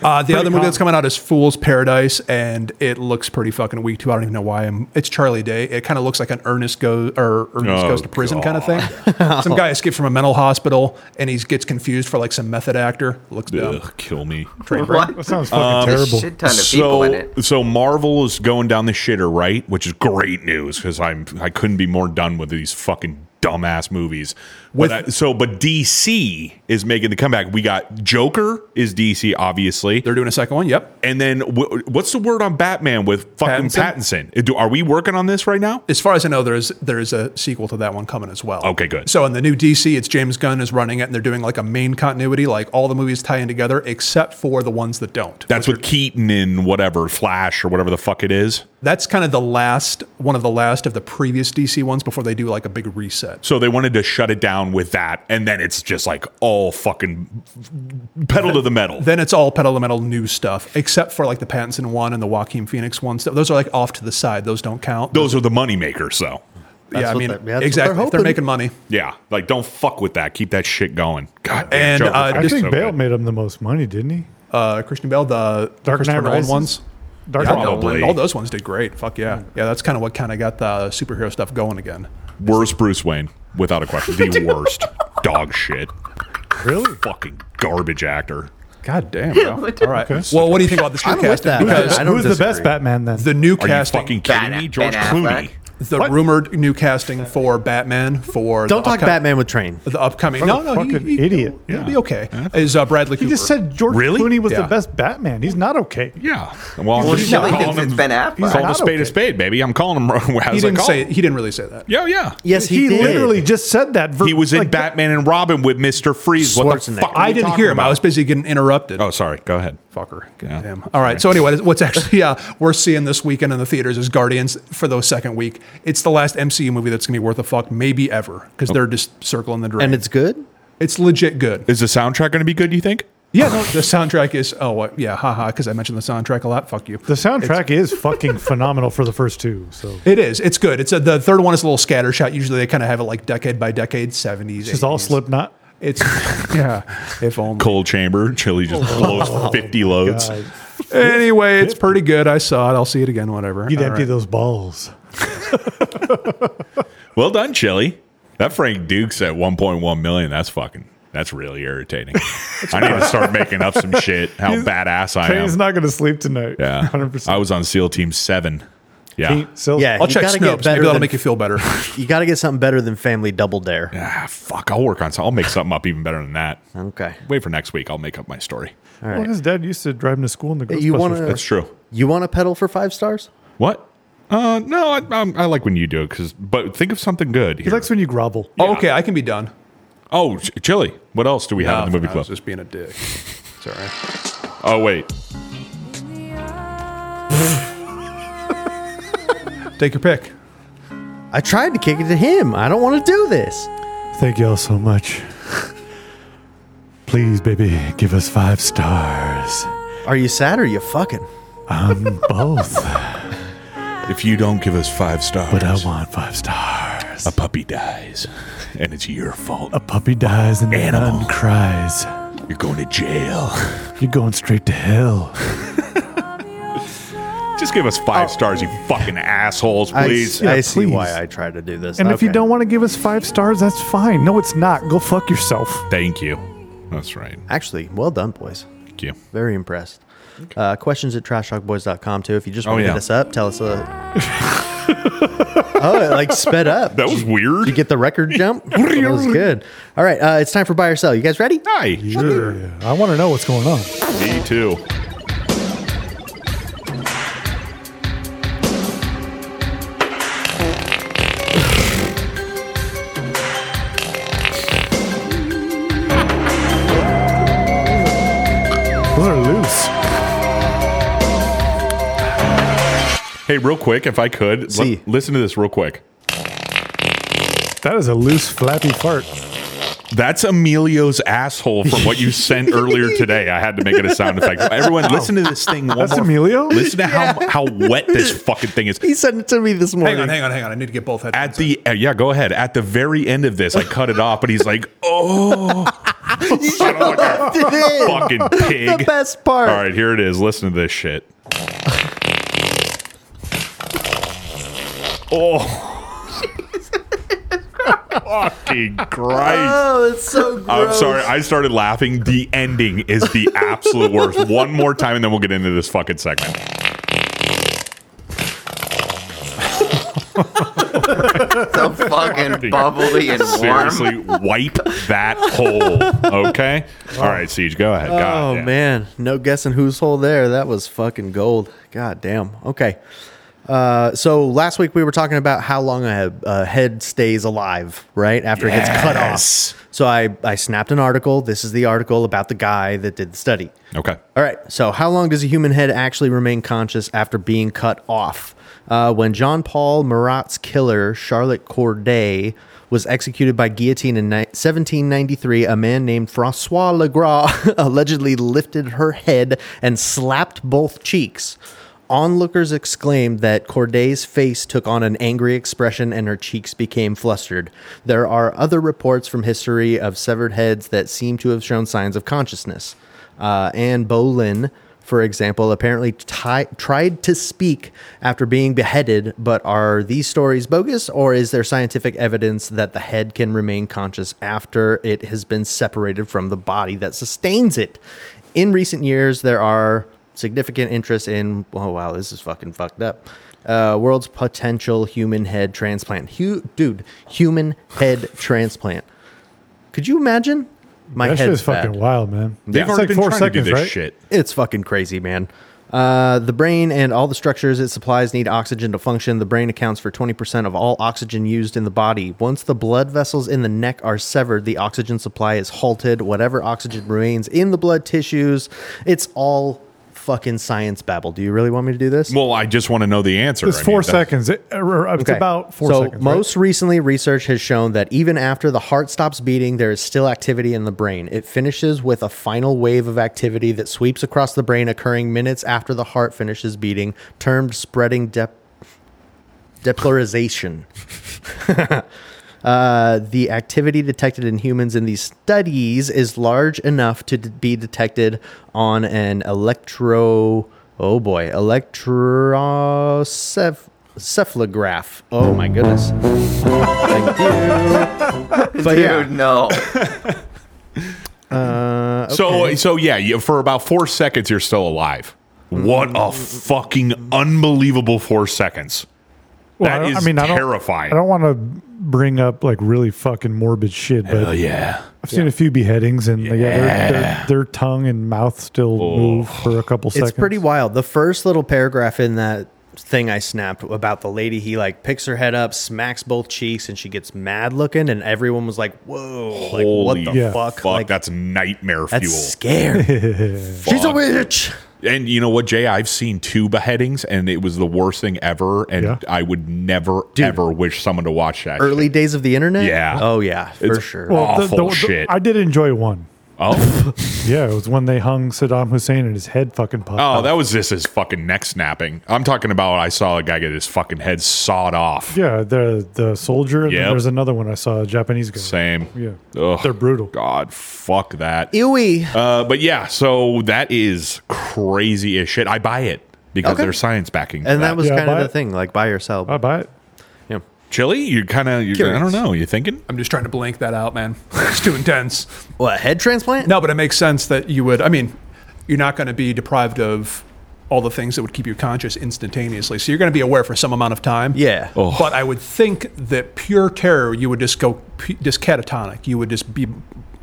Uh, the other movie that's coming out is Fool's Paradise, and it looks pretty fucking weak too. I don't even know why. I'm, it's Charlie Day. It kind of looks like an Ernest goes or Ernest Oh, goes to prison kind of thing. some <laughs> guy escaped from a mental hospital, and he gets confused for like some method actor. Looks dumb. Ugh, kill me. What? That sounds fucking Um, There's terrible. a shit ton of people in it. so Marvel is going down the shitter, right? Which is great news because I'm I couldn't be more done with these fucking dumbass movies. With- With but I- so, but DC is making the comeback. We got Joker is DC, obviously, They're doing a second one. Yep. and then wh- what's the word on Batman with fucking Pattinson? Pattinson? Uh, Do, are we working on this right now? as far as I know, there's there's a sequel to that one coming as well. Okay, good. So in the new DC, it's James Gunn is running it, and they're doing like a main continuity, like all the movies tie in together except for the ones that don't. That's what Keaton and whatever Flash or whatever the fuck it is. That's kind of the last one of the last of the previous DC ones before they do like a big reset. So they wanted to shut it down with that, and then it's just like all fucking pedal to the metal. Then it's all pedal to the metal new stuff, except for like the Pattinson one and the Joaquin Phoenix one. So those are like off to the side; those don't count. Those are the moneymakers, though. yeah, I what mean, they- that's what they're exactly. if they're hoping. making money. Yeah, like don't fuck with that. Keep that shit going. God And, uh, Joker fucking I It's think so Bale good. made him the most money, didn't he? Uh, Christian Bale, the Dark Christopher Knight Nolan Rises? ones. Dark Yeah, Knight. Probably. All those ones did great. Fuck yeah. Yeah, that's kind of what kind of got the superhero stuff going again. worst Bruce Wayne, without a question, the worst dog shit, Really? fucking garbage actor. God <laughs> damn. Bro. All right. Well, what do you think about this <laughs> new I'm with cast? that. Because I don't Who's the best disagree. Batman then? the new Are casting, you fucking kidding Ben- me, George Ben Clooney? Affleck. the rumored new casting for Batman for Don't the talk upcom- Batman with train. The upcoming. No, no, fucking idiot. He'll, he'll be okay. Is uh, Bradley Cooper? He just said George Really? Clooney was Yeah. the best Batman. He's not okay. Yeah. Well, I'm Well, just Shelley calling thinks it's him- Ben Affleck. He's calling a not spade okay. a spade, baby. I'm calling him <laughs> as he I didn't call say him. he didn't really say that. Yeah, yeah. Yes, he, he did. literally just said that. ver- He was in like, Batman and Robin with Mister Freeze. What the Schwarzenegger. fuck? are I we didn't talking hear him. about? I was busy getting interrupted. Oh, sorry. Go ahead. fucker. Yeah. Goddamn. All right. So anyway, what's actually yeah we're seeing this weekend in the theaters is Guardians for the second week. It's the last MCU movie that's gonna be worth a fuck, maybe ever, because they're just circling the drain. and it's good. it's legit good. Is the soundtrack going to be good? You think? Yeah. No, the soundtrack is oh what, yeah haha because I mentioned the soundtrack a lot. Fuck you. The soundtrack is fucking phenomenal for the first two. <laughs> So It is. It's good. It's a, the third one is a little scattershot. Usually they kind of have it like decade by decade, seventies. it's all Slipknot. It's <laughs> yeah. If only. Cold chamber. Chili just blows fifty loads. God. Anyway, it's pretty good. I saw it. I'll see it again. Whatever. You'd All empty right. those balls. Well done, Chili. That Frank Duke's at 1.1 million. That's fucking. That's really irritating. I need to start making up some shit. How badass I He's am. <laughs> not going to sleep tonight. Yeah, 100%. I was on SEAL Team Seven. Yeah. so yeah, I'll you check gotta get Snopes. better Maybe that'll than- make you <laughs> feel better. Oh, You got to get something better than Family Double Dare. Ah, fuck. I'll work on something. I'll make something up even better than that. Okay. Wait for next week. I'll make up my story. All Well, right. his dad used to drive him to school in the Ghostbusters. You wanna- van. That's true. You want to pedal for five stars? What? Uh, no, I, um, I like when you do it because. But think of something good. He Here. likes when you grovel. Okay, I can be done. Oh, oh, ch- chili. What else do we have in the movie I was club? just being a dick. It's all right. Oh wait. Take your pick. I tried to kick it to him. I don't want to do this. Thank y'all so much. Please, baby, give us five stars. Are you sad or are you fucking? I'm both, If you don't give us five stars, but I want five stars. a puppy dies, <laughs> and it's your fault. A puppy dies and the Animal. nun cries. You're going to jail. You're going straight to hell. <laughs> Just give us five stars, you fucking assholes, Oh. I- please. I, Yeah, see please. why I tried to do this. And if you Okay. don't want to give us five stars, that's fine. No, it's not. Go fuck yourself. Thank you. That's right. Actually, well done, boys. Thank you. Very impressed. Uh, questions at trashtalkboys.com too. If you just want to yeah. hit us up, tell us. <laughs> Uh, oh, it like sped up. That was Did you weird. get the record <laughs> jump? that was good. All right, uh, it's time for buy or sell. You guys ready? <laughs> Hi. Yeah. I want to know what's going on. Me too. Those are loose. Hey, real quick, if I could, See. li- listen to this real quick. That is a loose, flappy fart. That's Emilio's asshole from what <laughs> you sent earlier today. I had to make it a sound effect. Everyone, listen to this thing one That's more. Emilio? Listen to how, how <laughs> wet this fucking thing is. He sent it to me this morning. Hang on, hang on, hang on. I need to get both headphones. At the uh, yeah, go ahead. At the very end of this, I cut it off, but he's like, <laughs> "Oh, shut up, like It <laughs> a is. fucking pig." the best part. All right, here it is. Listen to this shit. Oh. <laughs> Fucking Christ. Oh, it's <laughs> Ah, so gross. I'm sorry. I started laughing. The ending is the absolute worst. One more time, and then we'll get into this fucking segment. <laughs> So fucking bubbly and warm. Seriously, wipe that hole. Okay? All right, Siege, go ahead. God Oh damn. man, no guessing whose hole there. That was fucking gold. God damn. Okay. Uh, so last week we were talking about how long a, a head stays alive, right? After it gets cut Yes. off. So I, I snapped an article. This is the article about the guy that did the study. Okay. All right. So, how long does a human head actually remain conscious after being cut off? Uh, when John Paul Marat's killer, Charlotte Corday, was executed by guillotine in ni- 1793, a man named Francois Legras <laughs> allegedly lifted her head and slapped both cheeks. Onlookers exclaimed that Corday's face took on an angry expression and her cheeks became flustered. There are other reports from history of severed heads that seem to have shown signs of consciousness. Uh, Anne Boleyn, for example, apparently ti- tried to speak after being beheaded, but are these stories bogus or is there scientific evidence that the head can remain conscious after it has been separated from the body that sustains it? In recent years, there are significant interest in, oh wow, this is fucking fucked up. Uh, world's potential human head transplant. Hu- dude, human head <laughs> transplant. Could you imagine? My That shit head's is fucking bad. wild, man. They've It's already like been four trying seconds, to do this right? shit. It's fucking crazy, man. Uh, the brain and all the structures it supplies need oxygen to function. The brain accounts for 20% of all oxygen used in the body. Once the blood vessels in the neck are severed, the oxygen supply is halted. Whatever oxygen remains in the blood tissues, it's all fucking science babble. Do you really want me to do this? Well, I just want to know the answer. It's I mean, four that- seconds. It- or- or it's Okay. about four so seconds. right? most recently, research has shown that even after the heart stops beating, there is still activity in the brain. It finishes with a final wave of activity that sweeps across the brain, occurring minutes after the heart finishes beating, termed spreading dep- depolarization. Uh, the activity detected in humans in these studies is large enough to d- be detected on an electro oh boy electrocephalograph. Oh my goodness! Thank you. <laughs> But Dude, yeah, no. So, so yeah, you, for about four seconds, you're still alive. What a fucking unbelievable four seconds. Well, that I is don't- I mean, I don't- terrifying. I don't want to bring up like really fucking morbid shit, but Hell yeah. I've seen a few beheadings and yeah, their, their, their tongue and mouth still move for a couple seconds. It's pretty wild. The first little paragraph in that thing I snapped about the lady, he like picks her head up, smacks both cheeks, and she gets mad looking, and everyone was like, "Whoa, like Holy what the fuck?" fuck, that's nightmare That's fuel. scary. She's a witch. And you know what, Jay? I've seen two beheadings, and it was the worst thing ever. And Yeah. I would never, ever wish someone to watch that. Early days of the internet. Yeah. Oh yeah, for It's sure. Well, the- awful the- the- shit. I did enjoy one. <laughs> oh, Yeah, it was when they hung Saddam Hussein and his head fucking popped. oh, out. that was just his fucking neck snapping. I'm talking about. I saw a guy get his fucking head sawed off. yeah, the the soldier. And then Yep. There's another one I saw, a Japanese guy. Same. Yeah. Ugh, They're brutal. God, fuck that. Ewy. Uh, but yeah, so that is crazy as shit. I buy it because Okay. there's science backing. for And that was Yeah, I kind of buy the it. thing, like buy or sell. I buy it. Yeah. Chili, you kind of. I don't Curious. know. You thinking? I'm just trying to blank that out, man. <laughs> It's too intense. What head transplant? No, but it makes sense that you would. I mean, you're not going to be deprived of all the things that would keep you conscious instantaneously. So you're going to be aware for some amount of time. Yeah. Oh. But I would think that pure terror, you would just go p- just catatonic. You would just be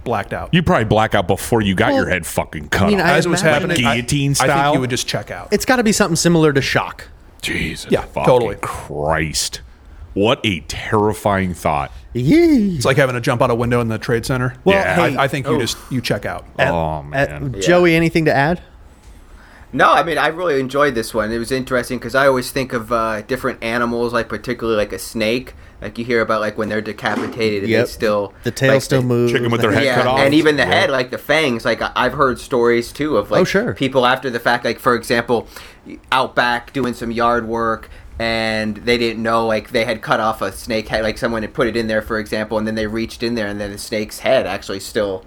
blacked out. You probably black out before you got Well, your head fucking cut I mean, off. I As it was imagine happening, I- guillotine I think style? you would just check out. It's got to be something similar to shock. Jesus. Yeah, fucking totally. Christ. What a terrifying thought. It's like having to jump out a window in the trade center. Well, Yeah. I, hey- I think you just you check out. oh Uh, man. Joey, anything to add? No, I mean I really enjoyed this one. It was interesting because I always think of uh, different animals, like particularly like a snake. Like you hear about like when they're decapitated, and Yep. they still The tail like, still they- moves. Chicken with the their head yeah, cut off. and even the Yeah. head, like the fangs. Like I- I've heard stories too of like Oh, sure. people after the fact. Like for example, out back doing some yard work, and they didn't know like they had cut off a snake head. Like someone had put it in there, for example, and then they reached in there, and then the snake's head actually still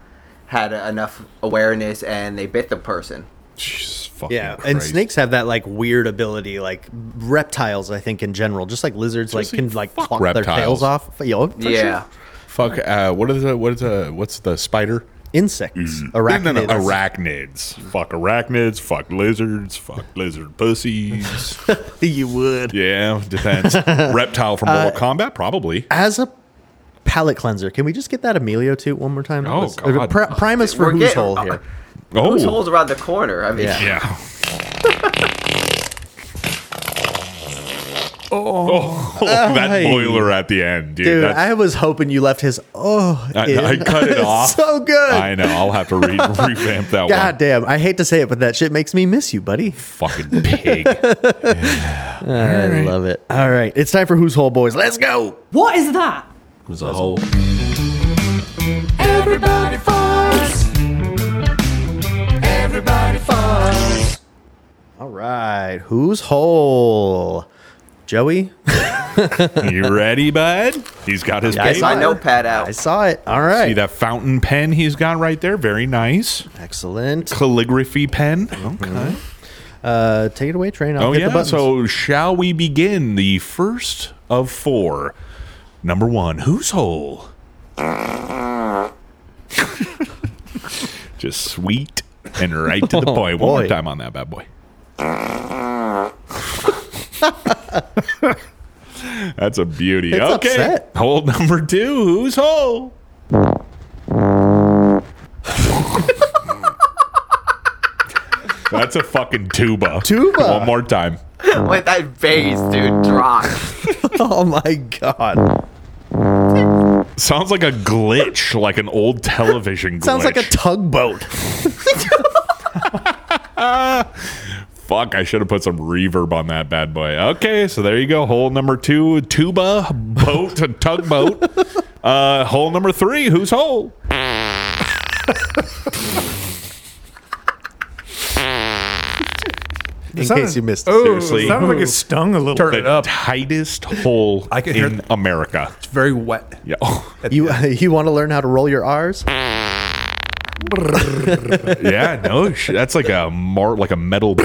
had uh, enough awareness, and they bit the person. Jesus fucking Yeah, and Christ. snakes have that like weird ability, like reptiles. I think in general, just like lizards, Just like can like fuck pluck their reptiles. tails off. Yo, for yeah. sure. Fuck uh what is the what is the what's the spider? insects, No, Mm-hmm. no, arachnids. no, arachnids. Fuck arachnids, fuck lizards, fuck lizard pussies. you would Uh, yeah, <laughs> depends. Reptile from Mortal Kombat? Probably. as a palate cleanser. Can we just get that Emilio toot one more time? Oh, Let's- God. Pri- prime us for We're who's getting- hole here. Oh Whose hole's around the corner? I mean, Yeah. <laughs> <laughs> yeah. oh. <laughs> that Ay. boiler at the end, dude. Dude, that's- I was hoping you left his oh. I, in. I cut it <laughs> It's off. so good. I know. I'll have <laughs> to re- revamp that God one. damn, I hate to say it, but that shit makes me miss you, buddy. Fucking pig. I love it. All right, it's time for who's hole, boys. Let's go. What is that? was a hole. Everybody farts. Everybody farts. All right, who's hole? Joey, You ready, bud? He's got his I Get paper. saw my it. notepad out. I saw it. All right, See that fountain pen he's got right there? Very nice. excellent. Calligraphy pen. Okay. Uh, take it away, train. I'll Oh, hit the yeah. buttons. So, shall we begin the first of four? Number one, whose hole? <laughs> Just sweet and right to the point. One more boy. time on that bad Oh, boy. That's a beauty. It's okay. upset. Hole number two, whose hole? That's a fucking tuba. Tuba. One more time. With that vase, dude, drop. <laughs> oh my god, Sounds like a glitch, like an old television glitch. sounds like a tugboat. Fuck, I should have put some reverb on that bad boy. Okay, so there you go. Hole number two, tuba, boat, tugboat. <laughs> Uh, hole number three, whose hole? In sounded- case you missed, it. Seriously, It sounded like it stung a little. Turn bit. it up. tightest hole I can hear in th- America. It's very wet. Yeah. you you <laughs> want to learn how to roll your R's? <laughs> yeah, no, sh- that's like a mar- like a metal ball <gasps>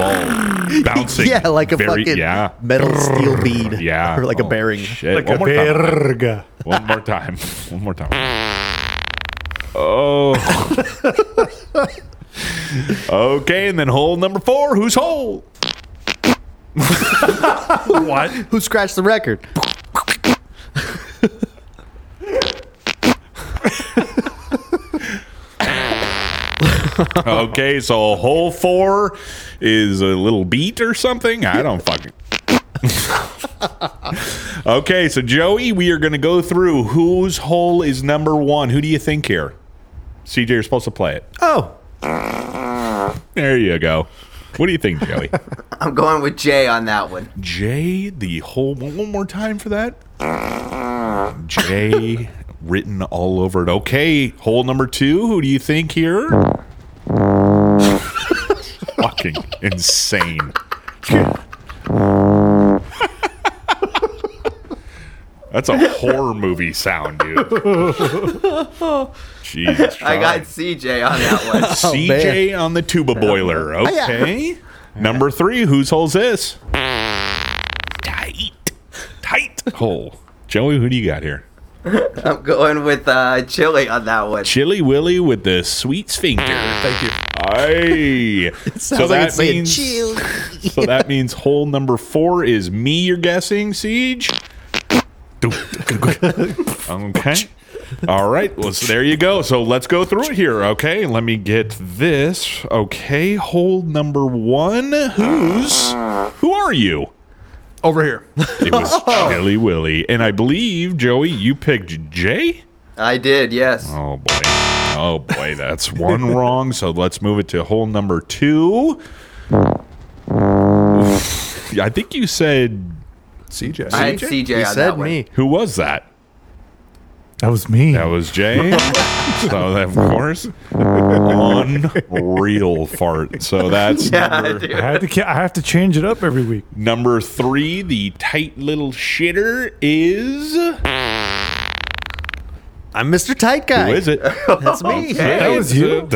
bouncing. Yeah, like a very- fucking yeah, metal steel bead. yeah, <laughs> or like a Oh, bearing. Shit. Like One a more time. verga. One more time. <laughs> One more time. Oh. <laughs> okay, and then hole number four. Who's hole? what? Who scratched the record? okay, so hole four is a little beat or something. I don't fucking. <laughs> okay, so Joey, we are going to go through whose hole is number one. Who do you think here? CJ, you're supposed to play it. Oh. There you go. What do you think, Joey? I'm going with Jay on that one. Jay, the whole one, one more time for that. Jay written all over it. Okay, hole number two. Who do you think here? Fucking insane. That's a horror movie sound, <laughs> dude. Jesus I got Christ. CJ on that one. CJ on the tuba boiler. Hiya. Okay. Number three, whose hole's this? Tight. Tight hole. Joey, who do you got here? I'm going with uh, Chili on that one. Chili Willy with the sweet sphincter. Thank you. <laughs> Aye. sounds like it's saying <laughs> so that means hole number four is me, you're guessing, Siege? <laughs> okay. All right. Well, so there you go. So let's go through it here. Okay. Let me get this. Okay. Hole number one. Who's. Who are you? Over here. <laughs> It <laughs> was Oh. Chili Willy. And I believe, Joey, you picked Jay? I did, yes. Oh boy. Oh boy, that's one <laughs> wrong. So let's move it to hole number two. Oof. I think you said CJ. I had CJ You on that said one. <laughs> me. Who was that? That was me. That was <laughs> Jay. so of course, unreal fart. So that's number, I have to. ca- I have to change it up every week. number three. The tight little shitter is. I'm Mr. Tight Guy. Who is it? That's me. <laughs> That was you.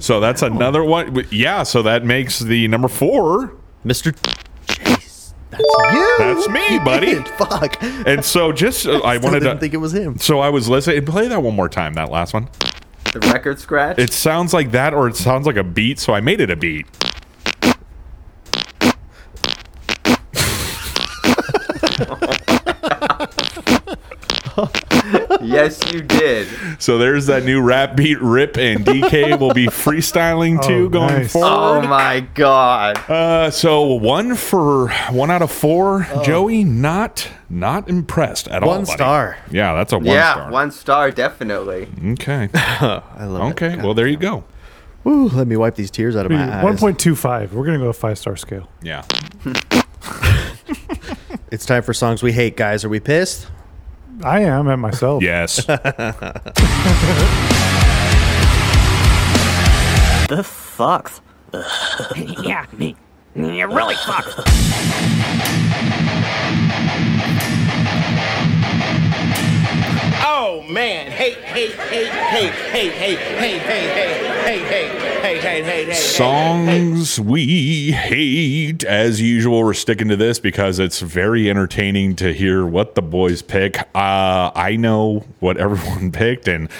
So that's another one. Yeah, so that makes the number four. Mr. That's me, <laughs> buddy. <laughs> Fuck. And so just, uh, I wanted didn't to. think it was him. So I was listening. Play that one more time, that last one. The record scratch. It sounds like that, or it sounds like a beat, so I made it a beat. <laughs> yes, you did. So there's that new rap beat Rip and DK will be freestyling to Oh, going nice. forward. Oh my god. Uh, so one for one out of four. Oh. Joey not not impressed at all. One Oh, buddy. star. Yeah, that's a one yeah, star. one star definitely. <laughs> Okay. I love okay, well there you go. Ooh, let me wipe these tears out of my One eyes. point two five. We're gonna go a five star scale. Yeah. It's time for songs we hate, guys. Are we pissed? I am at myself. Yes. This sucks. yeah, me. You really fucked. Oh man, hey, hey, hey, hey, hey, hey, hey, hey, hey, hey, hey, hey, hey, hey, hey. Songs we hate. As usual, we're sticking to this because it's very entertaining to hear what the boys pick. Uh, I know what <laughs> everyone picked, and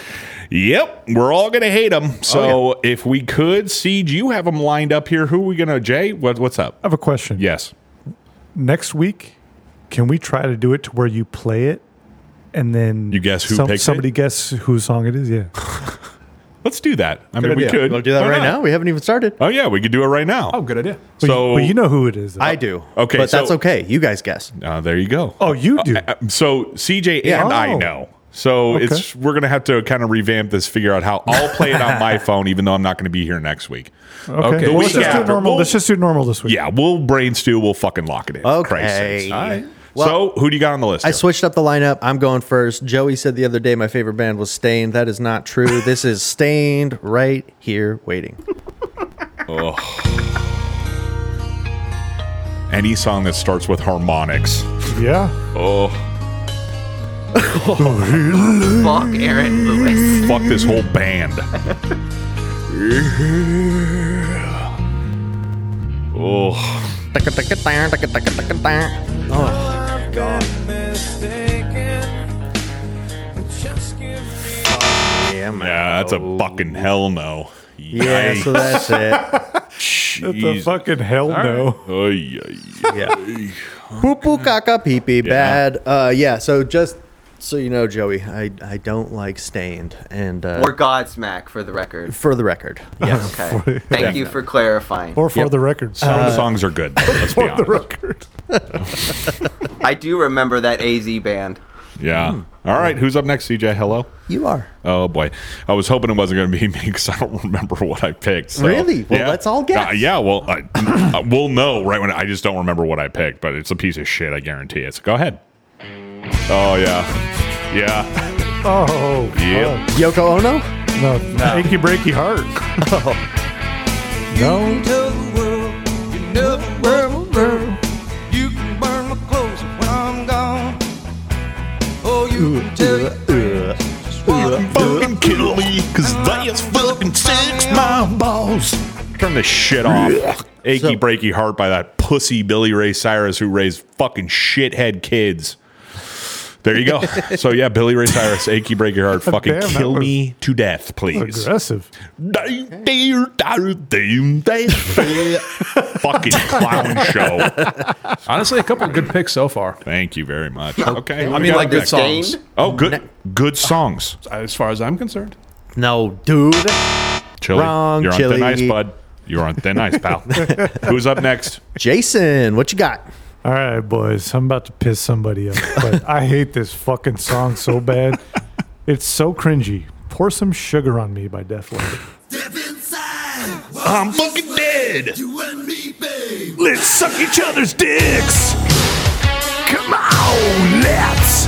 yep, we're all gonna hate Oh, them. So if we could, Siege, you have them lined up here. Who are we gonna? Jay, what, what's up? I have a question. Yes. Next week, can we try to do it to where you play it, and then you guess who picks it? somebody guess whose song it <laughs> is? Yeah. Let's do that. I mean, Good we idea. could Wanna do that Why right not? No, we haven't even started. Oh yeah, we could do it right now. Oh, good idea. So but you know who it is. though. I do. Okay, but that's so- okay. You guys guess. Uh, there you go. Oh, you do. so CJ Yeah. and I Oh. know. So Okay. it's we're gonna have to kind of revamp this, figure out how I'll play it on <laughs> my phone, even though I'm not gonna be here next week. Okay. The Well, week let's just do after. normal. We'll- let's just do normal this week. yeah, we'll brain stew. We'll fucking lock it in. Okay. Christ's sakes. All right. so who do you got on the list? I here? switched up the lineup. I'm going first. Joey said the other day my favorite band was Stained. That is not <laughs> true. this is Stained right here waiting. Ugh. Any song that starts with harmonics. Yeah. Oh. Fuck Aaron Lewis. Fuck this whole <laughs> band. oh. Oh. Yeah, that's a fucking hell no. Yeah, so that's it. That's a fucking hell no. Yeah. <laughs> Poo poo caca pee pee bad. Uh, yeah. So just so you know, Joey, I, I don't like stained and uh, or Godsmack for the record. for the <laughs> record. Yes. Okay. Thank you for clarifying. Yep. Some Uh, songs are good. Let's <laughs> be honest. I do remember that AZ band. Yeah. Hmm. All right. Who's up next, CJ? Hello. You are. Oh boy, I was hoping it wasn't going to be <laughs> me because I don't remember what I picked. so- Really? Well, yeah. let's all guess. Uh, yeah. Well, I, <clears throat> uh, we'll know right when I just don't remember what I picked, but it's a piece of shit. I guarantee it. So go ahead. Oh yeah, yeah. <laughs> Oh. Yep. Yoko Ono? No. Achy breaky heart. No. Tell the world you never burn, burn. You can burn my clothes when I'm gone. Oh, you can Uh, tell your Fucking kill me, cause that is fucking six my balls. Turn this shit off. Achy breaky heart by that pussy Billy Ray Cyrus who raised fucking shithead kids. There you <laughs> go. so yeah, Billy Ray Cyrus, achy breaky <laughs> heart, fucking Damn, that kill was- me to death, please. Aggressive. fucking clown show. Honestly, a couple of good picks so far. Thank you very much. Okay. Okay, You what do mean we like got good next? songs? Oh, good, good songs. As far as I'm concerned, No, dude. Chili, Wrong, you're on Chili. thin ice, bud. You're on thin ice, pal. Who's up next? Jason, what you got? All right, boys. I'm about to piss <laughs> somebody off, but I hate this fucking song so bad. It's so cringy. Pour some sugar on me by Def Leppard. I'm fucking dead. Let's suck each other's dicks. Come on, let's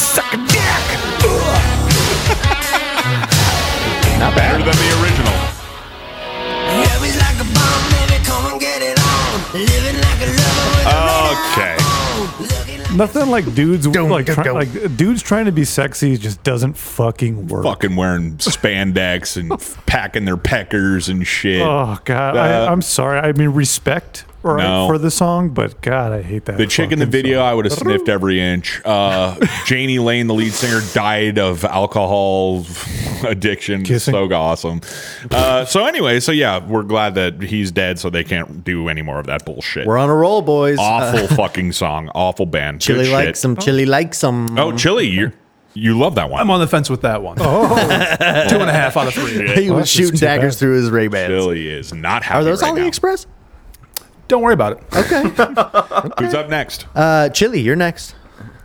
suck a dick. Ugh. Not better than the original. Heavy like a bomb, baby, come and get it on. Living like a lover with Okay. Nothing like dudes like, try, like dudes trying to be sexy just doesn't fucking work. Fucking wearing spandex and f- packing their peckers and shit. Oh god, Uh, I, I'm sorry. I mean respect all right, No. for the song, but God, I hate that. the chick in the fucking video, I would have sniffed every inch. <laughs> Uh, Janie Lane, the lead singer, died of alcohol addiction. So awesome. Uh, so anyway, so yeah, we're glad that he's dead, so they can't do any more of that bullshit. We're on a roll, boys. awful Uh, fucking song, awful band. Good chili like shit. some. Chili like some. Oh, Chili, you you love that one. I'm on the fence with that one. Oh. <laughs> Two and a half out of three. He was shooting daggers through his Ray Bans. Chili is not happy. Are those right all the Express? Don't worry about it. now. Who's up next? Uh, Chili, you're next. <laughs>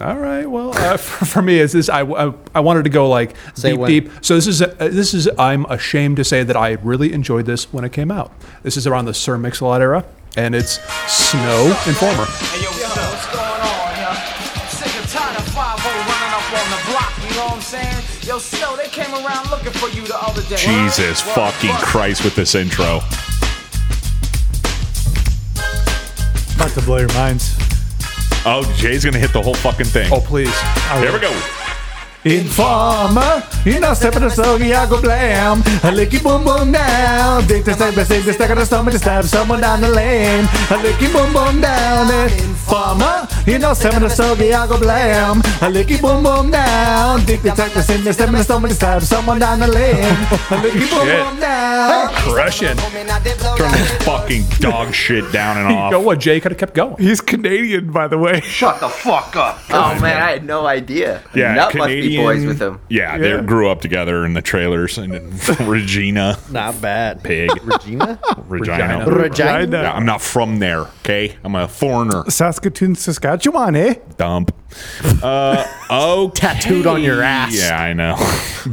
All right. Well, uh, <laughs> for, for me, it's this. I, I, I wanted to go like Say deep, when. deep. So this is uh, this is. I'm ashamed to say that I really enjoyed this when it came out. This is around the Sir Mix-a-Lot era, and it's Snow Informer. Hey, yo, what's up? What's going on, yo? Sick and tired of 5 running up on the block, you know what I'm saying? Yo, Snow, they came around looking for you the other day. Jesus Well, fucking fuck. Christ with this intro. song. About to blow your minds. Oh, Jay's gonna hit the whole fucking thing. Oh please. Here we go. Informer, you know stepping the stogie, I go blam. I lick your boom boom down. Dick to step, stick to stack on the stomach to stab someone down the lane. I lick your boom boom down. And Informer, you know stepping the stogie, I go blam. I lick your boom boom down. Dick to stack to stick to stack on the stomach to stab someone down the lane. I lick your boom Shit. boom down. Crushing. Turn this fucking dog shit <laughs> down and off. You know what? Jay could have kept going. He's Canadian, by the way. Shut the fuck up. Oh man, I had no idea. Yeah, Nut Canadian. must be boys with him. Yeah, Yeah. they grew up together in the trailers. And <laughs> then Regina, Not bad. <laughs> pig, <laughs> Regina? Regina, Regina. Regina. Yeah, I'm not from there. Okay, I'm a foreigner. Saskatoon, Saskatchewan, eh? Dump. <laughs> Uh, oh, Tattooed on your ass. Yeah, I know.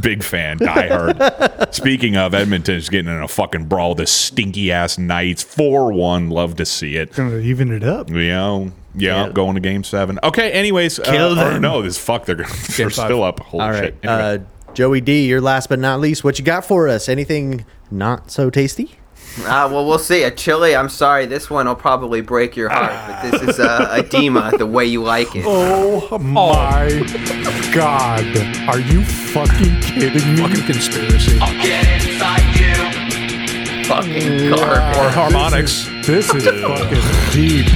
<laughs> Big fan, <laughs> diehard. Speaking of, Edmonton's getting in a fucking brawl. with The stinky ass Knights, four one. Love to see it. Gonna even it up. Yeah, yeah, Yeah. going to game seven. Okay, anyways, Kill uh, or them. no, this fuck, they're gonna, they're five. still up. Holy All right. shit. Anyway. Uh, Joey D, you're last but not least. What you got for us? Anything not so tasty? Ah, well, we'll see. A chili. I'm sorry. This one will probably break your heart, but this is uh, edema, the way you like it. Oh my god. Are you fucking kidding me? Uh, Fucking conspiracy. Get inside you. Fucking Or garbage. harmonics. This is fucking deep.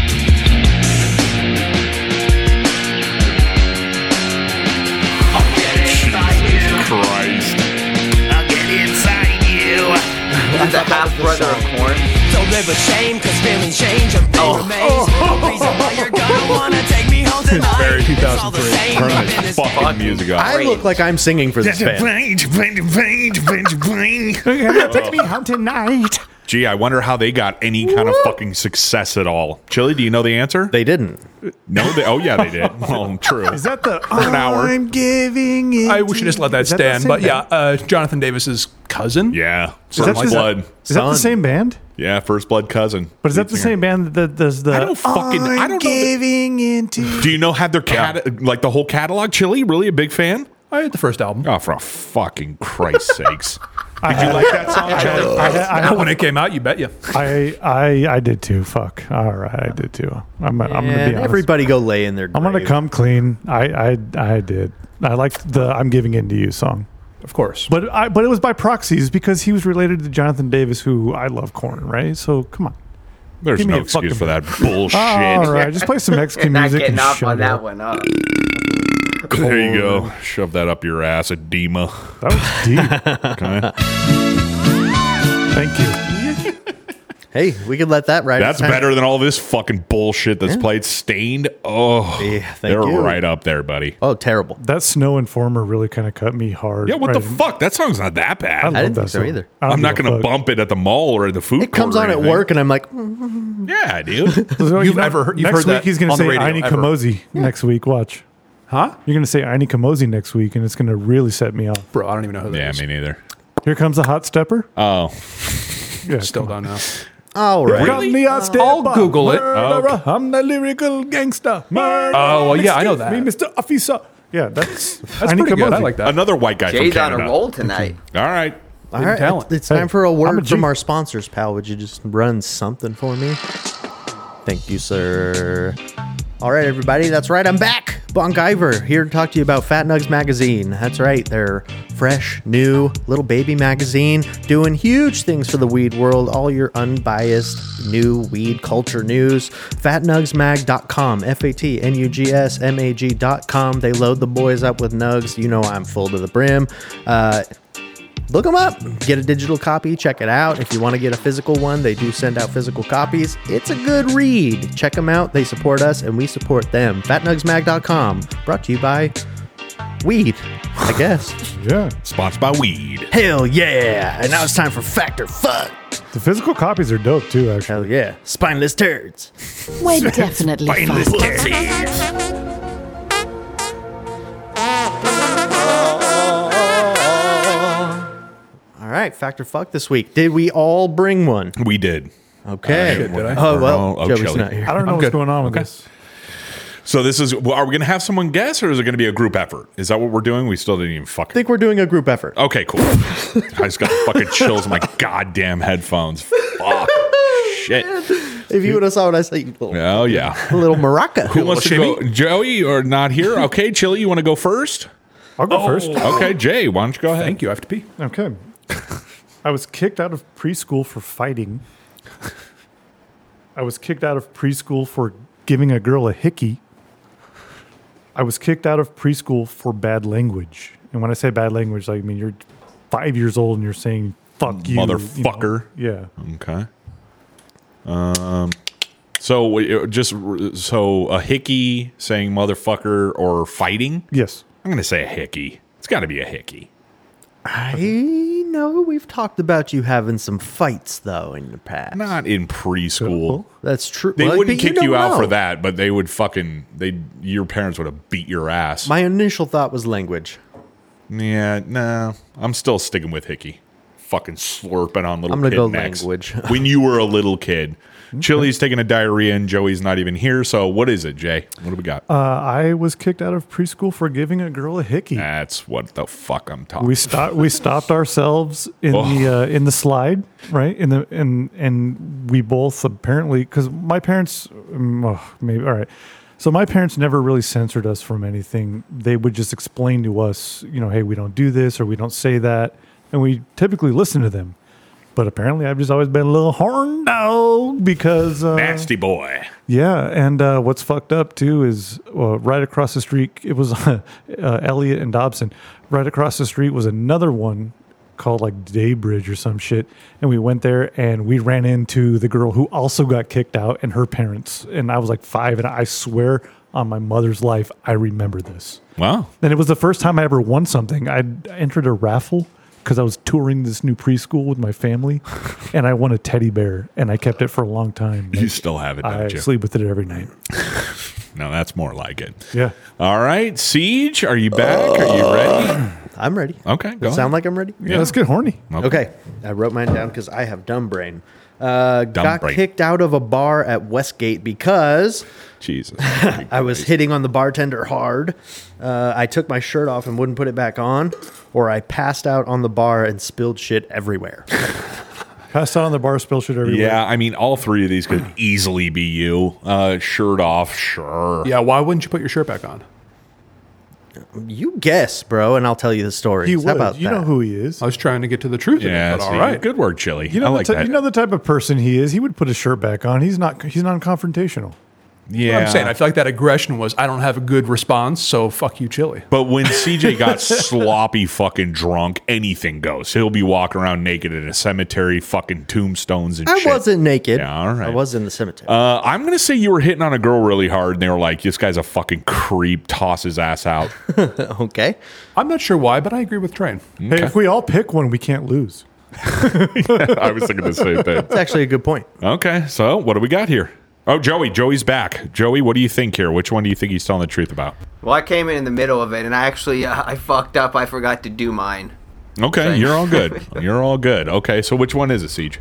Get inside you. Christ. uh, I'll get inside you. the half brother of Corn. Don't live with shame, cause feeling change of Oh. pain remains. The reason why you're gonna wanna take me home tonight. <laughs> Very It's all the same. Turn this fucking music off. I look like I'm singing for <laughs> this band. Take me home tonight. Gee, I wonder how they got any kind of fucking success at all. Chili, do you know the answer? They didn't. No, they. Oh yeah, they <laughs> did. Well, true. Is that the oh, For an hour. I'm giving it? I we should just let that Is that the stand. same but band? yeah, uh, Jonathan Davis's cousin. Yeah, Is that, first is that- blood. is that the same band? Yeah, first blood cousin. But is that the same band that does the? I don't fucking- I I'm don't know that- giving into. Do you know had their cat like the whole catalog? Chili, really a big fan? I had the first album. Oh, for fucking <laughs> Christ's sakes! Did you I- like that song, I, Chili? I- I- when it came out, you bet you. I I I did too. Fuck. All right, I did too. I'm I'm gonna be And honest. everybody go lay in their I'm gonna come clean. I I I did. I liked the "I'm Giving In to You" song, Of course. but I but it was by proxies because he was related to Jonathan Davis, who I love corn, right? So come on. There's Give me no a fucking excuse for that All bullshit. right, just play <laughs> some Mexican Not music. getting and off on shut that up. one. Huh? There you go. Shove that up your ass, edema. That <laughs> was deep. Okay. Thank you. Hey, we could let that ride. That's its time. better than all this fucking bullshit that's played. Stained. Oh, Yeah, thank they're you. right up there, buddy. Oh, terrible. That Snow Informer really kind of cut me hard. Yeah, what the Right. fuck? That song's not that I bad. love I didn't that think so song. either. I don't I'm not give a going to fuck. bump it at the mall or in the food. It comes court on or at anything. work, and I'm like, "Mm, <laughs> Yeah, <laughs> dude. So, You've ever heard- you've next heard week that he's going to on the say radio, Aini ever. Kamosi next week. Watch. Huh? You're going to say Aini Kamosi next week, and it's going to really set me off. Bro, I don't even know who that Yeah, is. me neither. Here comes a hot stepper. Oh, Yeah, Still don't know. all right. Got me a stepper, Google it. murderer, I'm the lyrical gangster. Murderer, Oh, well, yeah, I know excuse that. Me, Mr. Officer. Yeah, that's That's pretty good. I like that. another white guy Jay's from on a Canada. roll tonight. All right. All right, talent. it's, it's Hey, time for a I'm a word G. from our sponsors, pal. Would you just run something for me? Thank you, sir. All right, everybody, that's right. I'm back, Bonk Iver, here to talk to you about Fat Nugs Magazine. That's right, their fresh, new little baby magazine, doing huge things for the weed world. All your unbiased new weed culture news. FatNugsMag.com, F A T N U G S M A G.com. They load the boys up with nugs. You know I'm full to the brim. Uh, look them up get a digital copy check it out if you want to get a physical one they do send out physical copies it's a good read check them out they support us and we support them fatnugsmag.com brought to you by weed i guess Yeah, Sponsored by weed. <laughs> hell yeah and now it's time for factor fuck the physical copies are dope too. Actually, hell yeah spineless turds We're definitely fine. all right factor fuck this week did we all bring one We did. okay Shit, did I? oh well Oh, joey's Shelly. not here I don't know what's going on with this. So this is. well, Are we going to have someone guess, or is it going to be a group effort? Is that what we're doing? We still didn't even i fucking. think we're doing a group effort Okay, cool. I just got fucking chills in my goddamn headphones. <laughs> Fuck. Shit. if you would have saw what i said you little, Oh yeah. little maraca Who wants to go? Joey or not here? Okay, Chili, you want to go first? I'll go first. Okay, Jay, why don't you go ahead? Thank you. I have to pee. Okay. I was kicked out of preschool for fighting. I was kicked out of preschool for giving a girl a hickey. I was kicked out of preschool for bad language. And when I say bad language, like, I mean, you're five years old and you're saying, fuck you. you know? Motherfucker. yeah. Okay. Um. So we- uh, just r- so a hickey saying motherfucker or fighting. Yes. I'm gonna say a hickey. It's got to be a hickey. I know we've talked about you having some fights though in the past. Not in preschool. That's true. They Well, wouldn't but kick you, don't out for know. that, but they would fucking they your parents would have beat your ass. My initial thought was language. yeah, no. I'm still sticking with hickey. Fucking slurping on little I'm gonna kid go necks. language. when you were a little kid. Chili's taking a diarrhea and Joey's not even here. So what is it, Jay? What do we got? Uh, I was kicked out of preschool for giving a girl a hickey. That's what the fuck I'm talking. We stopped. We stopped ourselves in the uh, in the slide, right? In the and and we both apparently because my parents, um, oh, maybe all right. So my parents never really censored us from anything. They would just explain to us, you know, hey, we don't do this or we don't say that, and we typically listen to them. But apparently, I've just always been a little horn dog because uh, Nasty boy. yeah, and uh, what's fucked up too is uh, right across <laughs> the street. It was uh, Elliot and Dobson. Right across the street was another one called like Daybridge or some shit. And we went there and we ran into the girl who also got kicked out and her parents. And I was like five, and I swear on my mother's life, I remember this. Wow. And it was the first time I ever won something. I entered a raffle because I was touring this new preschool with my family, <laughs> and I won a teddy bear, and I kept it for a long time. You still have it, don't I you? sleep with it every night. No, that's more like it. Yeah. All right, Siege, are you back? are you ready? I'm ready. Okay, Does it sound like I'm ready? Yeah, let's get horny. Okay. I wrote mine down because I have dumb brain. Uh, Dumb got brain. kicked out of a bar at Westgate because Jesus, I was hitting on the bartender hard. Uh, I took my shirt off and wouldn't put it back on, or I passed out on the bar and spilled shit everywhere. <laughs> Passed out on the bar, spill shit everywhere. Yeah, I mean, all three of these could easily be you. Uh, shirt off, sure. Yeah, why wouldn't you put your shirt back on? You guess, bro, and I'll tell you the story. He How would. about You that? know who he is. I was trying to get to the truth. of Yeah, it, but see, all right. good work, Chili. You know, I the like ty- that. you know the type of person he is. He would put a shirt back on. He's not. He's non-confrontational. yeah, I'm saying I feel like that aggression was I don't have a good response, so fuck you, Chili. But when CJ got sloppy fucking drunk, anything goes. He'll be walking around naked in a cemetery, fucking tombstones and I shit. wasn't naked. Yeah, all right. I was in the cemetery. Uh, I'm going to say you were hitting on a girl really hard, and they were like, this guy's a fucking creep, toss his ass out. <laughs> okay. I'm not sure why, but I agree with Train. Hey, if we all pick one, we can't lose. I was thinking the same thing. That's actually a good <laughs> point. Okay, so what do we got here? Oh, Joey, Joey's back. Joey, what do you think here? Which one do you think he's telling the truth about? Well, I came in in the middle of it, and I actually uh, I fucked up. I forgot to do mine. Okay, you're <laughs> all good. You're all good. Okay, so which one is it, Siege?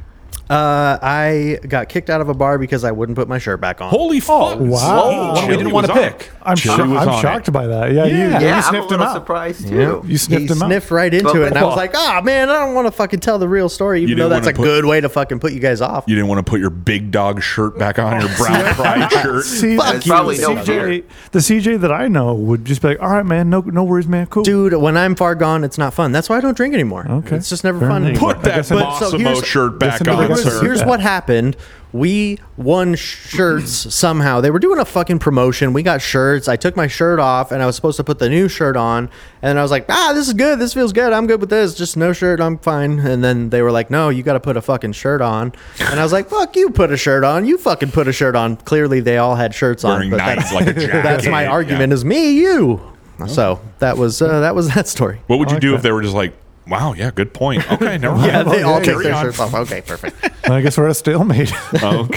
Uh, I got kicked out of a bar because I wouldn't put my shirt back on. Holy fuck! wow. Chili Oh, We didn't want to was on pick. it. I'm, Chili sho- was on I'm it. shocked by that. Yeah, Yeah, you, you I'm a sniffed him little out. surprised too. Yeah. You sniffed he him out. sniffed right into But- it, and I was like, "Oh man, I don't want to fucking tell the real story, even didn't though that's a wanna put- good way to fucking put you guys off." You didn't want to put your big dog shirt back on, your brown pride shirt. See, Fuck the you, probably no CJ, the CJ that I know would just be like, "All right, man, no, no worries, man, cool." Dude, when I'm far gone, it's not fun. That's why I don't drink anymore. Okay. It's just never Fair fun enough. anymore. Put that But so Massimo here's- shirt back Listen to the on, guys. sir. Here's what happened. We won shirts somehow. They were doing a fucking promotion. We got shirts. I took my shirt off and I was supposed to put the new shirt on. And then I was like, ah, this is good. This feels good. I'm good with this. Just no shirt. I'm fine. And then they were like, no, you got to put a fucking shirt on. And I was like, fuck you, put a shirt on. You fucking put a shirt on. Clearly, they all had shirts on. Wearing but nines that's, <laughs> like a jacket. that's my Yeah. argument is me, you. So that was uh, that was that story. What would you like do if that. they were just like, "Wow, yeah, good point. Okay, never mind." Yeah, <laughs> they all Okay, take their carry on. shirts off. Okay, perfect. I guess we're at a stalemate. <laughs>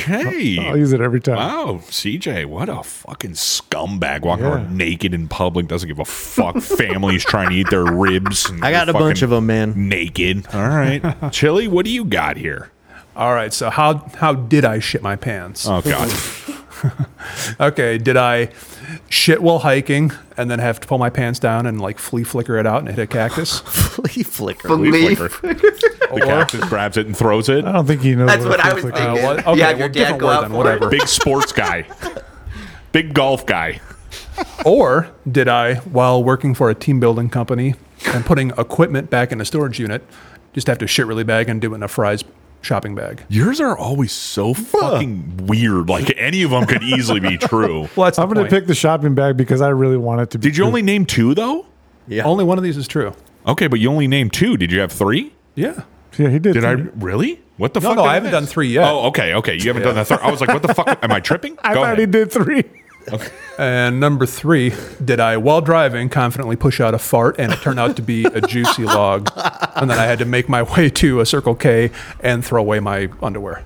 I'll Okay. use it every time. Wow, CJ, what a fucking scumbag walking Yeah. around naked in public. Doesn't give a fuck. Families trying to eat their ribs. and I got a fucking bunch of them, man. Naked. All right, <laughs> Chili, what do you got here? All right, so how how did I shit my pants? Oh God. Okay, did I shit while hiking and then have to pull my pants down and like flea flicker it out and hit a cactus? <laughs> Flea flicker. Believe. The cactus grabs it and throws it. I don't think he knows. That's what I it was feels like. thinking. Uh, what? <laughs> Okay, yeah, well, your dad different go word out then, for whatever. Big sports guy. Big golf guy. Or did I, while working for a team building company and putting equipment back in a storage unit, just have to shit really bad and do it in a fries shopping bag? Yours are always so fucking weird. Like any of them could easily be <laughs> true. Well, that's the I'm going point. to pick the shopping bag because I really want it to be. Did you true. only name two though? Yeah. Only one of these is true. Okay, but you only named two. Did you have three? Yeah. Yeah, he did. Did I three. really? What the No, fuck? no, did I haven't miss? done three yet. Oh, okay, okay. You haven't done that. Third. I was like, what the fuck? Am <laughs> I tripping? I thought he <laughs> did three. And number three, did I, while driving, confidently push out a fart and it turned out to be a <laughs> juicy log? And then I had to make my way to a Circle K and throw away my underwear.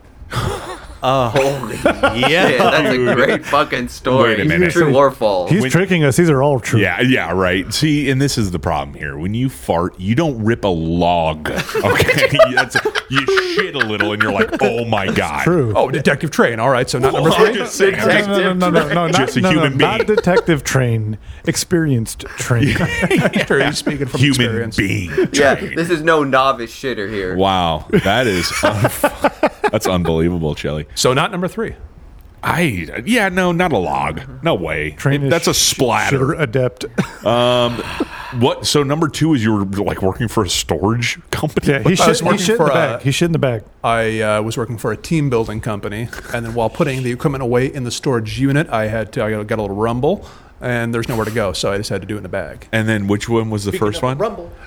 Holy yeah, that's a great fucking story. Wait a minute. True or false? He's tricking us. These are all true. Yeah, yeah, right. See, and this is the problem here. When you fart, you don't rip a <laughs> log. Okay, That's, you shit a little, and you're like, oh my god, True. Oh, Detective Train. All right, so not <laughs> Well, number I'm three. just saying, No, no, no, no, no, no, not, Just a no, no, human not being. detective train, experienced <laughs> train. Sure, he's speaking from human experience. being. yeah, trained. this is no novice shitter here. Wow, that <laughs> is un- that's unbelievable, Chili. So not number three. I yeah, no, not a log. No way. Train is that's a sh- splatter. <laughs> shitter adept. What? So number two is you were like working for a storage company. Yeah, he I was shit, Uh, he working shit in for the a- uh, bag. He shit in the bag. I uh, was working for a team building company, and then while putting the equipment away in the storage unit, I had to I got a little rumble, and there's nowhere to go, so I just had to do it in a bag. And then which one was the first one?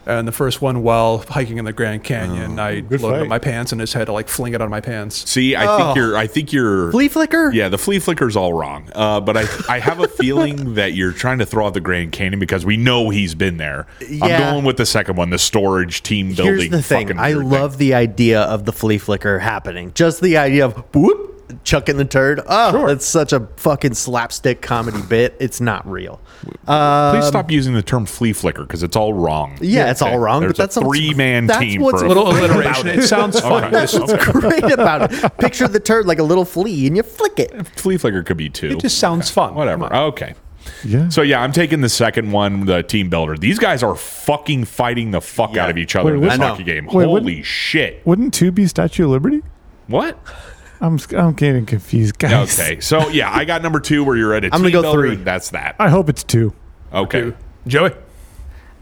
And the first one, while hiking in the Grand Canyon, I Good loaded up fight. my pants and just had to like fling it on my pants. See, I Oh. think you're. I think you're. Flea flicker? Yeah, the flea flicker's all wrong. Uh, but I, I have a feeling <laughs> that you're trying to throw out the Grand Canyon because we know he's been there. Yeah. I'm going with the second one, the storage team building. Here's the thing. fucking I weird love the idea of the flea flicker happening. Just the idea of whoop chucking the turd. Oh, it's such a fucking slapstick comedy bit. It's not real. Um, Please stop using the term flea flicker because it's all wrong. Yeah, it's all wrong, There's but that a sounds- three man that's team. what's for little flea alliteration. about It sounds fun. That's what's great about it. Picture the turd like a little flea, and you flick it. Flea flicker could be two. It just sounds fun. Whatever. Okay. Yeah. So yeah, I'm taking the second one, the team builder. These guys are fucking fighting the fuck out of each other Wait, in this what- I know. hockey game. Wait, what- Holy shit! Wouldn't two be Statue of Liberty? What? I'm s- I'm getting confused, guys. Okay. So yeah, I got number two where you're at a I'm gonna team go builder. three. That's that. I hope it's two. Okay. Joey.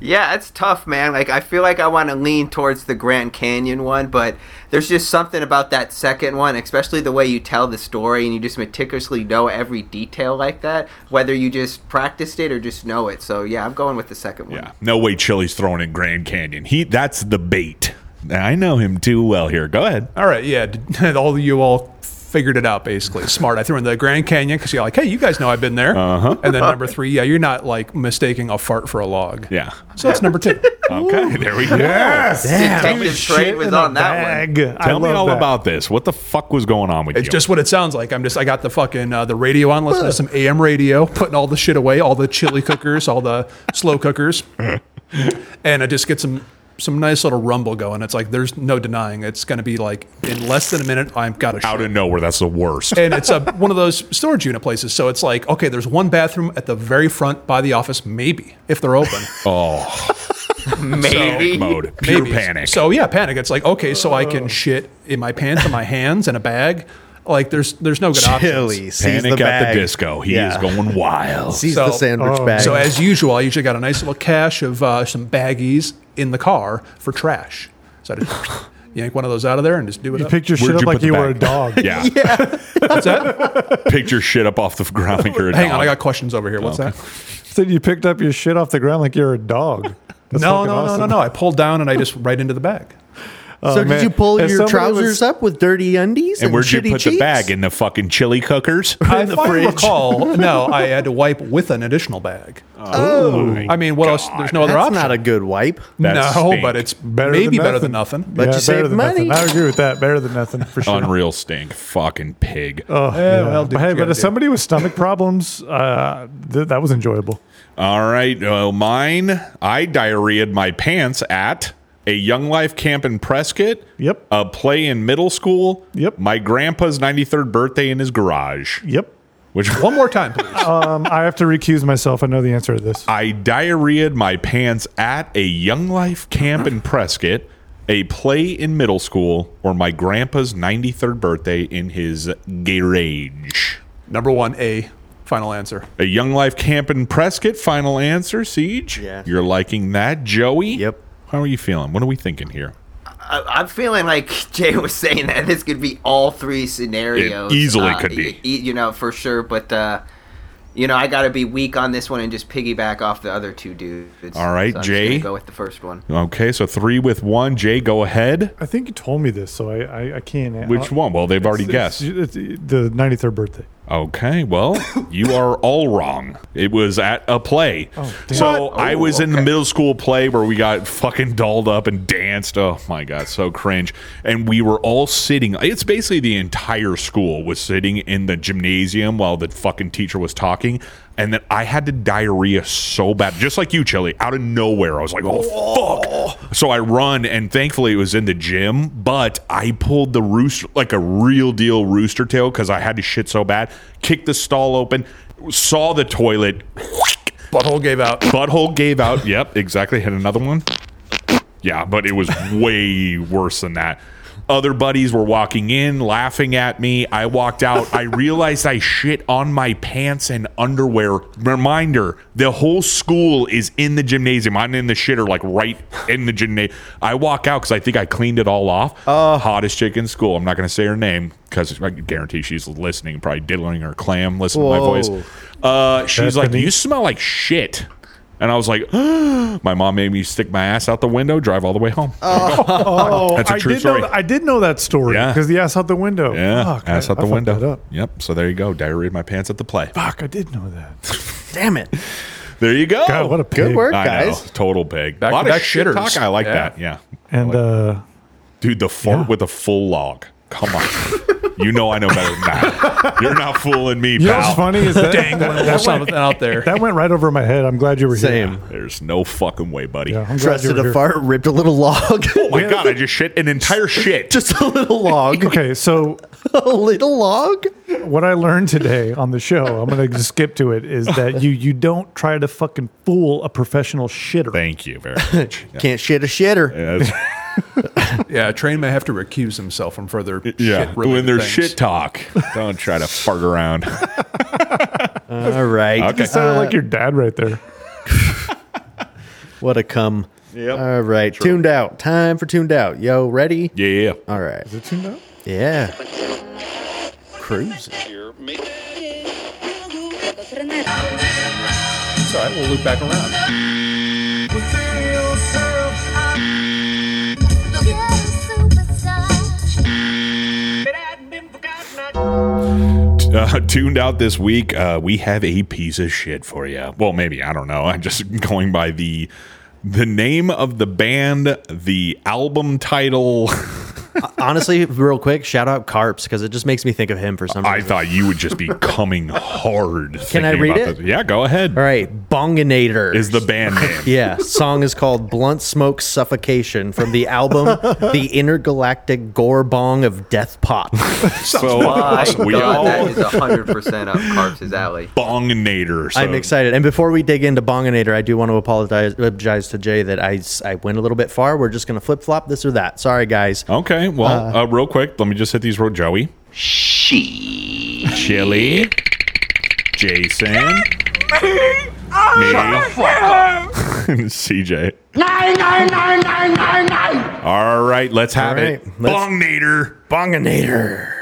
Yeah, it's tough, man. Like I feel like I want to lean towards the Grand Canyon one, but there's just something about that second one, especially the way you tell the story and you just meticulously know every detail like that, whether you just practiced it or just know it. So yeah, I'm going with the second one. No way, Chili's throwing in Grand Canyon. He that's the bait. I know him too well. Here, go ahead. <laughs> All right, yeah, d- <laughs> all of you all figured it out basically. Smart. I threw in the Grand Canyon because you're like, hey, you guys know I've been there. Uh-huh. And then number three, yeah, you're not like mistaking a fart for a log. Yeah. So that's number two. okay, there we go. Yes. Damn. Detective Train was on that one. Tell me all about this. What the fuck was going on with It's you? just what it sounds like. I'm just I got the fucking uh, the radio on, listening to some AM radio, putting all the shit away, all the chili cookers, all the slow <laughs> cookers, and I just get some some nice little rumble going. It's like there's no denying it's going to be like in less than a minute. I've got a out of nowhere. That's the worst. and it's a one of those storage unit places. So it's like okay, there's one bathroom at the very front by the office, maybe if they're <laughs> open. oh, Maybe. Panic mode. Pure Maybe. panic. Oh. So yeah, panic. It's like okay, so I can shit in my pants, in my hands, in a bag. Like there's there's no good Chili options. sees Panic the at the bag. disco. He Yeah. is going wild. Sees the sandwich Oh. bag. So as usual, I usually got a nice little cache of uh, some baggies in the car for trash. So I just <laughs> yank one of those out of there and just do it. You up. picked your shit up like you were a dog. <laughs> <laughs> Yeah. What's that? <laughs> Picture shit up off the ground like you're a Hang on, Oh. dog. I got questions over here. What's Oh, that? So you picked up your shit off the ground like you're a dog. That's no, fucking no, awesome. no, no, no. I pulled down and I just right into the bag. Oh, so man. did you pull If your somebody trousers was- up with dirty undies and, And where'd you shitty put cheeks? the bag in the fucking chili cookers? I if I recall, no, I had to wipe with an additional bag. Oh. I mean, what else? There's no other That's option. not a good wipe. no, That stink. but it's Better maybe than better than nothing. Yeah, But you better save than nothing. money. I agree with that. Better than nothing for sure. Unreal stink. Fucking pig. Oh, Yeah, yeah. well, But dude, hey, you but gotta if do. somebody with stomach problems, uh, th- that was enjoyable. All right. Well, mine, I diarrheaed my pants at a Young Life camp in Prescott. Yep. A play in middle school. Yep. My grandpa's 93rd birthday in his garage. Yep. Which One more time, please. Um, I have to recuse myself. I know the answer to this. I diarrheaed my pants at a Young Life camp in Prescott, a play in middle school, or my grandpa's 93rd birthday in his garage. Number one, A. Final answer. A Young Life camp in Prescott. Final answer, Siege. Yeah. You're liking that, Joey? Yep. How are you feeling? What are we thinking here? I, I'm feeling like <laughs> Jay was saying that this could be all three scenarios. It easily uh, could be. e- e- you know, for sure. But, uh, you know, I got to be weak on this one and just piggyback off the other two dudes. All right, so I'm just Jay. gonna go with the first one. Okay, so three with one. Jay, go ahead. I think you told me this, so I I, I can't. uh, Which one? Well, they've already guessed. It's, it's the 93rd birthday. Okay, well, you are all wrong. It was at a play. so I was in the middle school play where we got fucking dolled up and danced. Oh my God, so cringe. And we were all sitting. It's basically the entire school was sitting in the gymnasium while the fucking teacher was talking. And then I had to diarrhea so bad, just like you, Chili, out of nowhere. I was like, oh, fuck. So I run, and thankfully it was in the gym, but I pulled the rooster, like a real deal rooster tail, because I had to shit so bad. Kicked the stall open, saw the toilet, Butthole gave <laughs> out. butthole gave <laughs> out. Yep, exactly. Hit another one. Yeah, but it was way worse than that. Other buddies were walking in, laughing at me. I walked <laughs> out. I realized I shit on my pants and underwear. Reminder the whole school is in the gymnasium. I'm in the shitter, like right in the gymnasium. I walk out because I think I cleaned it all off. Uh. Hottest chick in school. I'm not going to say her name because I guarantee she's listening, probably diddling her clam, listening to my Whoa. voice. Uh, she's like, Bethany? You smell like shit. And I was like, my mom made me stick my ass out the window, drive all the way home. Oh, That's a I true did story. Know, I did know that story because the ass out the window. Yeah, Fuck, ass I- out the I fucked that window. up. Yep. So there you go. Diarrhea in my pants at the play. Fuck, I did know that. <laughs> Damn it. There you go. God, what a pig. I know. Total pig. a lot of Back-to-back shit shitters. talk. I like Yeah. that. Yeah. And uh, Dude, the fart with a full log. Come on. you know I know better than <laughs> that. You're not fooling me, you know pal. what's funny is that, <laughs> that, Dangling that something went, out there. That went right over my head. I'm glad you were here. There's no fucking way, buddy. I'm glad Trusted you were a here. fart, ripped a little log. Oh my god, I just shit an entire <laughs> shit. Just a little log. okay, so <laughs> a little log. What I learned today on the show, I'm going to skip to it, is that you you don't try to fucking fool a professional shitter. Thank you <laughs> very much. Can't shit a <laughs> shitter. yeah, Train may have to recuse himself from further. Yeah, shit when there's things. shit talk, don't try to fart <laughs> around. All right. Okay. You sounded Uh, like your dad right there. What a cum. Yep. All right. True. Tuned out. Time for tuned out. Yo, ready? Yeah. All right. Is it tuned out? <laughs> Yeah. Cruising. It's all right. We'll loop back around. Uh, <laughs> tuned out this week, uh, we have a piece of shit for you. Well, maybe I don't know. I'm just <laughs> going by the the name of the band, the album title. <laughs> Honestly, real quick, shout out Carps because it just makes me think of him for some reason. I thought you would <laughs> just be coming hard. Can I thinking read about it? this. Yeah, go ahead. All right. Bonginator Is the band name? <laughs> <laughs> yeah, song is called Blunt Smoke Suffocation from the <laughs> album The Intergalactic Gore Bong of Death <laughs> Pot. So Oh uh, My we God, all that is 100% up <laughs> Carps' alley. bonginator. So I'm excited. And before we dig into Bonginator, I do want to apologize, apologize to Jay that I, s- I went a little bit far. We're just going to flip flop this or that. Sorry, guys. Okay. Well, uh, real quick, let me just hit these real Joey. She. Chili. Jason. <laughs> CJ. No, no, no, no, no, no. All right, let's have it. Bongnator. Bonginator.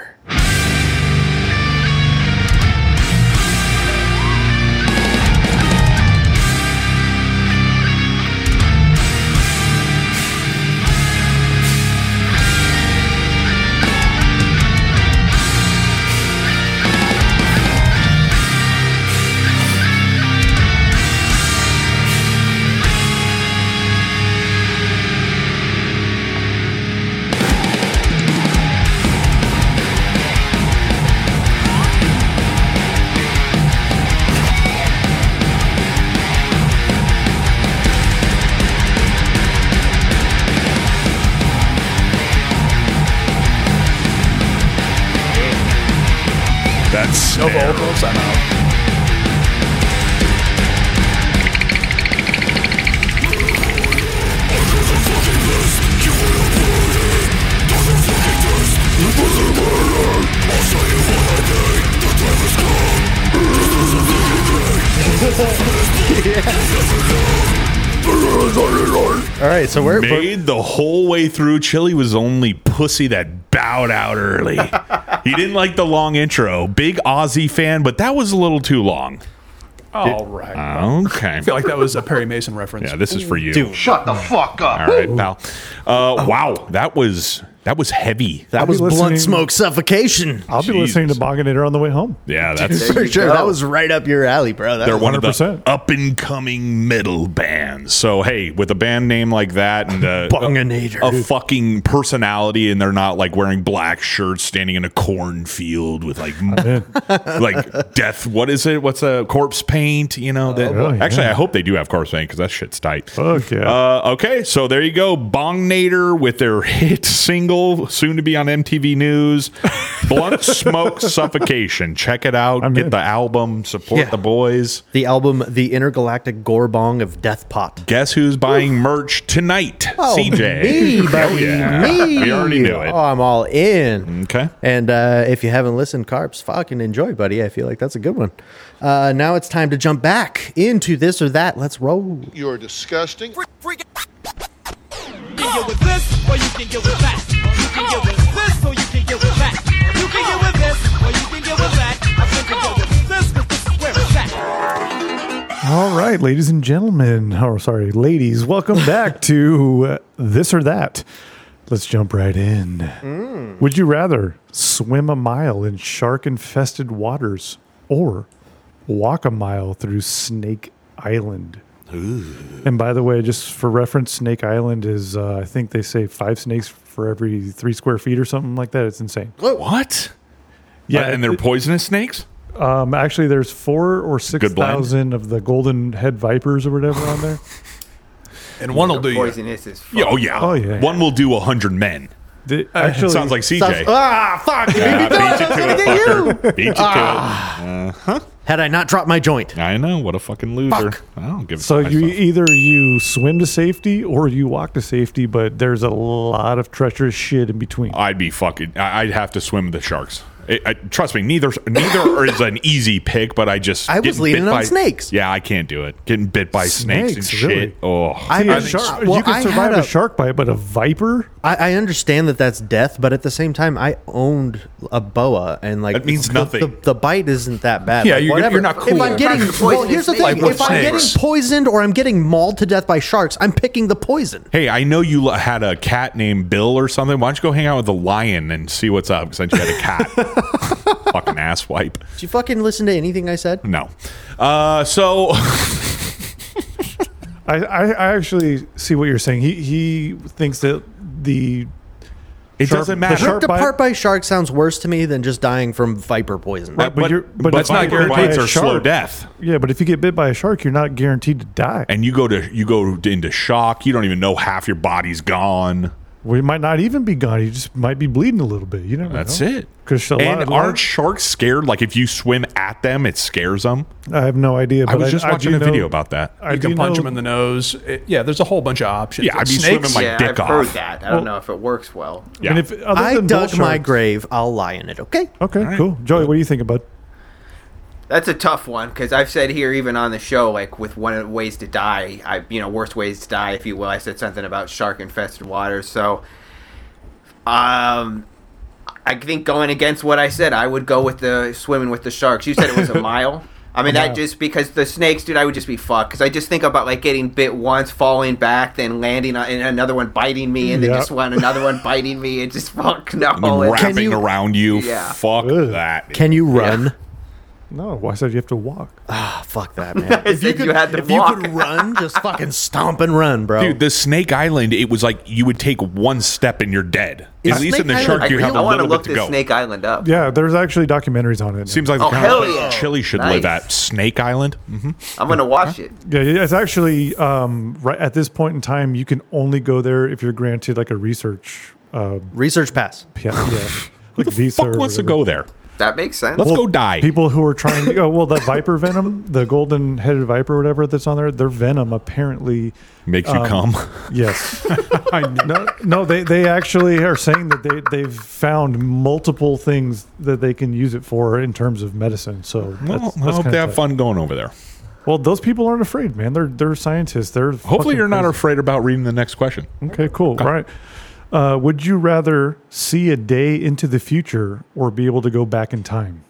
That's no vocals. I'm out. All right, so we're, we're- Made the whole way through. Chili was the only pussy that bowed out early. he didn't like the long intro. Big Aussie fan, but that was a little too long. All right. Okay. I feel like that was a Perry Mason reference. Yeah, this is for you. Shut the fuck up. All right, pal. Uh, wow, that was that was heavy. that I'll be was listening- Blunt Smoke Suffocation. I'll be listening to Bonginator on the way home. Yeah, that's for sure. That was right up your alley, bro. That they're was- one of the up and coming metal bands. So hey, with a band name like that and <laughs> uh, Bonginator. a fucking personality, and they're not like wearing black shirts, standing in a cornfield with like m- like death. What is it? What's a corpse paint? You know that. Oh, yeah. Actually, I hope they do have corpse paint because that shit's tight. Fuck yeah. Uh, okay, so there you go, Bongnator with their hit single single, soon to be on MTV News. <laughs> Blunt Smoke Suffocation. Check it out. Get the album. Support Yeah. the boys. The album, The Intergalactic Gorbong of Death Pot. Guess who's buying merch tonight? Oh, CJ. me, Oh, buddy, yeah. me. <laughs> We already knew it. Oh, I'm all in. Okay. And uh, if you haven't listened, Carbs, fucking enjoy, buddy. I feel like that's a good one. Uh, now it's time to jump back into this or that. Let's roll. You're disgusting. You can get with this, or you can get with that. You can get with this, or you can get with that. You can get with this, or you can get with that. I think you can get with this, but this is where it's at. All right, ladies and gentlemen, or sorry, ladies, <laughs> welcome back to uh, this or that. Let's jump right in. Mm. Would you rather swim a mile in shark infested waters or walk a mile through Snake Island? And by the way, just for reference, Snake Island is, uh, I think they say five snakes for every three square feet or something like that. It's insane. What? Yeah, and they're poisonous snakes. Um, actually, there's four or six Good blend. thousand of the golden head vipers or whatever <laughs> on there. And one will do poisonous as Yeah, oh yeah. Oh, yeah. One will do a hundred men. The- That actually- sounds like CJ. Sounds- ah, fuck. You beat me <laughs> Yeah, to it. I was beat you gonna to get you. Ah. it, fucker. Beat you to it. Uh-huh. Had I not dropped my joint. I know. What a fucking loser. I don't give a So fuck. you either you swim to safety or you walk to safety, but there's a lot of treacherous shit in between. I'd be fucking. I- I'd have to swim with the sharks. I, I, trust me, neither <coughs> neither is an easy pick, but I just I was getting leaning bit on by- snakes. Yeah, I can't do it. Getting bit by snakes, and Snakes, really? shit. Oh, I See, a think- shark- well, you I can survive had a, a- shark bite, but a viper? I, I understand that that's death, but at the same time, I owned a boa, and like That means the, nothing. The, the bite isn't that bad. Yeah, Like, you're- whatever. you're not If cool. I'm getting Like well, here's the thing: Like with if I'm snakes. getting poisoned or I'm getting mauled to death by sharks, I'm picking the poison. Hey, I know you l- had a cat named Bill or something. Why don't you go hang out with the lion and see what's up? Since you had a <laughs> cat, fucking ass wipe. Did you fucking listen to anything I said? No. Uh, so <laughs> I, I, I actually see what you're saying. He he thinks that the It shark- doesn't matter. The shark Ripped bite, apart by sharks sounds worse to me than just dying from viper poison. Right, but, you're, but, but if you viper get bit by bites a are slow shark- death. Yeah, but if you get bit by a shark, you're not guaranteed to die. and you go to you go into shock. You don't even know half your body's gone. We might not even be gone. You just might be bleeding a little bit. You never know. That's it. Because And aren't sharks scared? Like if you swim at them, it scares them. I have no idea. But I was just I watching do a video know- about that. I you can do punch know- them in the nose. It- yeah, there's a whole bunch of options. Yeah, I'd be swimming my yeah, dick I've off. heard that. I Well- don't know if it works well. Yeah. And if other I than bull dug my sharks- grave. I'll lie in it. Okay. Okay, right. cool. Joey, what do you think about? That's a tough one because I've said here, even on the show, like with one of the ways to die, I you know worst ways to die, if you will. I said something about shark infested waters, so um, I think going against what I said, I would go with the swimming with the sharks. You said <laughs> it was a mile. I mean, that just because the snakes, dude, I would just be fucked. Because I just think about like getting bit once, falling back, then landing on and another one biting me, and then Yeah. just one another one biting me. It just fuck no. <laughs> And then Oh, It's- wrapping around you. Yeah. Fuck Ugh. that. Can you run? No, I said you have to walk. Ah, fuck that, <laughs> man. If you, had to if you walk. could run, just fucking stomp and run, bro. Dude, the Snake Island, it was like you would take one step and you're dead. Is At least Snake in the Island shark, I, you have a I want to little look bit to this go. Snake Island up. Yeah, there's actually documentaries on it. Seems like the Oh, kind hell of place yeah. Chile should Nice. live at. Snake Island. hmm I'm gonna watch it. yeah, yeah, it's actually um, right at this point in time. You can only go there if you're granted like a research. Uh, Research pass. yeah, yeah. Like visa Fuck or wants to whatever. go there. That makes sense. Let's <laughs> go die. People who are trying to go, well, that viper venom, the golden headed viper, or whatever that's on there, their venom apparently Makes you um, come. Yes. I, no, no, they, they actually are saying that they, they've found multiple things that they can use it for in terms of medicine. So <laughs> Well, that's, that's I hope kinda they have tight. fun going over there. Well, those people aren't afraid, man. They're they're scientists. They're Hopefully, fucking you're not crazy. afraid about reading the next question. Okay, cool. All right. Uh, would you rather see a day into the future or be able to go back in time?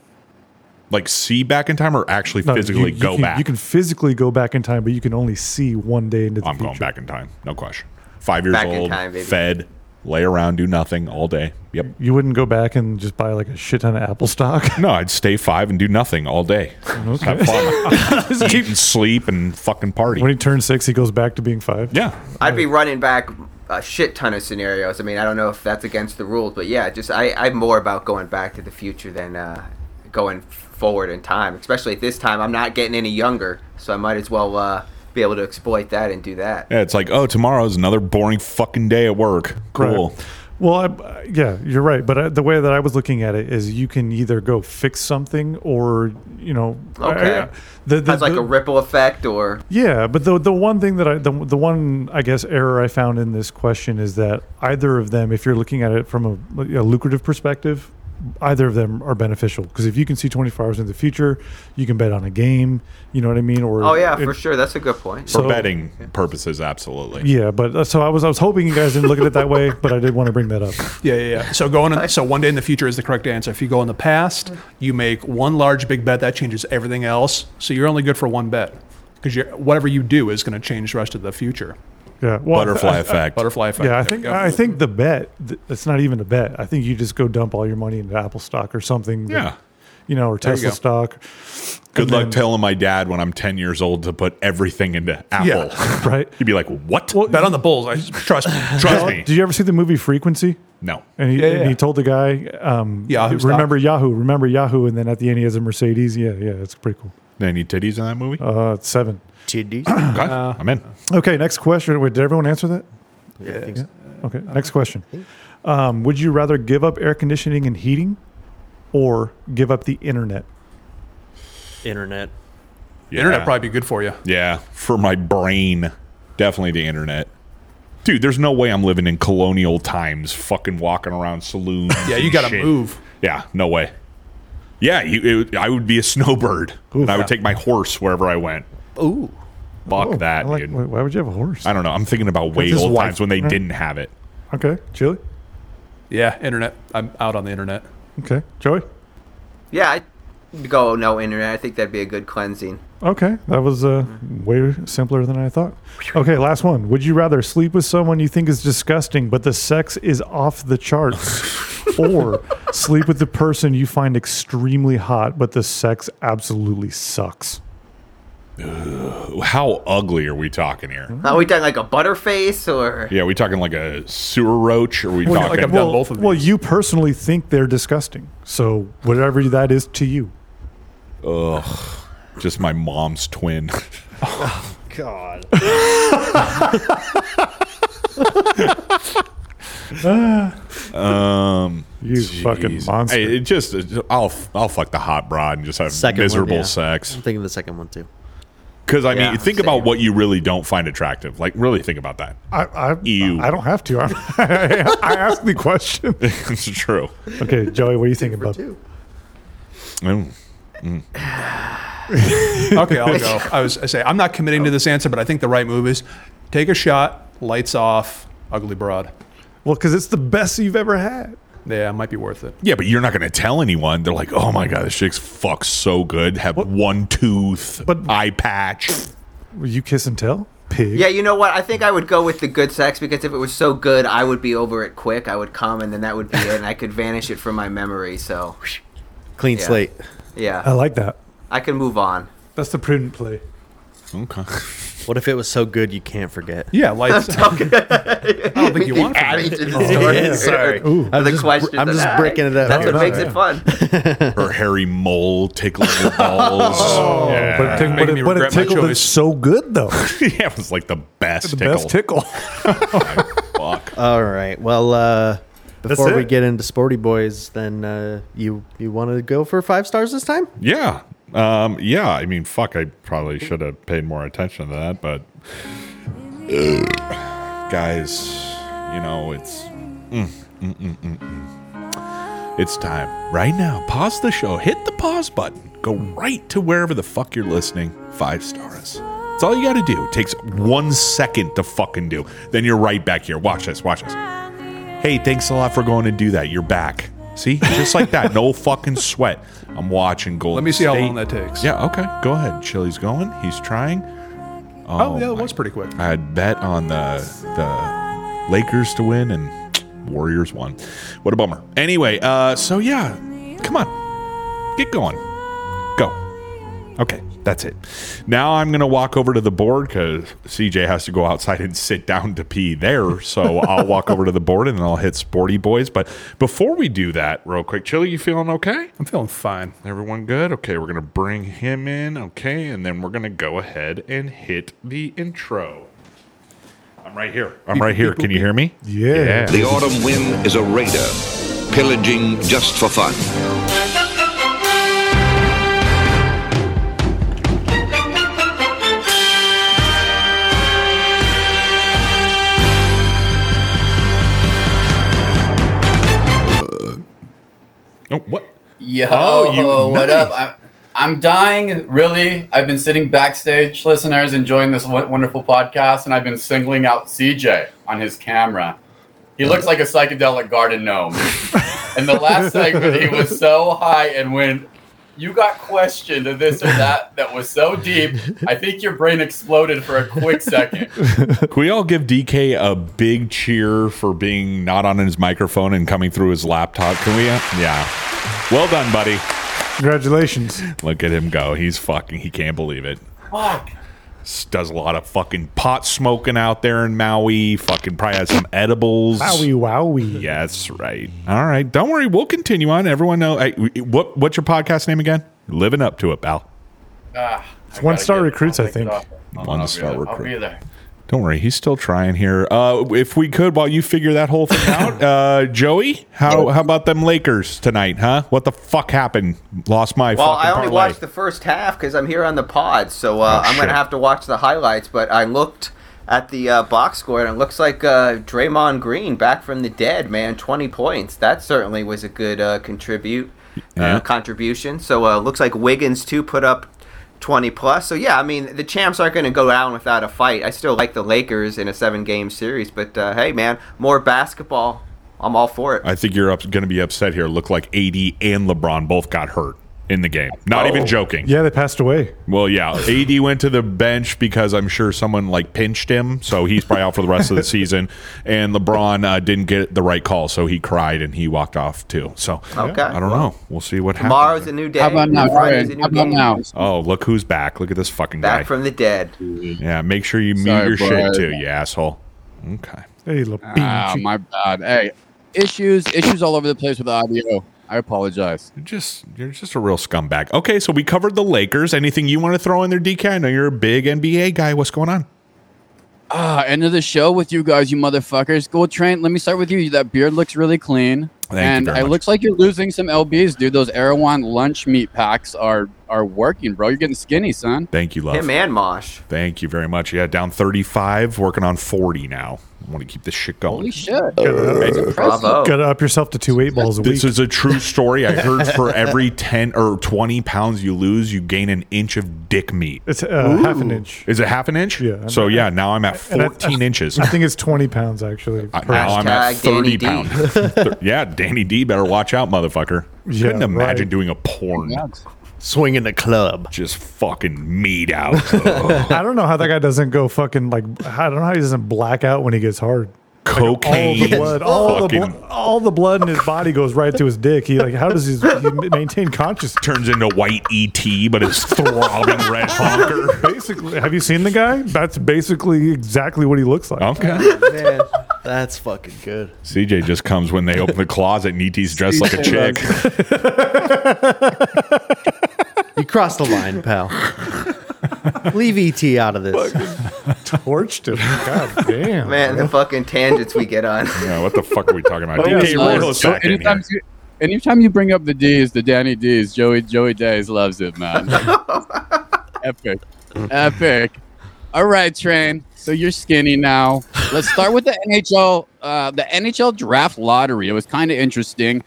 Like, see back in time or actually No, you- physically you go can- back? You can physically go back in time, but you can only see one day into the I'm future. going back in time. No question. Five years Back in old, time, baby. fed, lay around, do nothing all day. Yep. You wouldn't go back and just buy like a shit ton of <laughs> Apple stock. No, I'd stay five and do nothing all <laughs> day. Just Have fun. Just Eat and sleep and fucking party. when he turns six, he goes back to being five. Yeah. I'd be running back a shit ton of scenarios. I mean, I don't know if that's against the rules, but yeah, just I, I'm more about going back to the future than uh, going forward in time. Especially at this time, I'm not getting any younger, so I might as well uh, be able to exploit that and do that. Yeah, it's like, oh, tomorrow's another boring fucking day at work. Cool. Right. Well, I, yeah, you're right. But I, the way that I was looking at it is, you can either go fix something, or you know, Okay. I- I- the, the, That's like the- a ripple effect, or yeah, but the the one thing that I the, the one I guess error I found in this question is that either of them, if you're looking at it from a, a lucrative perspective, either of them are beneficial because if you can see 24 hours into the future, you can bet on a game. You know what I mean? Or oh yeah, for it- sure, that's a good point. So- for betting purposes, absolutely. Yeah, but uh, so I was I was hoping you guys didn't look at it that way, but I did want to bring that up. Yeah, yeah, yeah. So going in, so one day in the future is the correct answer. If you go in the past, you make one large big bet that changes everything else. So you're only good for one bet because whatever you do is going to change the rest of the future. Yeah, Butterfly <laughs> effect. Butterfly effect. Yeah, I There think you go. I think the bet. th- It's not even a bet. I think you just go dump all your money into Apple stock or something. that- Yeah. you know, or There you Tesla go. stock. Good And luck then- telling my dad when I'm 10 years old to put everything into Apple. <laughs> right? He'd be like, "What? Bet on the Bulls. I <laughs> trust me. Trust Well, me." Oh, Did you ever see the movie Frequency? No. And he, Yeah, yeah, and yeah. he told the guy, um, Yahoo stock. remember Yahoo, remember Yahoo, and then at the end he has a Mercedes. Yeah, yeah, it's pretty cool. Any titties in that movie? Uh, it's seven. Titties. okay, I'm in. Okay, next question. Wait, did everyone answer that? Yeah. I think Okay, next question. Um, would you rather give up air conditioning and heating, or give up the internet? Internet. Yeah. Internet probably be good for you. Yeah, for my brain, definitely the internet. Dude, there's no way I'm living in colonial times, fucking walking around saloons. Yeah, you and gotta shit. move. Yeah, no way. Yeah, you, it, would- I would be a <laughs> snowbird. and I would take my horse wherever I went. Ooh. Fuck Oh, that, I like- dude. why- Why would you have a horse? I don't know. I'm thinking about way his old wife. times when they Right. didn't have it. Okay, Chili. Yeah, internet. I'm out on the internet. Okay, Joey. Yeah, I'd go no internet. I think that'd be a good cleansing. Okay, that was uh, Mm-hmm. way simpler than I thought. Okay, last one. Would you rather sleep with someone you think is disgusting, but the sex is off the <laughs> charts, or sleep with the person you find extremely hot, but the sex absolutely sucks? How ugly are we talking here? Are we done like a butterface or? Yeah, are we talking like a sewer roach? Or are we talking well, well, you personally think they're disgusting, so whatever that is to you. Ugh, just my mom's twin. <laughs> God. um, you fucking monster. it just, I'll, I'll fuck the hot broad and just have Second miserable one, yeah. sex. I'm thinking of the second one too. Because I mean, Yeah, think about what you really don't find attractive. Like, really think about that. <laughs> I, I, Ew. I don't have to. I'm, <laughs> I asked the <laughs> question. it's true. Okay, Joey, what are you thinking about? Mm. Mm. okay, I'll go. I was I say I'm not committing to this answer, but I think the right move is take a shot, lights off, ugly broad. Well, because it's the best you've ever had. Yeah, it might be worth it. Yeah, but you're not going to tell anyone. They're like, oh my God, this chick's fucks so good. Have one tooth, eye <laughs> patch. You kiss and tell, pig. Yeah, you know what? I think I would go with the good sex because if it was so good, I would be over it quick. I would come and then that would be it, and I could vanish it from my memory. So Clean Yeah. slate. yeah, I like that. I can move on. <laughs> That's the prudent play. Okay. What if it was so good you can't forget? Yeah, lights. I don't think you want to Adding to the Oh, story. <laughs> yeah, sorry. Or I'm the just- question I'm that just I- breaking it up. That's what No, makes yeah. it fun. <laughs> Her hairy mole tickling your balls. <laughs> Oh, yeah. but it, tick- but it, but it tickled it so <laughs> good though. yeah, it was like the best the tickle. best <laughs> tickle. All right. Well, uh, That's before we it. get into Sporty Boys, then uh, you you want to go for five stars this time? Yeah. Um, yeah. I mean, fuck, I probably should have paid more attention to that, but guys, you know, it's. mm, mm, mm, mm, mm. It's time right now. Pause the show. Hit the pause button. Go right to wherever the fuck you're listening. Five stars. It's all you got to do. It takes one second to fucking do. Then you're right back here. Watch this. Watch this. Hey, thanks a lot for going to do that. You're back. See, just like <laughs> that. No fucking sweat. I'm watching <laughs> Golden. Let me see how State. long that takes. Yeah. Okay. Go ahead. Chili's going. He's trying. Oh, yeah, my it was pretty quick. I had bet on the the Lakers to win and Warriors won. What a bummer. Anyway, uh, so yeah, come on, get going, go. Okay, that's it. Now I'm gonna walk over to the board because CJ has to go outside and sit down to pee there. So I'll walk over to the board and then I'll hit Sporty Boys. But before we do that, real quick, Chili, you feeling okay? I'm feeling fine. Everyone good? Okay, we're gonna bring him in. Okay, and then we're gonna go ahead and hit the intro. I'm right here. I'm right here. Can you hear me? Yeah. The autumn wind is a raider, pillaging just for fun. Oh, what? Yo, Oh, you what nice. up? I'm, I'm dying, really. I've been sitting backstage, listeners, enjoying this wo- wonderful podcast, and I've been singling out CJ on his camera. He looks like a psychedelic garden gnome. In the <laughs> last segment, he was so high, and when you got questioned to this or that that was so deep, I think your brain exploded for a quick <laughs> second. Can we all give DK a big cheer for being not on his microphone and coming through his laptop? Can we? uh, Yeah. Well done, buddy. Congratulations. Look at him go. He's fucking. He can't believe it. Fuck. S- Does a lot of fucking pot smoking out there in Maui. Fucking probably has some edibles. Wowie, wowie. Yeah, that's right. All right. Don't worry. We'll continue on. Everyone know. Hey, what, what's your podcast name again? Living up to it, pal. Ah, It's one star recruits, I think. One star I'll recruit. be there. Don't worry, he's still trying here. Uh, if we could, while you figure that whole thing <laughs> out, uh, Joey, how how about them Lakers tonight, huh? What the fuck happened? Lost my Well, fucking I only parlay. watched the first half because I'm here on the pod, so uh, Oh, I'm going shit. to have to watch the highlights. But I looked at the uh, box score, and it looks like uh, Draymond Green back from the dead, man, 20 points. That certainly was a good uh, contribute Yeah. uh, contribution. So uh, looks like Wiggins too put up 20 plus. So yeah, I mean the champs aren't going to go down without a fight. I still like the Lakers in a seven game series, but uh, hey, man, more basketball. I'm all for it. I think you're up, going to be upset here. Look like AD and LeBron both got hurt in the game. Not even joking. Yeah, they passed away. Well, yeah, AD went to the bench because I'm sure someone like pinched him, so he's probably out for the rest of the season. And LeBron uh, didn't get the right call, so he cried and he walked off too. So Okay. I don't know. We'll see what happens. Tomorrow's a new day. How about now, Friday's a Fred? new How about day. now? Oh, look who's back. Look at this fucking guy. Back from the dead. Yeah, make sure you mute Sorry, your shit bud. too, you asshole. Okay. Hey, Ah, my bad. Hey, issues, issues all over the place with the audio. I apologize. Just you're just a real scumbag. Okay, so we covered the Lakers. Anything you want to throw in there, DK? I know you're a big NBA guy. What's going on? Ah, end of the show with you guys, you motherfuckers. Go Trent. Let me start with you. That beard looks really clean, Thank you and very it much. looks like you're losing some lbs, dude. Those Erewhon lunch meat packs are are working, bro. You're getting skinny, son. Thank you, love. Him and Mosh. Thank you very much. Yeah, down 35, working on 40 now. I want to keep this shit going. Holy shit! Gotta up yourself to two eight balls a week. This is a true story. I heard for <laughs> every 10 or 20 pounds you lose, you gain an inch of dick meat. It's uh, half an inch. Is it half an inch? Yeah. So, yeah, now I'm at And I- <laughs> 14 inches. I think it's 20 pounds, actually. Uh, now I'm at 30 Hashtag Danny <laughs> pounds. yeah, Danny D better watch out, motherfucker. Yeah, Couldn't imagine right. doing a porn. Swinging the club. Just fucking meat out. <laughs> <laughs> I don't know how that guy doesn't go fucking like. I don't know how he doesn't black out when he gets hard. Like, all Cocaine. the blood, all the, Fucking- blo- all the blood in his body goes right to his dick. He like, how does he, he maintain consciousness? Turns into white ET, but it's throbbing <laughs> red honker. Basically, have you seen the guy? That's basically exactly what he looks like. Okay. Man, that's fucking good. CJ just comes when they open the closet and ET's dressed like a CJ chick. You crossed the line, pal. Leave ET out of this. Torched him. God <laughs> damn. Man, the fucking tangents we get <laughs> on. yeah, what the fuck are we talking about? Oh, DK yes, roll nice. us back in anytime, here. you, anytime you bring up the D's, the Danny D's, Joey Joey Days loves it, man. Epic. Epic. All right, train. So you're skinny now. Let's start with the NHL. Uh, the NHL draft lottery. It was kind of interesting,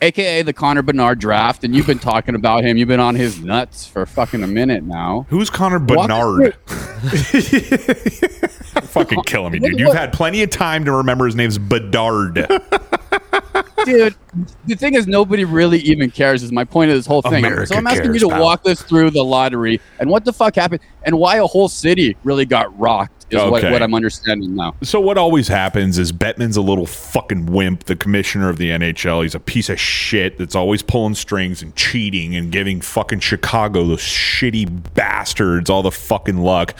aka the Connor Bernard draft. And you've been talking about him. You've been on his nuts for fucking a minute now. Who's Connor Bernard? <laughs> Fucking killing me, dude. You've had plenty of time to remember his name's Bedard. dude. The thing is, nobody really even cares. Is my point of this whole thing. America so I'm asking you cares, to pal. walk us through the lottery and what the fuck happened and why a whole city really got rocked is what, Okay. what I'm understanding now. So what always happens is Bettman's a little fucking wimp, the commissioner of the NHL. He's a piece of shit that's always pulling strings and cheating and giving fucking Chicago those shitty bastards all the fucking luck.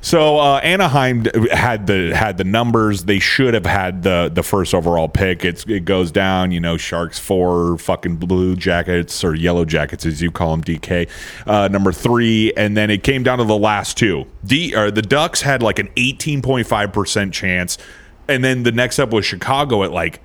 So uh, Anaheim d- had the had the numbers. They should have had the the first overall pick. It's it goes down. You know, Sharks four, fucking Blue Jackets or Yellow Jackets as you call them, DK uh, number three, and then it came down to the last two. D or the Ducks had like an eighteen point five percent chance, and then the next up was Chicago at like.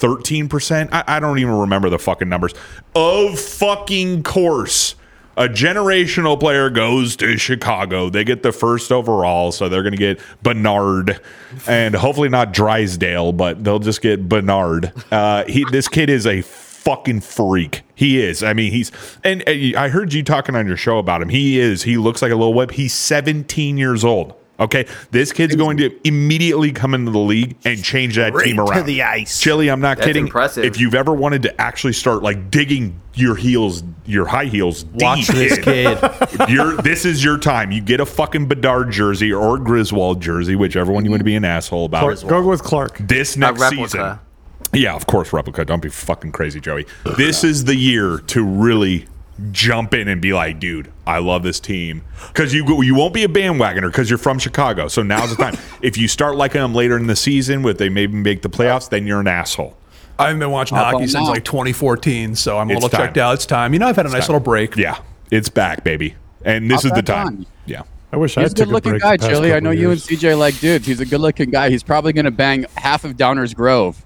13%. I, I don't even remember the fucking numbers. Of fucking course, a generational player goes to Chicago. They get the first overall, so they're going to get Bernard and hopefully not Drysdale, but they'll just get Bernard. Uh, he, this kid is a fucking freak. He is. I mean, he's and, and I heard you talking on your show about him. He is. He looks like a little whip. He's 17 years old. Okay, this kid's going to immediately come into the league and change that Straight team to around. the ice. Chili, I'm not That's kidding. impressive. If you've ever wanted to actually start like digging your heels, your high heels, Watch deep this in, kid. <laughs> you're, this is your time. You get a fucking Bedard jersey or Griswold jersey, whichever one you want to be an asshole about. Clark, go with Clark. This next season. Yeah, of course, replica. Don't be fucking crazy, Joey. This is the year to really jump in and be like, dude, I love this team because you you won't be a bandwagoner because you're from Chicago. So now's <laughs> the time. if you start liking them later in the season, with they maybe make the playoffs, then you're an asshole. I haven't been watching How hockey about since now? like 2014, so I'm a It's little time. checked out. It's time. You know, I've had a It's nice time. little break. Yeah, it's back, baby, and this Hop is the back time. on. Yeah, I wish I He's a took a good looking break guy, the past Chili. I couple know you and years. CJ like dudes. He's a good looking guy. He's probably going to bang half of Downers Grove.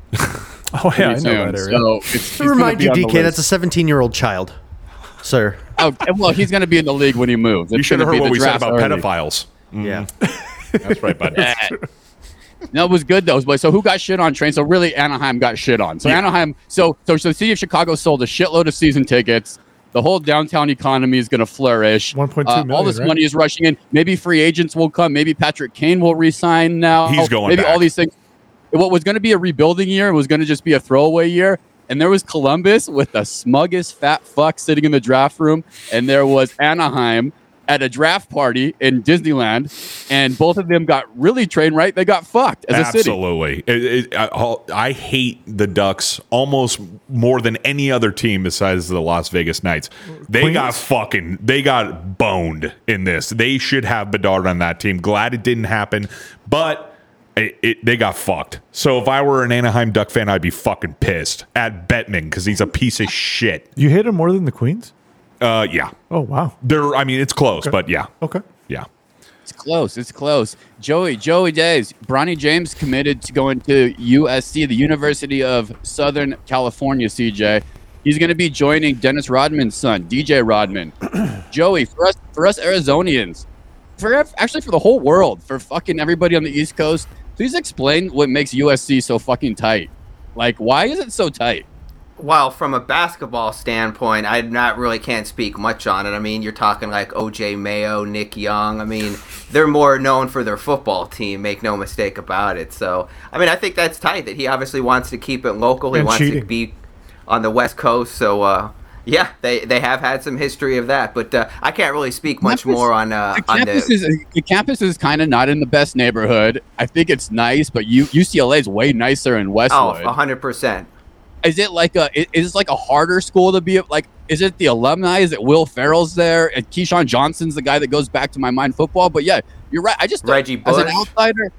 Oh, yeah, I know that area. So it's, he's To gonna remind be you, on the DK, list. that's a 17 year old child, sir. Oh, well, he's going to be in the league when he moves. You It's should have gonna heard be what the we said draft about early. pedophiles. Yeah, that's right, <laughs> bud. Yeah. No, it was good though. But so who got shit on train? So really, Anaheim got shit on. So Anaheim, so so so the city of Chicago sold a shitload of season tickets. The whole downtown economy is going to flourish. One point two 1.2 million. all million, this right? money is rushing in. Maybe free agents will come. Maybe Patrick Kane will resign now. Oh, He's going Maybe back. all these things. What was going to be a rebuilding year was going to just be a throwaway year. And there was Columbus with the smuggest fat fuck sitting in the draft room, and there was Anaheim at a draft party in Disneyland, and both of them got really train right. They got fucked as a city. Absolutely. It- it- I, I'll- I hate the Ducks almost more than any other team besides the Las Vegas Knights. They got fucking, they got boned in this. They should have Bedard on that team. Glad it didn't happen, but it, it, they got fucked. So if I were an Anaheim Duck fan, I'd be fucking pissed at Bettman because he's a piece of shit. You hate him more than the Queens? Uh, yeah. Oh wow. They're, I mean, it's close, Okay. but yeah. Okay. Yeah. It's close. It's close. Joey, Joey Days, Bronny James committed to going to USC, the University of Southern California, CJ. He's going to be joining Dennis Rodman's son, <clears throat> DJ Rodman. Joey, for us, for us Arizonians, for ev- actually for the whole world, for fucking everybody on the East Coast, please explain what makes USC so fucking tight. Like, why is it so tight? Well, from a basketball standpoint, I not really can't speak much on it. I mean, you're talking like OJ Mayo, Nick Young. I mean, they're more known for their football team. Make no mistake about it. So, I mean, I think that's tight. That he obviously wants to keep it local. He And wants cheating. to be on the West Coast. So, uh, yeah, they they have had some history of that. But uh, I can't really speak much Memphis- more on uh, the on campus the. is the campus is kind of not in the best neighborhood. I think it's nice, but U- UCLA is way nicer in Oh, Westwood. 100%. Is it like a i- is it like a harder school to be at? like? Is it the alumni? Is it Will Ferrell's there? And Keyshawn Johnson's the guy that goes back to my mind football. But yeah, you're right. I just don't- Reggie as an Bush. outsider.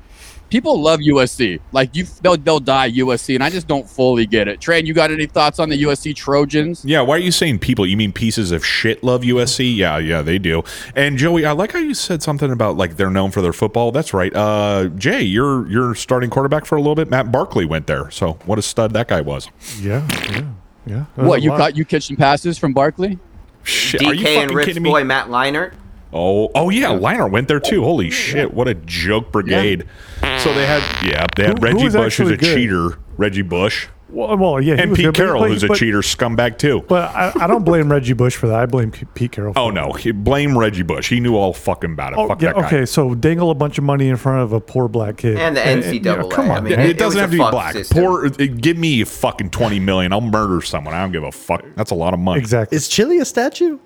People love USC. Like you, they'll they'll die USC, and I just don't fully get it. Train, you got any thoughts on the USC Trojans? Yeah, why are you saying people? You mean pieces of shit love USC? Yeah, yeah, they do. And Joey, I like how you said something about like they're known for their football. That's right. Uh, Jay, you're you're starting quarterback for a little bit. Matt Barkley went there, so what a stud that guy was. Yeah. Yeah. Yeah. What you caught? You catching passes from Barkley? Shit, are you DK and fucking Rick's kidding me? boy, Matt Leinart. Oh, oh yeah, Liner went there too. Holy shit, what a joke brigade! So they had yeah, they had Who- who Reggie was Bush, who's actually a good? cheater. Reggie Bush Well, well yeah. he and was Pete good, but he Carroll, played- who's a but- cheater scumbag too. But I, I don't blame Reggie Bush for that. I blame K- Pete Carroll. For Oh no, he- blame Reggie Bush. He knew all fucking about it. Oh, Fuck yeah, that guy. okay, so dangle a bunch of money in front of a poor black kid. And the yeah, NCAA. come on, I mean, man. it, it was doesn't a have to be fuck black. system. Poor, it- give me fucking twenty million. I'll murder someone. I don't give a fuck. That's a lot of money. Exactly. Is Chili a statue?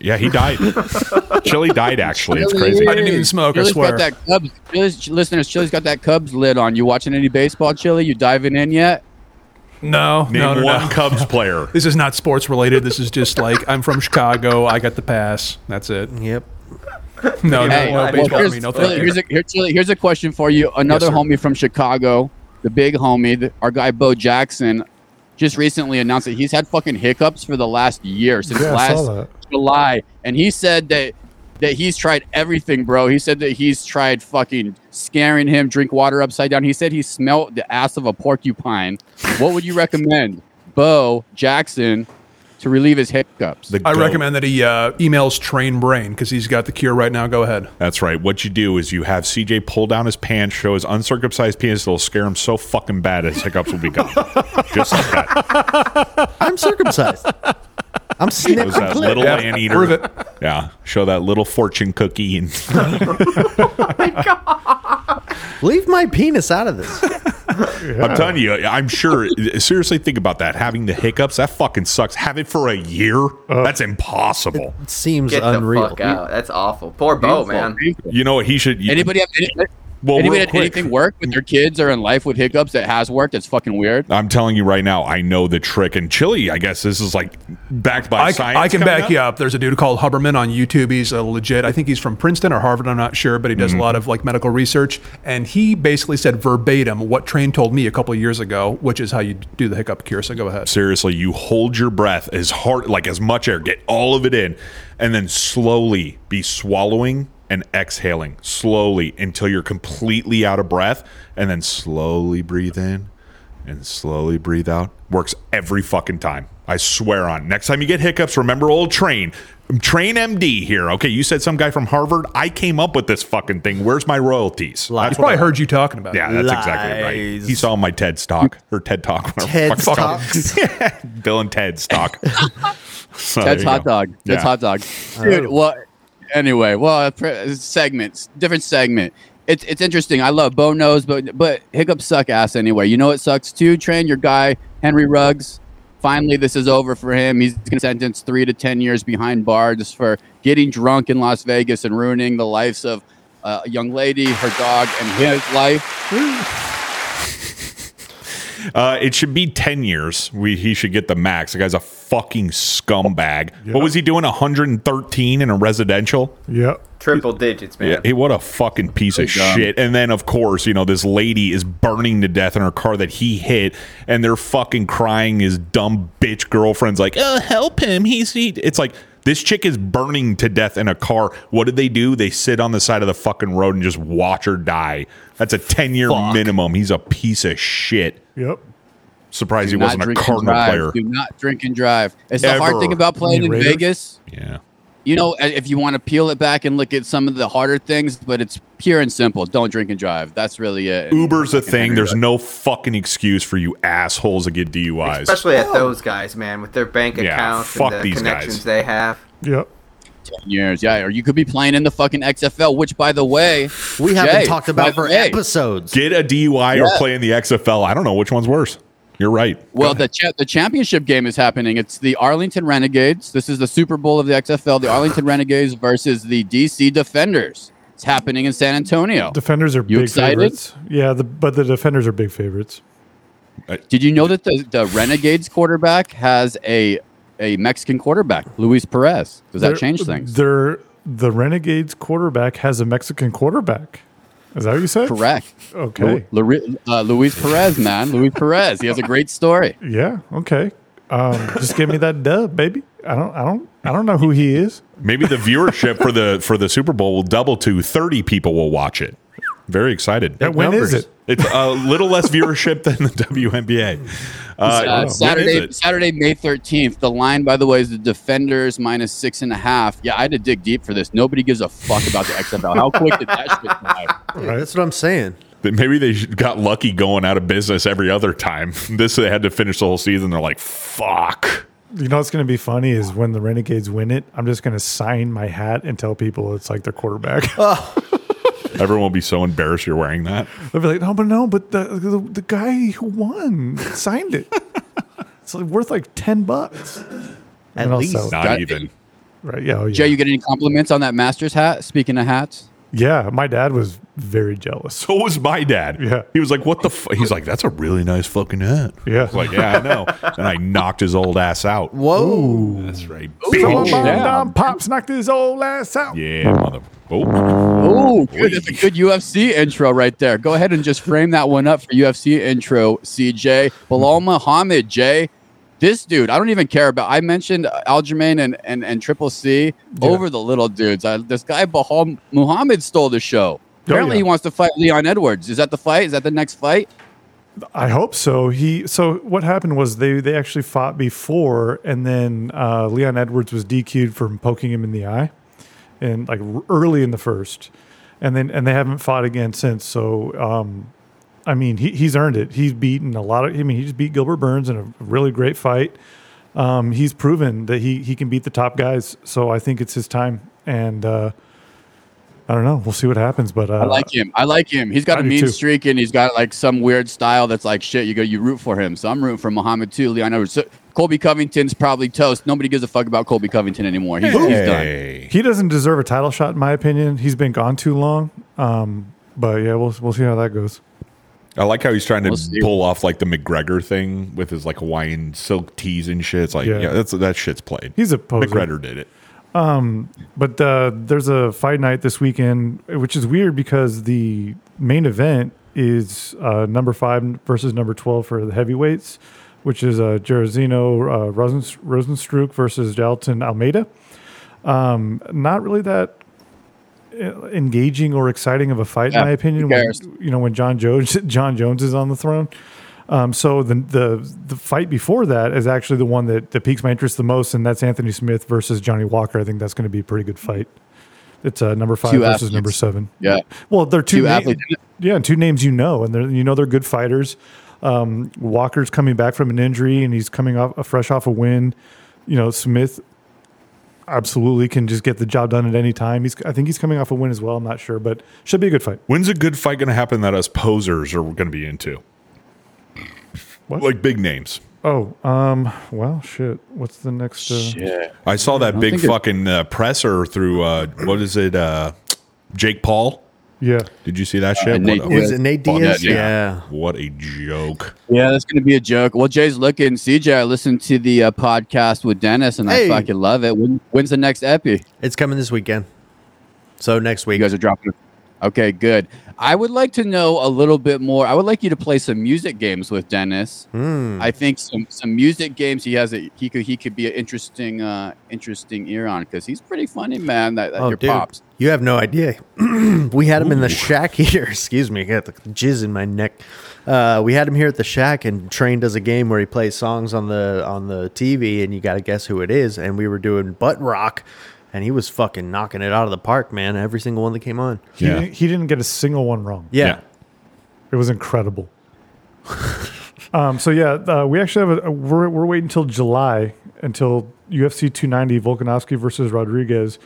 Yeah, he died. Chili died. Actually, it's Chili. crazy. Chili's Got that Cubs, Chili's, listeners, Chili's got that Cubs lid on. You watching any baseball, Chili? You diving in yet? No, Name no, no, one no. Cubs player. <laughs> This is not sports related. This is just like I'm from Chicago. I got the pass. That's it. Yep. Oh, No, no, Hey, no well, baseball. here's, I mean, no, Chili, thank you. here's, a, here, Chili, here's a question for you. Another sir. homie from Chicago, the big homie, th- our guy Bo Jackson, just recently announced that he's had fucking hiccups for the last year since Yeah, I saw last July, and he said that that he's tried everything, bro. He said that he's tried fucking scaring him, drink water upside down. He said he smelt the ass of a porcupine. what would you recommend, Bo Jackson, to relieve his hiccups? I recommend that he uh, emails Train Brain because he's got the cure right now. Go ahead. That's right. What you do is you have CJ pull down his pants, show his uncircumcised penis. It'll scare him so fucking bad his hiccups will be gone. Just like that. I'm circumcised. I'm It snipping was that little Yeah, anteater. prove it. Yeah. Show that little fortune cookie. And Leave my penis out of this. I'm telling you, I'm sure. Seriously, think about that. Having the hiccups, that fucking sucks. Have it for a year. That's impossible. It seems Get unreal. the fuck out. That's awful. Poor Bo, Oh, man. You know what? He should. Anybody have any, Well, anybody real had quick. anything work with their kids or in life with hiccups that has worked? That's fucking weird. I'm telling you right now, I know the trick. And Chili, I guess this is like backed by I, c- science. I can coming back you up. There's a dude called Huberman on YouTube. He's a legit. I think he's from Princeton or Harvard. I'm not sure, but he does Mm-hmm. a lot of like medical research. And he basically said verbatim what Train told me a couple of years ago, which is how you do the hiccup cure. So go ahead. Seriously, you hold your breath as hard, like as much air, get all of it in, and then slowly be swallowing and exhaling slowly until you're completely out of breath, and then slowly breathe in and slowly breathe out. Works every fucking time. I swear on. Next time you get hiccups, remember old train. Train MD here. Okay, you said some guy from Harvard. I came up with this fucking thing. Where's my royalties? He's That's what probably I- heard you talking about. Yeah, that's exactly right. He saw my TED talk or TED talk. TED Fuck, fuck. <laughs> Talks. Dylan <laughs> TED talk. So there That's you go. hot dog. That's Yeah. hot dog. Dude, well, anyway, well, uh, pre- segments, different segment. It's, it's interesting. I love Bo knows, but but hiccups suck ass anyway. You know what sucks too? Train your guy Henry Ruggs. Finally, this is over for him. He's been sentenced three to ten years behind bars for getting drunk in Las Vegas and ruining the lives of uh, a young lady, her dog, and his life. Uh, it should be ten years. We he should get the max. The guy's a fucking scumbag. What was he doing? 113 in a residential. Yeah. Triple digits, man. Yeah, he, what a fucking piece of dumb. shit. And then, of course, you know, this lady is burning to death in her car that he hit, and they're fucking crying. His dumb bitch girlfriend's like, oh, help him. He's, he, it's like, this chick is burning to death in a car. What did they do? They sit on the side of the fucking road and just watch her die. That's a 10 year minimum. He's a piece of shit. Yep. Surprised Do he not wasn't a drink and Cardinal drive. player. Do not drink and drive. It's the hard Ever. thing about playing You in mean Raiders? Vegas. Yeah. You know, a- if you want to peel it back and look at some of the harder things, but it's pure and simple. Don't drink and drive. That's really it. Uber's a thing. There's no fucking excuse for you assholes that get DUIs. Especially at those guys, man, with their bank Yeah, accounts fuck and the these connections guys. they have. Yep. years. Yeah, or you could be playing in the fucking XFL, which, by the way, We haven't talked about by the for way- episodes. Get a DUI Yeah. or play in the XFL. I don't know which one's worse. You're right. Well, the cha- the championship game is happening. It's the Arlington Renegades. This is the Super Bowl of the XFL. The Arlington Renegades versus the DC Defenders. It's happening in San Antonio. Defenders are You big excited? favorites. Yeah, the, but the defenders are big favorites. Did you know that the, the Renegades quarterback has a a Mexican quarterback, Luis Perez? Does that They're- change things? They're the Renegades quarterback has a Mexican quarterback. Is that what you said? Correct. Okay. Lu- Lu- uh, Luis Perez, man, Luis Perez. He has a <laughs> great story. Yeah. Okay. Um, just give me that dub, baby. I don't. I don't. I don't know who he is. Maybe the viewership for the for the Super Bowl will double to 30 people will watch it. Very excited. Yeah, when is it? It's a little less viewership than the WNBA. Uh, when is Saturday, it? Saturday, May thirteenth. The line, by the way, is the Defenders minus six and a half. Yeah, I had to dig deep for this. Nobody gives a fuck about the XFL. How quick did that <laughs> shit fly? Yeah, That's what I'm saying. That Maybe they should- got lucky going out of business every other time. <laughs> This they had to finish the whole season. They're like, fuck. You know what's going to be funny is when the Renegades win it. I'm just going to sign my hat and tell people it's like their quarterback. <laughs> <laughs> Everyone will be so embarrassed you're wearing that. They'll be like, no, but no, but the the, the guy who won signed <laughs> it. it's like worth like ten bucks. And I'll sell it. Not even. Right? Yeah. oh, yeah. Jay, you get any compliments on that Masters hat? Speaking of hats, Yeah, my dad was very jealous. So was my dad. Yeah. He was like, "What the?" F-? He's like, "That's a really nice fucking hat." Yeah. like, yeah, I know. And I knocked his old ass out. Whoa. That's right. Someone bitch. bombed down Pops knocked his old ass out. Yeah, mother. Oh, good. That's a good UFC intro right there. Go ahead and just frame that one up for UFC intro, CJ. Bilal Muhammad, Jay. This dude, I don't even care about. I mentioned Aljamain and, and, and Triple C over the little dudes. I, this guy, Bilal Muhammad, stole the show. Apparently, he wants to fight Leon Edwards. Is that the fight? Is that the next fight? I hope so. He so what happened was they they actually fought before, and then uh, Leon Edwards was DQ'd from poking him in the eye, and like r- early in the first, and then and they haven't fought again since. So um, I mean he he's earned it. He's beaten a lot of. I mean he just beat Gilbert Burns in a really great fight. Um, he's proven that he he can beat the top guys. So I think it's his time, and uh, I don't know. We'll see what happens, but uh, I like him. I like him. He's got I a do mean too. streak and he's got like some weird style that's like shit. You go, you root for him. So I'm rooting for Muhammad too. Leon Edwards. So Colby Covington's probably toast. Nobody gives a fuck about Colby Covington anymore. He's, he's done. He doesn't deserve a title shot, in my opinion. He's been gone too long. Um, but yeah, we'll we'll see how that goes. I like how he's trying to pull off like the McGregor thing with his like Hawaiian silk tees and shit. It's like, Yeah. yeah, that's that shit's played. He's a poser. McGregor did it. Um, but uh, there's a fight night this weekend, which is weird because the main event is uh, number five versus number twelve for the heavyweights, which is uh, Gerozino uh, Rosen, Rosenstruck versus Dalton Almeida. Um, not really that uh, engaging or exciting of a fight, Yeah, in my opinion. who When, cares? you know, when John Jones <laughs> John Jones is on the throne. Um, so the the the fight before that is actually the one that, that piques my interest the most, and that's Anthony Smith versus Johnny Walker. I think that's going to be a pretty good fight. It's uh, number five Two versus athletes. number seven. Yeah. Well, they're two, Two na- athletes. Yeah, two names you know, and they're you know they're good fighters. Um, Walker's coming back from an injury, and he's coming off fresh off a win. You know, Smith absolutely can just get the job done at any time. He's I think he's coming off a win as well. I'm not sure, but should be a good fight. When's a good fight going to happen that us posers are going to be into? Like big names. Oh, um, well, shit. What's the next? Uh, I saw that don't big think it- fucking uh, presser through uh, what is it? Uh, Jake Paul. Yeah. Did you see that shit? Uh, What Nate a- Diaz. Is it Nate fuck Diaz? What a joke. Yeah, that's gonna be a joke. Well, Jay's looking. CJ, I listened to the uh, podcast with Dennis, and Hey. I fucking love it. When, when's the next epi? It's coming this weekend. So next week, you guys are dropping. it. Okay, good. I would like to know a little bit more. I would like you to play some music games with Dennis. I think some some music games he has. A, he could he could be an interesting uh interesting ear on because he's pretty funny, man. That, that your pops. Oh, You have no idea. <clears throat> we had him in the shack <laughs> here. Excuse me, I got the jizz in my neck. Uh, we had him here at the shack, and Train does a game where he plays songs on the on the TV, and you got to guess who it is. And we were doing butt rock, and he was fucking knocking it out of the park, man. Every single one that came on. He, didn't, he didn't get a single one wrong. Yeah. It was incredible. um, so yeah, uh, we actually have a, a- we're we're waiting until July until UFC 290 Volkanovski versus Rodriguez.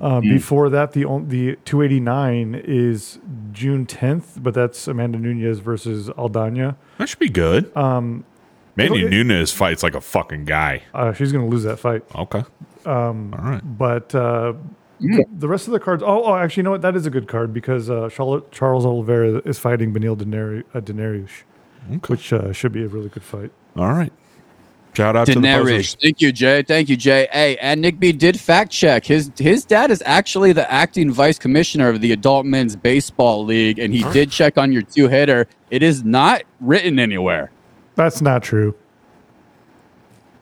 Uh, Mhm. Before that, the on- the 289 is June 10th, but that's Amanda Nunez versus Aldana. That should be good. Um, Mandy it'll- it- Nunes fights like a fucking guy. uh, she's going to lose that fight. Okay. Um, All right. But uh, the rest of the cards. Oh, oh, actually, you know what? That is a good card because uh, Charlotte, Charles Oliveira is fighting Benil Denari- uh, Denarius, which uh, should be a really good fight. All right. Shout out to the <laughs> Daenerys. posers. Thank you, Jay. Thank you, Jay. Hey, and Nick B did fact check. His his dad is actually the acting vice commissioner of the Adult Men's Baseball League, and he did check on your two hitter. It is not written anywhere. That's not true.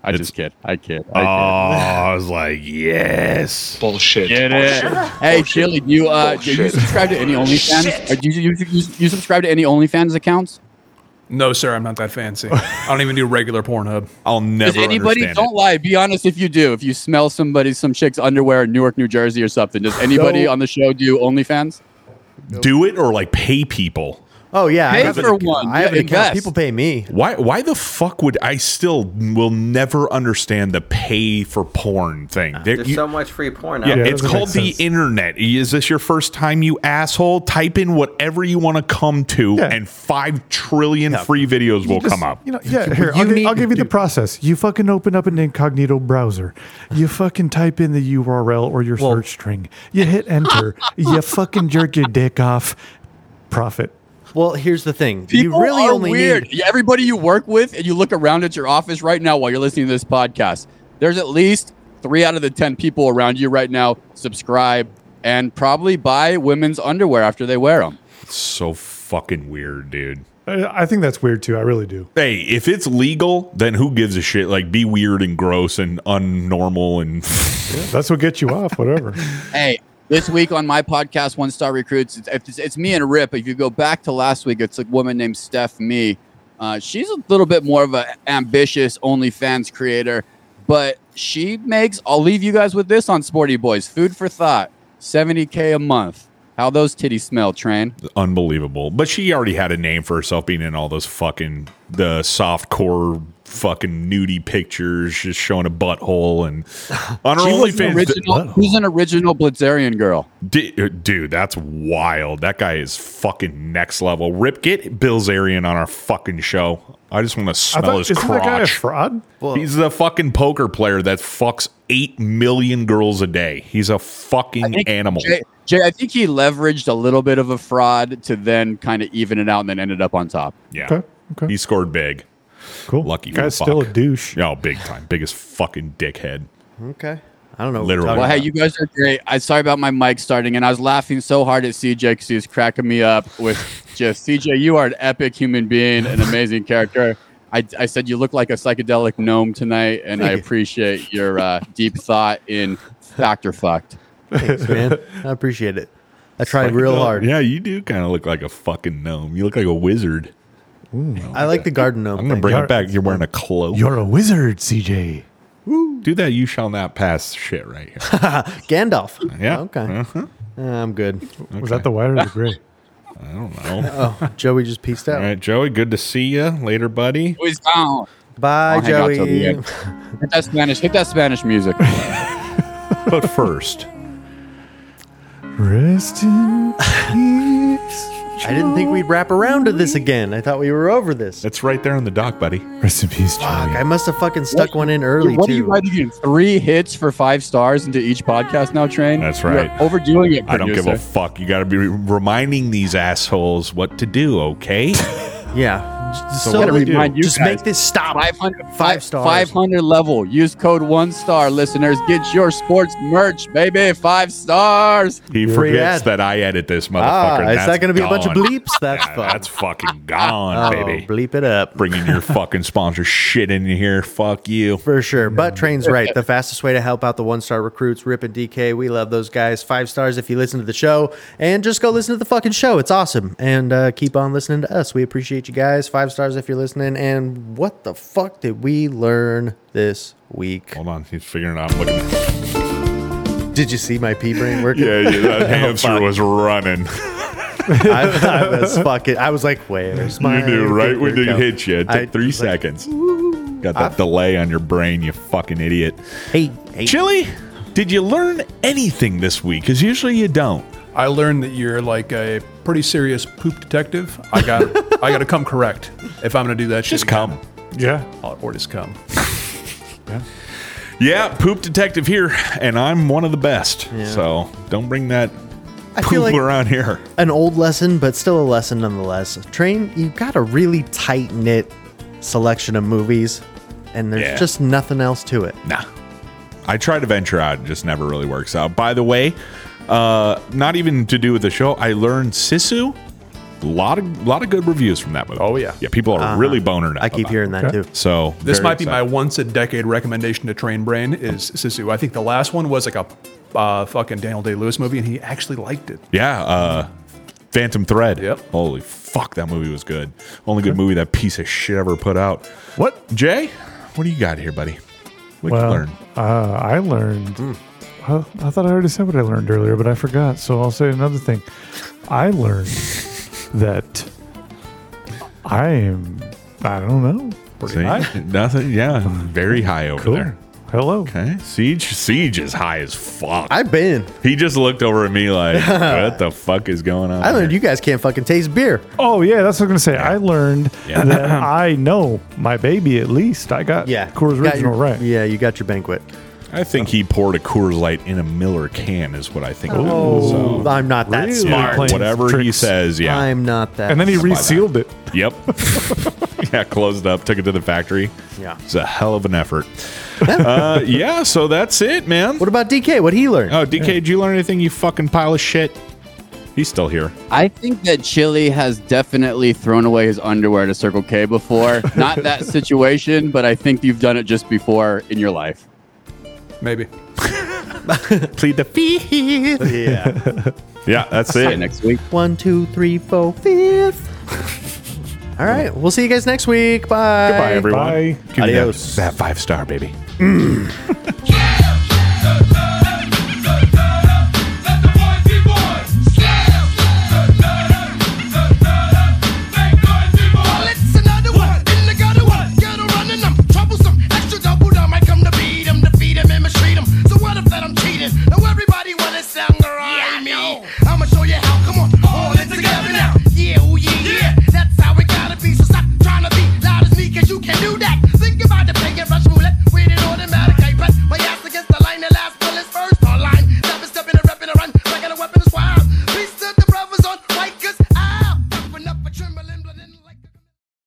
I just kid. I kid. Oh, I was like, yes. Bullshit. Get it. Hey, Chili, do you uh, do you Bullshit. subscribe to any OnlyFans? Or do you, you, you, you subscribe to any OnlyFans accounts? No, sir, I'm not that fancy. I don't even do regular Pornhub. I'll never. Does anybody? Don't lie. Be honest if you do. If you smell somebody, some chick's underwear in Newark, New Jersey, or something. Does anybody No. on the show do OnlyFans? Do it or like pay people. Oh yeah, Pay I have for an, one. I have Yeah, an account. invest. People pay me. Why? Why the fuck would I still will never understand the pay for porn thing? Ah, There- There's you- so much free porn. out yeah, there. it's called the internet. Is this your first time, you asshole? Type in whatever you want to come to, Yeah. and five trillion free videos will come up. You know, yeah, here, I'll, gi- I'll give you the process. You fucking open up an incognito browser. You fucking type in the URL or your search string. You hit enter. <laughs> you fucking jerk your dick off. Profit. Well, here's the thing. People People are weird. Yeah, Everybody you work with, and you look around at your office right now while you're listening to this podcast, there's at least three out of the 10 people around you right now subscribe and probably buy women's underwear after they wear them. So fucking weird, dude. I, I think that's weird too. I really do. Hey, if it's legal, then who gives a shit? Like, be weird and gross and unnormal and <laughs> That's what gets you off. <laughs> Whatever. Hey, this week on my podcast, One Star Recruits, it's, it's, it's me and Rip. If you go back to last week, it's a woman named Steph Me. Uh, she's a little bit more of an ambitious OnlyFans creator, but she makes, I'll leave you guys with this on Sporty Boys food for thought 70K a month. How those titties smell, Train. unbelievable. But she already had a name for herself being in all those fucking the soft core fucking nudie pictures, just showing a butthole <laughs> and on her She was an OnlyFans. original, she's an original Blitzerian girl. Di- uh, Dude, that's wild. That guy is fucking next level. Rip, get Bill Zarian on our fucking show. I just want to smell thought- his isn't that guy a crotch. fraud? He's the fucking poker player that fucks eight million girls a day. He's a fucking animal. Jay, Jay, I think he leveraged a little bit of a fraud to then kind of even it out and then ended up on top. Yeah. Okay, He scored big. Cool. Lucky Guy's fuck. still a douche. Oh, big time. Biggest fucking dickhead. Okay. I don't know. Literally. Well, hey, you guys are great. I sorry about my mic starting, and I was laughing so hard at CJ because he was cracking me up with just CJ. You are an epic human being, an amazing character. I, I said you look like a psychedelic gnome tonight, and I appreciate your uh, deep thought in Factor Fucked. Thanks, man. I appreciate it. I tried Fucking real gnome. hard. Yeah, you do kind of look like a fucking gnome. You look like a wizard. I like the garden gnome. I'm gonna thing. bring it back. You're wearing a cloak. You're a wizard, CJ. do that. You shall not pass. Shit, right <laughs> here. Gandalf. Yeah. Okay. Uh, I'm good. Was that the white or the gray? I don't know. Oh, Joey just peaced out. All right, Joey. Good to see you later, buddy. Always down. Bye, I'll hang out till the Joey. end. Hit that Spanish. Hit that Spanish music. But first, Rest in peace. I didn't think we'd wrap around to this again. I thought we were over this. it's right there in the <laughs> dock, buddy. Rest in peace, Fuck, Joey. I must have fucking stuck one in <laughs> early Dude, what too. are you writing? in? Three hits for five stars into each podcast now, Train? That's You are right. overdoing it, I don't give a producer. fuck. You got to be re- reminding these assholes what to do. Okay. yeah. Just- So So, what do we do? Remind you just guys. make this stop. 500, Five stars. 500 level. Use code one star, listeners. Get your sports merch, baby. Five stars. He Free forgets ad. that I edit this motherfucker. Ah, is that That's going to be a bunch of gone. bleeps? That's <laughs> Yeah, fun. That's fucking gone, Oh, baby. bleep it up. Bringing <laughs> your fucking sponsor shit in here. Fuck you. For sure. But Train's right. <laughs> The fastest way to help out the one star recruits, Rip and DK, we love those guys. Five stars if you listen to the show. And just go listen to the fucking show. It's awesome. And uh, keep on listening to us. We appreciate you guys. Five stars if you're listening. And what the fuck did we learn this week? Hold on, he's figuring out. <laughs> Look at that. Did you see my pea brain working? Yeah, <laughs> yeah, Oh, that hamster was running. <laughs> I, I was fucking. I was like, where's my? You knew right when finger it go? hit you. It took I- three seconds. Got Ah. that delay on your brain, you fucking idiot. Hey, hey. Chili, did you learn anything this week? Because usually you don't. I learned that you're like a pretty serious poop detective. I got I got to come correct if I'm going to do that shit. Just come. Yeah. I'll- or just come. Yeah, poop detective here, and I'm one of the best. So don't bring that I poop feel like around here. an old lesson, but still a lesson nonetheless. Train, you got a really tight knit selection of movies, and there's Yeah. just nothing else to it. Nah. I try to venture out, it just never really works out. By the way, uh, not even to do with the show, I learned Sisu. A lot of lot of good reviews from that movie. Oh yeah. yeah. People are really boner now. I keep hearing that too. So This very might be my excited. once a decade recommendation to Train Brain is Sisu. I think the last one was like a uh, fucking Daniel Day Lewis movie, and he actually liked it. yeah. Uh, Phantom Thread. Yep. Holy fuck, that movie was good. Only good movie that piece of shit ever put out. What Jay? What do you got here, buddy? What would you Well, learn? Uh, I learned. I, I thought I already said what I learned earlier, but I forgot. So I'll say another thing. I learned that I am. I don't know. Pretty See? high. <laughs> Nothing. Yeah, very high over Cool. there. Hello. Okay. Siege. Siege is high as fuck. I've been. He just looked over at me <laughs> like, "What the fuck is going on?" I learned you guys can't fucking taste beer. Oh yeah, that's what I'm gonna say. I learned Yeah. that I know my baby at least. I got Yeah. Coors Got Original your- right. Yeah, you got your banquet. I think he poured a Coors Light in a Miller can, is what I think. happened. Oh, I'm not that Yeah, smart. Whatever he says, yeah. I'm not that. And then he Buy that. resealed it. Yep. <laughs> yeah, closed up, took it to the factory. Yeah. It's a hell of an effort. uh, yeah, so that's it, man. What about DK? What he learned? Oh, DK, did you learn anything, you fucking pile of shit? He's still here. I think that Chili has definitely thrown away his underwear to Circle <laughs> K before. Not that situation, but I think you've done it just before in your life. Maybe. Plead the fifth. Yeah. yeah, that's See it. you next week. One, two, three, four, fifth. <laughs> All right. We'll see you guys next week. Bye. Goodbye, everyone. Bye. Give me that- That five star, baby. Mm.